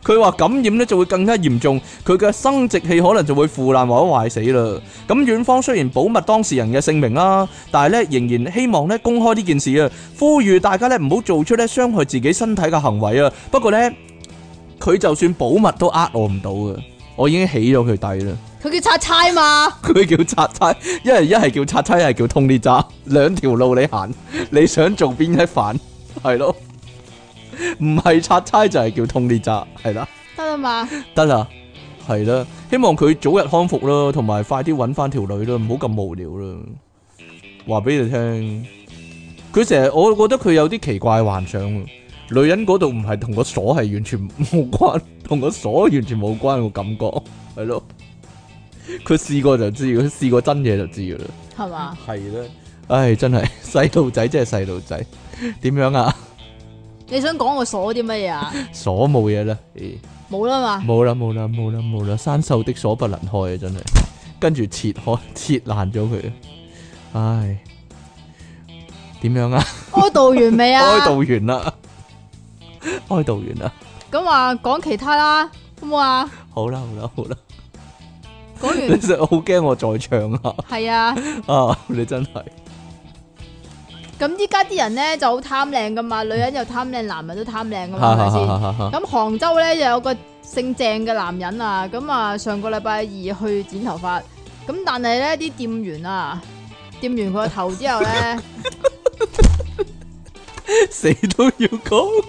Speaker 1: 佢話感染咧就會更加嚴重，佢嘅生殖器可能就會腐爛或者壞死啦。咁院方雖然保密當事人嘅姓名啦，但係咧仍然希望咧公開呢件事啊，呼籲大家咧唔好做出咧傷害自己身體嘅行為啊。不過咧，佢就算保密都呃我唔到嘅，我已經起咗佢底啦。
Speaker 2: 佢叫拆差嘛，
Speaker 1: 佢叫拆差，一係一係叫拆差，一係叫通呢渣，兩條路你行，你想做邊一範？係咯，唔係拆差就係叫通呢渣，係啦。
Speaker 2: 得啦嘛，
Speaker 1: 得啦，系啦，希望佢早日康復啦，同埋快啲揾翻條女啦，唔好咁無聊啦。話俾你聽，佢成日我覺得佢有啲奇怪幻想啊。女人嗰度唔係同個鎖係完全冇關， 同個鎖完全冇關個感覺，係咯。佢試過就知，佢試過真嘢就知噶啦。
Speaker 2: 係嘛？
Speaker 1: 係啦，唉，真係 細路仔真係細路仔，點樣啊？
Speaker 2: 你想講我鎖啲乜嘢啊？
Speaker 1: 鎖冇嘢啦。咦
Speaker 2: 冇啦 嘛，
Speaker 1: 冇啦冇啦冇啦冇啦，生鏽的鎖不能開啊！真係，跟住切開 切爛咗佢，唉，點樣 啊？
Speaker 2: 哀悼完未
Speaker 1: 哀
Speaker 2: 啊？
Speaker 1: 悼完啦， 哀悼完啦，
Speaker 2: 咁話講其他啦，好冇啊？
Speaker 1: 好啦好啦好啦，
Speaker 2: 講
Speaker 1: 你
Speaker 2: 完
Speaker 1: 實好驚我再唱啊！
Speaker 2: 係啊，
Speaker 1: 啊，你真係
Speaker 2: 咁依家啲人咧就好貪靚噶嘛，女人又貪靚，男人都貪靚噶嘛，係啊咪先？
Speaker 1: 係
Speaker 2: 咁杭州咧又有個姓鄭嘅男人啊，咁啊上個禮拜二去剪頭髮，咁但係咧啲店員啊，掂完佢個頭之後咧，
Speaker 1: 死都要講，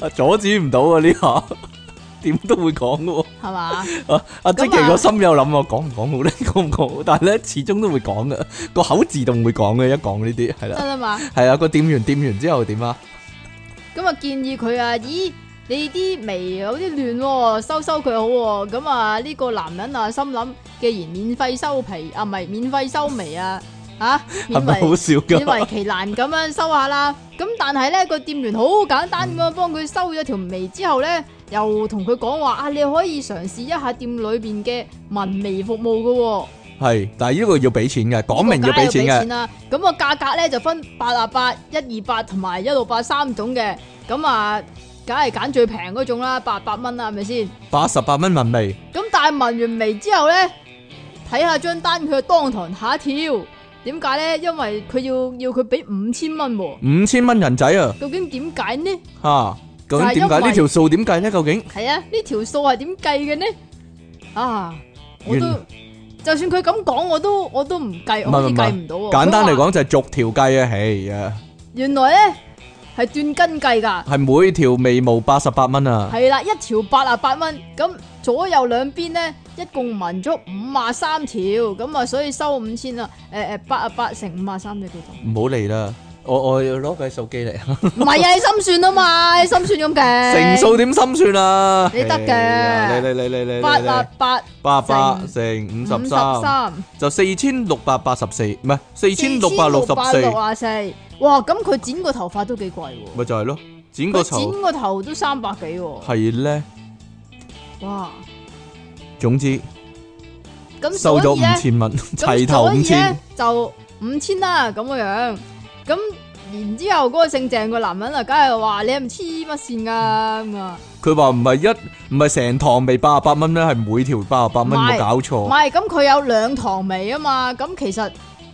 Speaker 1: 啊阻止唔到啊呢下， 點都會講嘅喎。
Speaker 2: 係嘛？
Speaker 1: 啊！阿即
Speaker 2: 咁
Speaker 1: 奇
Speaker 2: 啊
Speaker 1: 個心有諗我講唔講好咧， 講唔講好？但係咧始終都會講嘅，個口自動會講嘅。一講呢啲係
Speaker 2: 得
Speaker 1: 啦，
Speaker 2: 啦嘛，
Speaker 1: 係啊，個店員店完之後點啊？
Speaker 2: 咁啊建議佢啊，咦你啲眉有啲亂喎，收收佢好喎。咁啊呢個男人啊心諗，既然免費收皮啊，唔係免費收眉啊，啊
Speaker 1: 係
Speaker 2: 免
Speaker 1: 咪好
Speaker 2: 為
Speaker 1: 笑
Speaker 2: 免 為
Speaker 1: 噶？
Speaker 2: 其難咁樣收下啦。咁但係咧個店員好簡單咁樣幫佢收咗條眉之後咧，又同佢講話啊，你可以嘗試一下店裏邊嘅紋眉服務噶、喎。
Speaker 1: 係，但係呢個要俾錢嘅，講明要俾錢嘅，
Speaker 2: 啦。咁個啊價格咧就分八啊八、一二八同埋一六八三種嘅。咁啊，梗係揀最平嗰種啦，八百蚊啦，係咪先？
Speaker 1: 八十八蚊文眉，
Speaker 2: 咁但係紋完眉之後咧，睇下張單佢就當堂嚇一跳。點解咧？因為佢要要佢俾五千蚊喎。
Speaker 1: 五千蚊人仔啊！
Speaker 2: 究竟點解呢？
Speaker 1: 吓，究竟點解
Speaker 2: 就係因為
Speaker 1: 呢條數點計咧？究竟
Speaker 2: 係啊，呢條數係點計嘅呢？啊，我都
Speaker 1: 原
Speaker 2: 就算佢咁講，我都我都唔計，我好似
Speaker 1: 唔係
Speaker 2: 計
Speaker 1: 唔
Speaker 2: 唔到喎。
Speaker 1: 簡單嚟
Speaker 2: 佢話，
Speaker 1: 講就係逐條計啊！係啊，
Speaker 2: 原來咧係斷根計㗎。
Speaker 1: 係每條眉毛八十八蚊啊！
Speaker 2: 系啦，一条八啊八蚊，咁左右兩邊咧一共紋咗五啊三條，咁啊所以收五千啦，诶、诶八啊八乘五啊三就幾多？
Speaker 1: 唔好嚟啦，我我要攞計數機嚟。
Speaker 2: 唔係啊，你心算啊嘛，你心算咁嘅，
Speaker 1: 乘數點心算啊？
Speaker 2: 你得嘅
Speaker 1: 嚟嚟嚟嚟嚟，
Speaker 2: 八啊八
Speaker 1: 八百
Speaker 2: 乘
Speaker 1: 乘五十
Speaker 2: 五十
Speaker 1: 三，
Speaker 2: 三，
Speaker 1: 就四千六百八十四，唔係四千六百六十四
Speaker 2: 六，啊四，哇！咁佢剪個頭髮都幾貴喎，
Speaker 1: 咪就係咯，剪個
Speaker 2: 佢
Speaker 1: 頭
Speaker 2: 剪個頭都三百幾喎，
Speaker 1: 係咧，
Speaker 2: 哇！
Speaker 1: 總之
Speaker 2: 咁
Speaker 1: 收
Speaker 2: 所
Speaker 1: 咗
Speaker 2: 以咧
Speaker 1: 五。千蚊，
Speaker 2: 咁
Speaker 1: 齊頭
Speaker 2: 所
Speaker 1: 五
Speaker 2: 以咧
Speaker 1: 千，
Speaker 2: 就五千啦咁嘅樣。咁然之後嗰個姓鄭個男人啊，梗係話你係唔黐乜線噶咁啊，
Speaker 1: 佢話唔係一唔係成堂未八十八蚊咧，係每條八十八蚊，
Speaker 2: 唔係
Speaker 1: 冇搞
Speaker 2: 唔
Speaker 1: 錯，
Speaker 2: 係咁佢有兩堂眉啊嘛，咁其實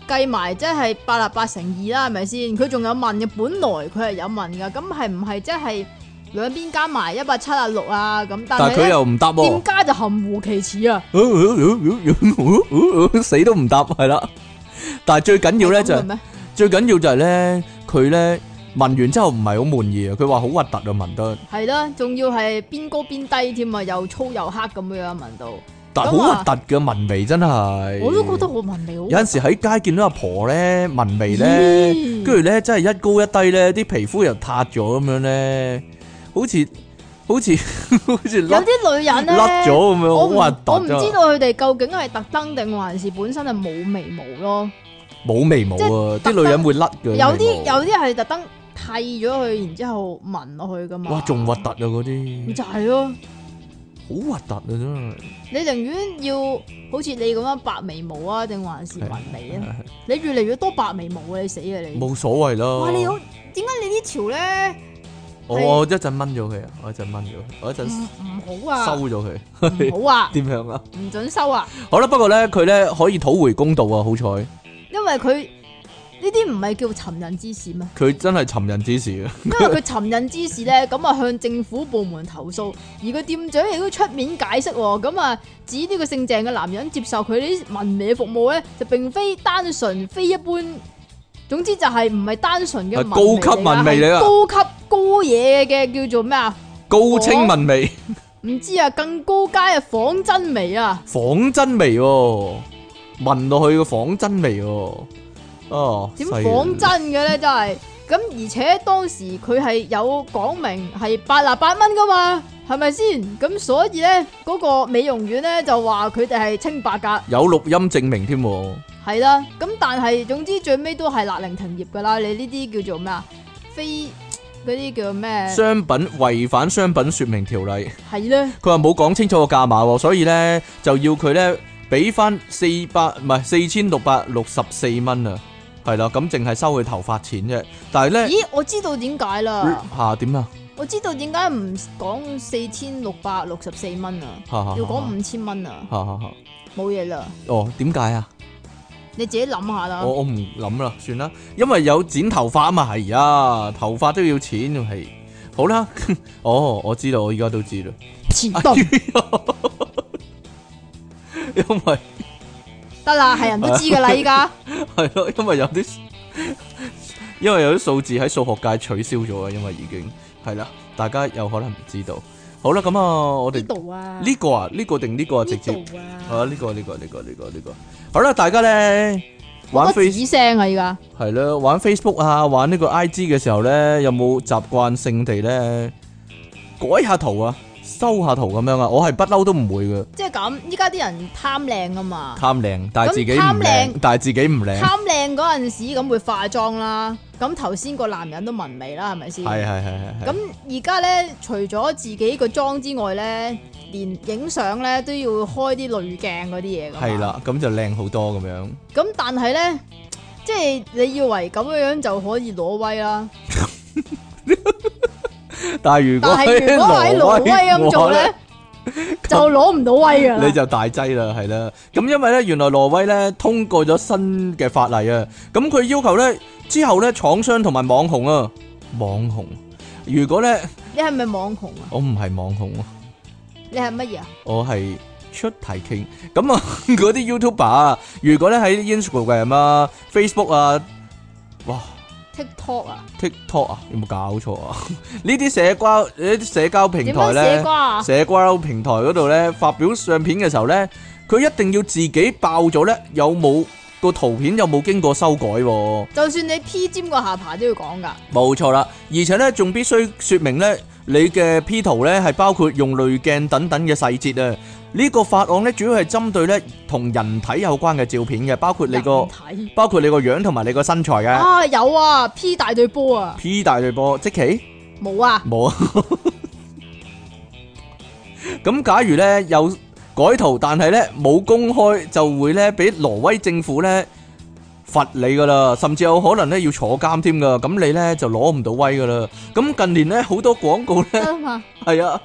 Speaker 2: 計埋即係八啊八乘二啦，係咪先？佢仲有問嘅，本來佢係有問噶，咁係唔係即係兩邊加埋一百七啊六啊咁？但
Speaker 1: 但係
Speaker 2: 係
Speaker 1: 佢
Speaker 2: 咧
Speaker 1: 又唔答喎
Speaker 2: 店。家就含糊其辭啊，
Speaker 1: 死都唔答，係啦。但係最緊要咧就
Speaker 2: 係
Speaker 1: 係
Speaker 2: 咁嘅。咩
Speaker 1: 最緊要就係咧，佢咧問完之後唔係好滿意啊！佢話好核突啊，問得
Speaker 2: 係啦，仲要係邊高邊低添啊，又粗又黑咁樣啊，聞到。
Speaker 1: 但
Speaker 2: 咁
Speaker 1: 好核
Speaker 2: 啊
Speaker 1: 突嘅紋眉真係。
Speaker 2: 我都覺得好文味好。
Speaker 1: 有陣時喺街見到阿婆咧紋眉咧，
Speaker 2: 咦
Speaker 1: 跟住咧真係一高一低咧，啲皮膚又塌咗咁樣咧，好似 好似好似
Speaker 2: 有
Speaker 1: 甩
Speaker 2: 啲女人咧
Speaker 1: 甩咗咁樣，
Speaker 2: 我
Speaker 1: 好
Speaker 2: 唔
Speaker 1: 核
Speaker 2: 我
Speaker 1: 突
Speaker 2: 唔知
Speaker 1: 啊！
Speaker 2: 道佢哋究竟係特登定還是本身係冇眉毛咯。
Speaker 1: 冇眉毛啊，
Speaker 2: 即
Speaker 1: 啲
Speaker 2: 係
Speaker 1: 女人會甩嘅。
Speaker 2: 有
Speaker 1: 眉
Speaker 2: 啲
Speaker 1: 毛
Speaker 2: 有啲係特登剃咗佢，然之後紋落去噶嘛。
Speaker 1: 哇，仲核突啊！嗰
Speaker 2: 咪
Speaker 1: 啲
Speaker 2: 就係咯，
Speaker 1: 好核突啊，真係。
Speaker 2: 你寧願要好似你咁樣白眉毛啊，定 還是紋眉啊？你越嚟越多白眉毛啊！你死啊你！
Speaker 1: 冇所謂啦。
Speaker 2: 哇！你好，點解你呢條咧
Speaker 1: 我
Speaker 2: 係
Speaker 1: 我一陣掹咗佢啊！我一陣掹咗佢，我一陣
Speaker 2: 唔唔好啊，
Speaker 1: 收咗佢。
Speaker 2: 唔好啊，
Speaker 1: 點樣啊？
Speaker 2: 唔准收啊！
Speaker 1: 好啦，不過咧，佢咧可以討回公道啊！好彩，
Speaker 2: 因為佢呢啲唔係叫尋人之事 咩？
Speaker 1: 佢真係尋人之事啊！
Speaker 2: 因為佢尋人之事咧，咁啊向政府部門投訴，而個店長亦都出面解釋喎，咁啊指呢個姓鄭嘅男人接受佢啲文美服務咧，就並非單純非一般，總之就係唔係單純嘅
Speaker 1: 係
Speaker 2: 文
Speaker 1: 啊高級
Speaker 2: 嚟㗎
Speaker 1: 文味嚟㗎啊
Speaker 2: 係高級高嘢嘅叫做咩啊？
Speaker 1: 高清文
Speaker 2: 哦
Speaker 1: 眉、
Speaker 2: 唔知啊，更高階嘅仿真眉啊！
Speaker 1: 仿真眉喎，聞落去個仿真眉喎。哦，
Speaker 2: 點
Speaker 1: 犀利
Speaker 2: 仿真嘅咧？真係咁，而且當時佢係有講明係八嗱八蚊噶嘛，係咪先？咁所以咧，嗰、個美容院咧就話佢哋係清白噶，
Speaker 1: 有錄音證明添喎，
Speaker 2: 係啦。咁但係總之最尾都係勒令停業噶啦。你呢啲叫做咩啊？非嗰啲叫咩？
Speaker 1: 商品違反商品說明條例。
Speaker 2: 係咧，
Speaker 1: 佢話冇講清楚個價碼喎，所以咧就要佢咧俾翻四百唔係四千六百六十四蚊啊，係啦，咁淨係收佢頭髮錢啫。但係咧
Speaker 2: 咦？我知道點解啦，
Speaker 1: 嚇點啊？
Speaker 2: 我知道點解唔講四千六百六十四蚊啊，
Speaker 1: 嚇嚇
Speaker 2: 要講五千蚊啊，
Speaker 1: 嚇嚇嚇
Speaker 2: 冇嘢啦，
Speaker 1: 哦點解啊？
Speaker 2: 你自己諗下啦
Speaker 1: 我。我唔諗啦，算啦，因為有剪頭髮啊嘛，係啊，頭髮都要錢係。好啦， 哦，我知道，我而家都知啦。
Speaker 2: 前
Speaker 1: 哎
Speaker 2: 度
Speaker 1: 呀 因為
Speaker 2: 得啦，係人都知噶啦，依 家。
Speaker 1: 係咯，因為有啲因為有啲數字喺數學界取消咗啊，因為已經係啦，大家有可能唔知道。好啦，咁啊，我哋
Speaker 2: 呢度啊，
Speaker 1: 呢個啊，呢個定呢個啊，直接
Speaker 2: 呢度啊，
Speaker 1: 啊，呢個呢個呢個呢個呢個。好啦，大家咧玩
Speaker 2: 好多
Speaker 1: Face
Speaker 2: 紙聲啊，依家
Speaker 1: 係啦，玩 Facebook 啊，玩呢個 IG 嘅時候咧，有冇習慣性地咧改下圖啊，修下圖咁樣啊？我係不嬲都唔會嘅，
Speaker 2: 即係咁，依家啲人貪靚啊嘛，
Speaker 1: 貪靚，但係自己唔
Speaker 2: 咁貪
Speaker 1: 靚
Speaker 2: 靚，
Speaker 1: 但係自己唔靚，
Speaker 2: 貪靚嗰陣時咁會化妝啦，咁頭先個男人都紋眉啦，係咪先？
Speaker 1: 係係係係係。
Speaker 2: 咁而家咧，除咗自己個妝之外咧，連影相咧都要開啲濾鏡嗰啲嘢噶嘛。
Speaker 1: 係。啦，咁就靚好多咁樣。
Speaker 2: 咁但係咧，即係你以為咁樣樣就可以攞威啦，
Speaker 1: 但係如果
Speaker 2: 但係如果喺挪威咁做咧，就攞唔到威噶
Speaker 1: 你
Speaker 2: 啦。
Speaker 1: 就大劑啦，係啦。咁因為咧，原來挪威咧通過咗新嘅法例啊，咁佢要求咧之後咧，廠商同埋網紅啊，網紅如果咧
Speaker 2: 你係咪網紅啊？
Speaker 1: 我唔係網紅啊，
Speaker 2: 你係乜嘢啊？
Speaker 1: 我係出題傾咁啊， 嗰啲 YouTuber 啊，如果咧喺 Instagram 啊、Facebook 啊，哇！
Speaker 2: TikTok 啊，
Speaker 1: TikTok 啊，有冇搞錯啊？ 呢啲社交呢啲社交平
Speaker 2: 點
Speaker 1: 台
Speaker 2: 樣
Speaker 1: 咧
Speaker 2: 寫，瓜啊？
Speaker 1: 社交平台嗰度咧發表相片嘅時候咧，佢一定要自己爆咗咧，有冇個圖片有冇經過修改喎？
Speaker 2: 就算你 P 尖個下巴都要講噶，
Speaker 1: 冇錯啦，而且咧仲必須説明咧，你嘅 P 圖咧係包括用濾鏡等等嘅細節啊。呢個法案咧主要係針對咧同人體有關嘅照片嘅，包括你個
Speaker 2: 人睇
Speaker 1: 包括你個樣同埋你個身材嘅。
Speaker 2: 啊有啊 P 大對波啊，
Speaker 1: P 大對波，即其。
Speaker 2: 冇啊
Speaker 1: 冇啊。咁假如咧有改圖，但係咧冇公開，就會咧俾挪威政府咧罰你噶啦，甚至有可能咧要坐監添噶。咁你咧就攞唔到威噶啦。咁近年咧好多廣告咧。
Speaker 2: 得嘛，
Speaker 1: 係啊，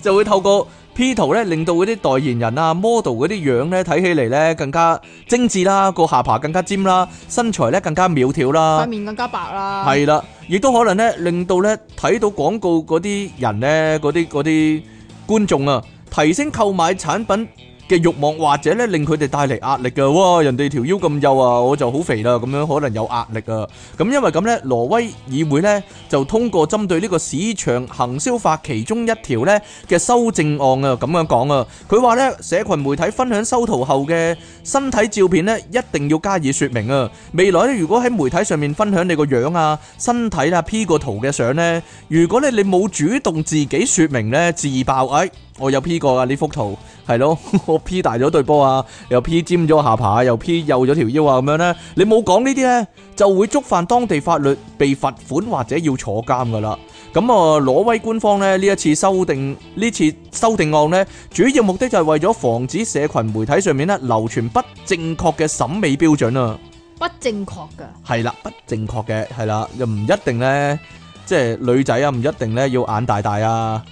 Speaker 1: 就會透過 P 圖咧，令到嗰啲代言人啊、model 嗰啲樣咧，睇起嚟咧更加精緻啦，個下巴更加尖啦，身材咧更加苗條啦
Speaker 2: 塊，面更加白啦，
Speaker 1: 啊係啦，亦都可能咧令到咧睇到廣告嗰啲人咧，嗰啲嗰啲觀眾啊，提升購買產品嘅欲望，或者咧令佢哋帶嚟壓力嘅。哇！人哋條腰咁幼啊，我就好肥啦，咁樣可能有壓力啊。咁因為咁咧，挪威議會咧就通過針對呢個市場行銷法其中一條咧嘅修正案啊，咁樣講啊。佢話咧，社群媒體分享修圖後嘅身體照片咧，一定要加以説明啊。未來咧，如果喺媒體上面分享你個樣啊、身體啊、P 個圖嘅相咧，如果咧你冇主動自己説明咧，自爆哎，我有 P 過啊呢幅圖，係咯， 我 P 大咗對波啊，又 P 尖咗下巴，又 P 幼咗條腰啊咁樣咧，你冇講呢啲咧，就會觸犯當地法律，被罰款或者要坐監噶啦。咁啊，挪威官方咧呢一次修訂呢次修訂案咧，主要目的就係為咗防止社群媒體上面咧流傳不正確嘅審美標準啊。
Speaker 2: 不正確噶，
Speaker 1: 係啦，不正確嘅係啦，又唔一定咧，即係女仔啊，唔一定咧要眼大大啊，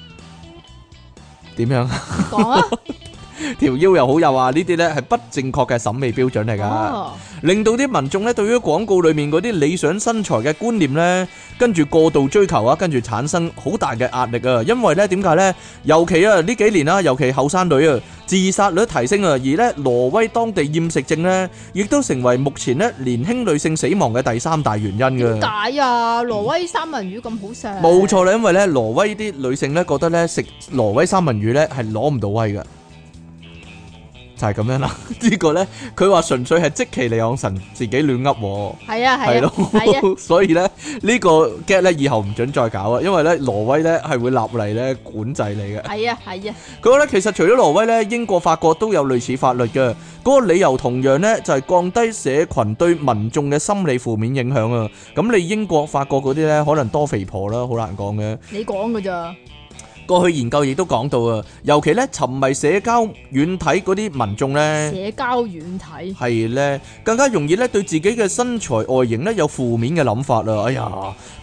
Speaker 1: 點樣
Speaker 2: 講 啊，
Speaker 1: 條腰又好幼啊？呢啲咧係不正確嘅審美標準嚟 噶。
Speaker 2: 哦，
Speaker 1: 令到啲民眾咧對於廣告裏面嗰啲理想身材嘅觀念咧，跟住過度追求啊，跟住產生好大嘅壓力啊！因為咧點解咧？尤其啊呢幾年啦，尤其後生女啊，自殺率提升啊，而咧挪威當地厭食症咧，亦都成為目前咧年輕女性死亡嘅第三大原因
Speaker 2: 點
Speaker 1: 嘅。
Speaker 2: 解啊？挪威三文魚咁好食，
Speaker 1: 冇錯啦，因為咧挪威啲女性咧覺得咧食挪威三文魚咧係攞唔到威嘅。就係咁 樣啦，呢個咧佢話純粹係即其利昂神自己亂噏喎。
Speaker 2: 係啊
Speaker 1: 係
Speaker 2: 係啊係 啊，
Speaker 1: 咯，所以咧呢個 get 咧以後唔准再搞啊，因為咧挪威咧係會立例咧管制你嘅。
Speaker 2: 係啊係啊，
Speaker 1: 佢話咧其實除咗挪威咧，英國、法國都有類似法律嘅。嗰個理由同樣咧就係降低社群對民眾嘅心理負面影響啊。咁你英國、法國嗰啲咧可能多肥婆啦，好難講嘅。
Speaker 2: 你講噶咋？
Speaker 1: 過去研究亦都講到啊，尤其咧沉迷社交軟體嗰啲民眾咧。
Speaker 2: 社交軟體
Speaker 1: 係咧，更加容易咧對自己嘅身材外形咧有負面嘅諗法啦。哎呀，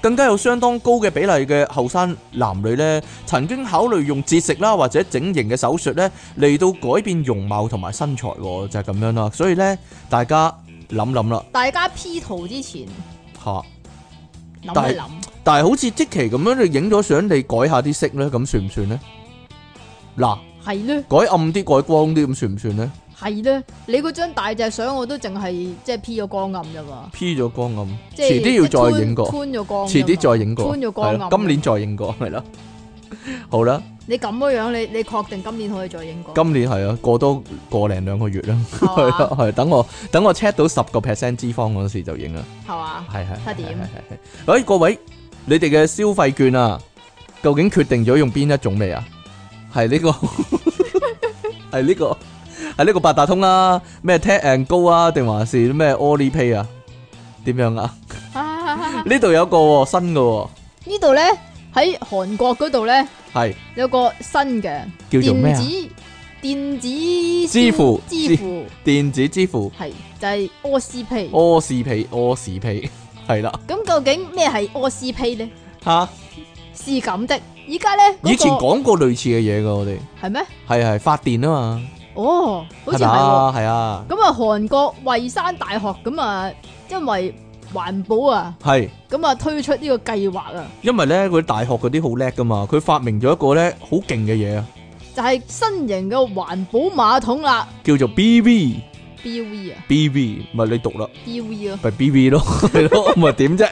Speaker 1: 更加有相當高嘅比例嘅後生男女咧，曾經考慮用節食啦或者整形嘅手術咧嚟到改變容貌同埋身材喎，就係、咁樣啦。所以咧，大家諗諗啦
Speaker 2: 大家 P 圖之前
Speaker 1: 吓。
Speaker 2: 諗一諗，
Speaker 1: 但係好似即期咁樣，你影咗相，你改下啲色咧，咁算唔算呢？嗱，
Speaker 2: 係咧
Speaker 1: 改暗啲、改光啲，咁算唔算呢
Speaker 2: 係咧，你嗰張大隻相我都淨係即係 P 咗光暗啫嘛，
Speaker 1: ？P 咗光暗，
Speaker 2: 即係
Speaker 1: 遲啲要再影過。
Speaker 2: 寬咗光，
Speaker 1: 遲啲再影過，
Speaker 2: 寬咗
Speaker 1: 係
Speaker 2: 光
Speaker 1: 啦
Speaker 2: 暗。
Speaker 1: 今年再影過，係啦。好啦，
Speaker 2: 你咁樣樣，你你確定今年可以再影過？
Speaker 1: 今年係啊，過多個零兩個月啦，係
Speaker 2: 係
Speaker 1: 啦
Speaker 2: 嘛，
Speaker 1: 係等我等我 check 到十個 percent 脂肪嗰時就影啦，
Speaker 2: 係嘛？
Speaker 1: 係係
Speaker 2: 睇
Speaker 1: 係
Speaker 2: 點
Speaker 1: 係係。誒， 各位，你哋嘅消費券啊，究竟決定咗用邊一種未啊？係呢個，係呢個，係呢個八達通啊，咩 Tap and Go 啊，定還是咩 Alipay 啊？點樣啊？呢度有個喎新嘅喎，
Speaker 2: 呢度咧喺韓國嗰度咧
Speaker 1: 係
Speaker 2: 有個新嘅
Speaker 1: 叫做咩
Speaker 2: 電
Speaker 1: 啊？
Speaker 2: 子電子
Speaker 1: 支付
Speaker 2: 支付
Speaker 1: 電子支付。
Speaker 2: 係就係 O C Pay。
Speaker 1: 屙屎屁，屙屎屁， 係啦，
Speaker 2: 咁究竟咩係 O C Pay 咧？
Speaker 1: 吓，
Speaker 2: 是咁的，而家咧
Speaker 1: 以前
Speaker 2: 嗰
Speaker 1: 講過類似嘅嘢噶，我哋
Speaker 2: 個係咩？
Speaker 1: 係係發電啊嘛，
Speaker 2: 哦，好似
Speaker 1: 係
Speaker 2: 係喎。
Speaker 1: 嘛，係啊，
Speaker 2: 咁啊，韓國蔚山大學咁啊，因為環保啊，
Speaker 1: 係，
Speaker 2: 咁啊推出呢個計劃啊，
Speaker 1: 因為咧佢大學嗰啲好叻噶嘛，佢發明咗一個咧好勁嘅嘢啊，
Speaker 2: 就係新型嘅環保馬桶啦
Speaker 1: 叫做 B V
Speaker 2: ，B V 啊
Speaker 1: B V，咪你讀啦，
Speaker 2: ，B V 啊。
Speaker 1: 咪 B V 咯， 係咯，咪點啫，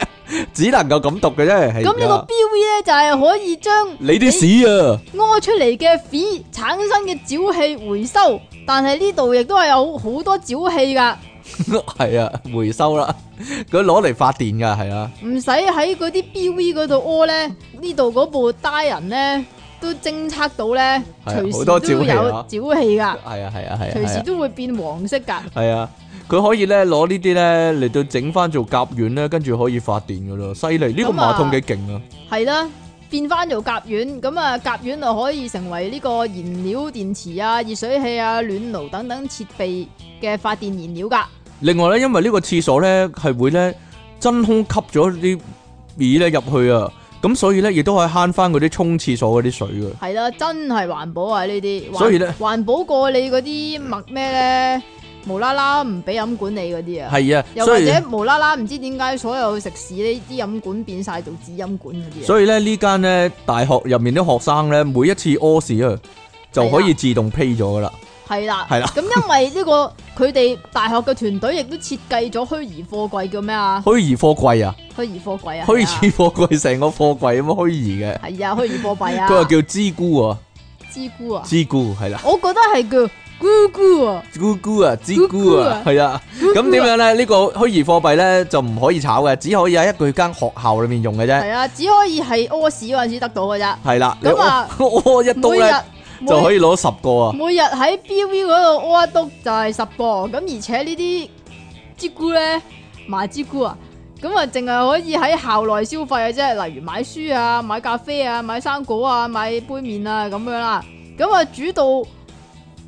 Speaker 1: 只能夠咁讀嘅啫，係
Speaker 2: 咁呢個
Speaker 1: 啊
Speaker 2: B V 咧就係可以將
Speaker 1: 你啲屎啊，
Speaker 2: 屙出嚟嘅屎產生嘅沼氣回收，但係呢度亦都係有好多沼氣噶，
Speaker 1: 係啊，回收啦，佢攞嚟發電噶，係啊，
Speaker 2: 唔使喺嗰啲 BV 嗰度屙咧，呢度嗰部 d 人咧都偵測到咧，
Speaker 1: 係啊
Speaker 2: 隨
Speaker 1: 好
Speaker 2: 時
Speaker 1: 多
Speaker 2: 都
Speaker 1: 沼氣啊
Speaker 2: 有沼氣
Speaker 1: 係
Speaker 2: 噶，
Speaker 1: 啊，係啊，係啊，
Speaker 2: 隨
Speaker 1: 係
Speaker 2: 時
Speaker 1: 啊。
Speaker 2: 都會變黃色噶。
Speaker 1: 系啊，佢可以咧攞呢啲咧嚟到整翻做甲烷咧，跟住可以發電噶咯，犀利！呢、個
Speaker 2: 咁啊
Speaker 1: 馬桶幾勁啊，
Speaker 2: 係啦，變翻做甲烷，咁啊甲烷就可以成為呢個燃料電池啊、熱水器啊、暖爐等等設備嘅發電燃料噶。
Speaker 1: 另外咧，因為呢個廁所咧係會咧真空吸咗啲米咧入去啊，咁所以咧亦都可以慳翻嗰啲沖廁所嗰啲水噶。
Speaker 2: 係啦，真係環保啊呢啲，環
Speaker 1: 所以呢
Speaker 2: 環保過你嗰啲墨咩咧，無啦啦唔俾飲管你嗰啲啊，
Speaker 1: 係啊，
Speaker 2: 又
Speaker 1: 所
Speaker 2: 或
Speaker 1: 以
Speaker 2: 者無啦啦唔知點解所有食肆呢啲飲管變晒做紙飲管嗰啲啊，
Speaker 1: 所以咧呢間咧大學入面啲學生咧，每一次屙屎啊就可以自動批咗噶啦，
Speaker 2: 係啦，
Speaker 1: 係啦。
Speaker 2: 咁因為呢個佢哋大學嘅團隊亦都設計咗虛擬貨櫃叫咩啊？
Speaker 1: 虛擬貨櫃啊，
Speaker 2: 虛擬貨櫃啊，
Speaker 1: 虛擬貨櫃成個貨櫃咁樣虛擬嘅，
Speaker 2: 係啊，虛擬貨幣啊，
Speaker 1: 佢話叫芝姑啊，
Speaker 2: 知菇啊，
Speaker 1: 芝姑係啦，
Speaker 2: 我覺得係叫咕咕啊，
Speaker 1: 姑姑啊，芝姑啊，係啊。
Speaker 2: 咕咕啊
Speaker 1: 咁點？樣咧？呢個虛擬貨幣咧就唔可以炒嘅，只可以喺一佢間學校裏面用嘅啫。
Speaker 2: 係啊，只可以係屙屎嗰陣時得到嘅啫。
Speaker 1: 係啦，你
Speaker 2: 咁啊
Speaker 1: 屙屙一刀
Speaker 2: 每
Speaker 1: 咧
Speaker 2: 日
Speaker 1: 就可
Speaker 2: 以
Speaker 1: 以攞十個啊！
Speaker 2: 每日喺 BV 嗰度屙一督就係十個，咁而且呢啲芝菇咧麻芝菇啊，咁啊淨係可以喺校內消費嘅啫，例如買書啊、買咖啡啊、買生果啊、買杯麵啊咁樣啦。咁啊主導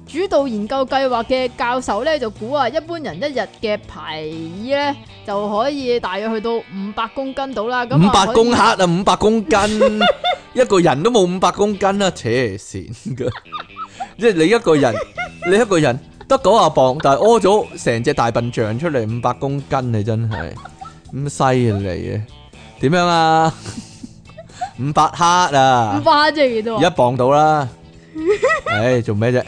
Speaker 2: 主導研究計劃嘅教授咧就估啊，一般人一日嘅排咧就可以大約去到五百公斤到啦。咁
Speaker 1: 五
Speaker 2: 啊
Speaker 1: 百
Speaker 2: 可以
Speaker 1: 公克啊，五百公 斤，一個人都冇五百公斤啊，扯線噶！即係你一 個人，你一個人得九啊磅，但係屙咗成隻大笨象出嚟五百公斤，你真係咁犀利啊！點樣 啊？五百克啊
Speaker 2: 五！百即係幾多啊？
Speaker 1: 一磅到 啦。唉，做咩啫？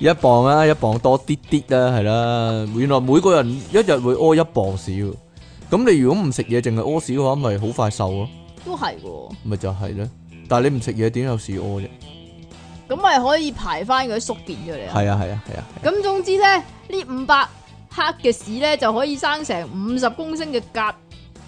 Speaker 1: 一磅啦，一磅多啲啲啦，系啦。原來每個人一日會屙一磅屎喎。咁你如果唔食嘢，淨係屙屎嘅話，咪好快瘦咯，
Speaker 2: 都係喎，
Speaker 1: 咪就係咧。但係你唔食嘢，點有屎屙啫？
Speaker 2: 咁咪可以排翻佢宿便出嚟啊！
Speaker 1: 係啊，係啊，係啊。
Speaker 2: 咁總之咧，呢五百克嘅屎咧就可以生成五十公升嘅甲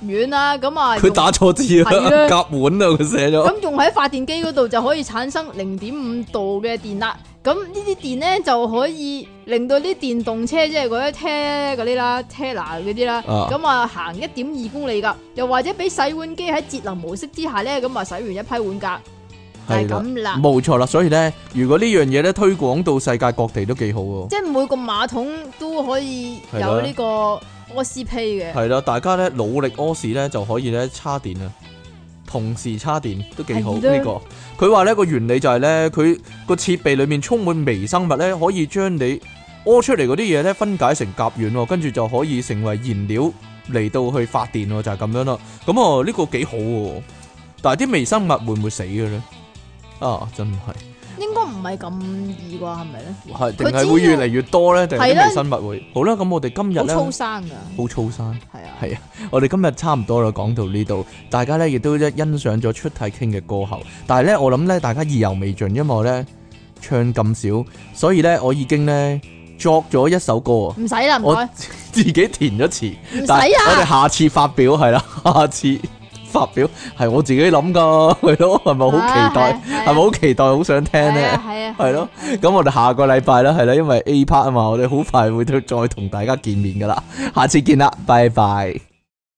Speaker 2: 烷啦。咁啊，
Speaker 1: 佢
Speaker 2: 用
Speaker 1: 打錯字啦，
Speaker 2: 係啊
Speaker 1: 夾碗啊，佢寫咗。
Speaker 2: 咁用喺發電機嗰度就可以產生零點五度嘅電啦。咁呢啲電咧就可以令到啲電動車即係嗰啲車嗰啲啦、Tesla 嗰啲啦，
Speaker 1: 啊
Speaker 2: 咁啊行一點二公里噶。又或者俾洗碗機喺節能模式之下咧，咁啊洗完一批碗架，就
Speaker 1: 係
Speaker 2: 係咁啦
Speaker 1: 啦，冇錯啦。所以咧，如果呢樣嘢咧推廣到世界各地都幾好喎。
Speaker 2: 即係每個馬桶都可以
Speaker 1: 係啦
Speaker 2: 有呢個屙屎屁嘅，
Speaker 1: 係啦，大家咧努力屙屎咧就可以咧叉電啊，同時叉電都幾好呢、
Speaker 2: 係啦
Speaker 1: 個。佢話呢個原理就係咧，佢個設備裡面充滿微生物咧，可以將你屙出嚟嗰啲嘢咧分解成甲烷喎，跟住就可以成為燃料嚟到去發電喎，就係、咁樣啦。咁啊呢個幾好喎，但係啲微生物會唔會死嘅咧？啊，真係
Speaker 2: 應該唔係咁易啩，係咪咧？
Speaker 1: 係定
Speaker 2: 佢只
Speaker 1: 係
Speaker 2: 要
Speaker 1: 會越嚟越多咧？定係
Speaker 2: 係啦
Speaker 1: 啲微生物會？好啦，咁我哋今日
Speaker 2: 好
Speaker 1: 咧
Speaker 2: 粗生噶，
Speaker 1: 好粗生。
Speaker 2: 係啊，
Speaker 1: 係啊，我哋今日差唔多啦，講到呢度，大家咧亦都一欣賞咗出體傾嘅歌喉，但係咧我諗咧大家意猶未盡，因為我咧唱咁少，所以咧我已經咧作咗一首歌啊，
Speaker 2: 唔使啦，唔
Speaker 1: 我
Speaker 2: 該，
Speaker 1: 自己填咗詞，
Speaker 2: 唔使
Speaker 1: 但係我
Speaker 2: 啊，
Speaker 1: 哋下次發表係啦，下次發表係我自己諗噶， 係咯，係咪好期
Speaker 2: 係
Speaker 1: 待
Speaker 2: 啊？係啊
Speaker 1: 係咪好期待？好想聽
Speaker 2: 係
Speaker 1: 咧
Speaker 2: 啊，？係啊，
Speaker 1: 係咯，咁我哋下個禮拜啦，係啦，因為 A part 啊嘛，我哋好快會再同大家見面噶啦，下次見啦，拜拜。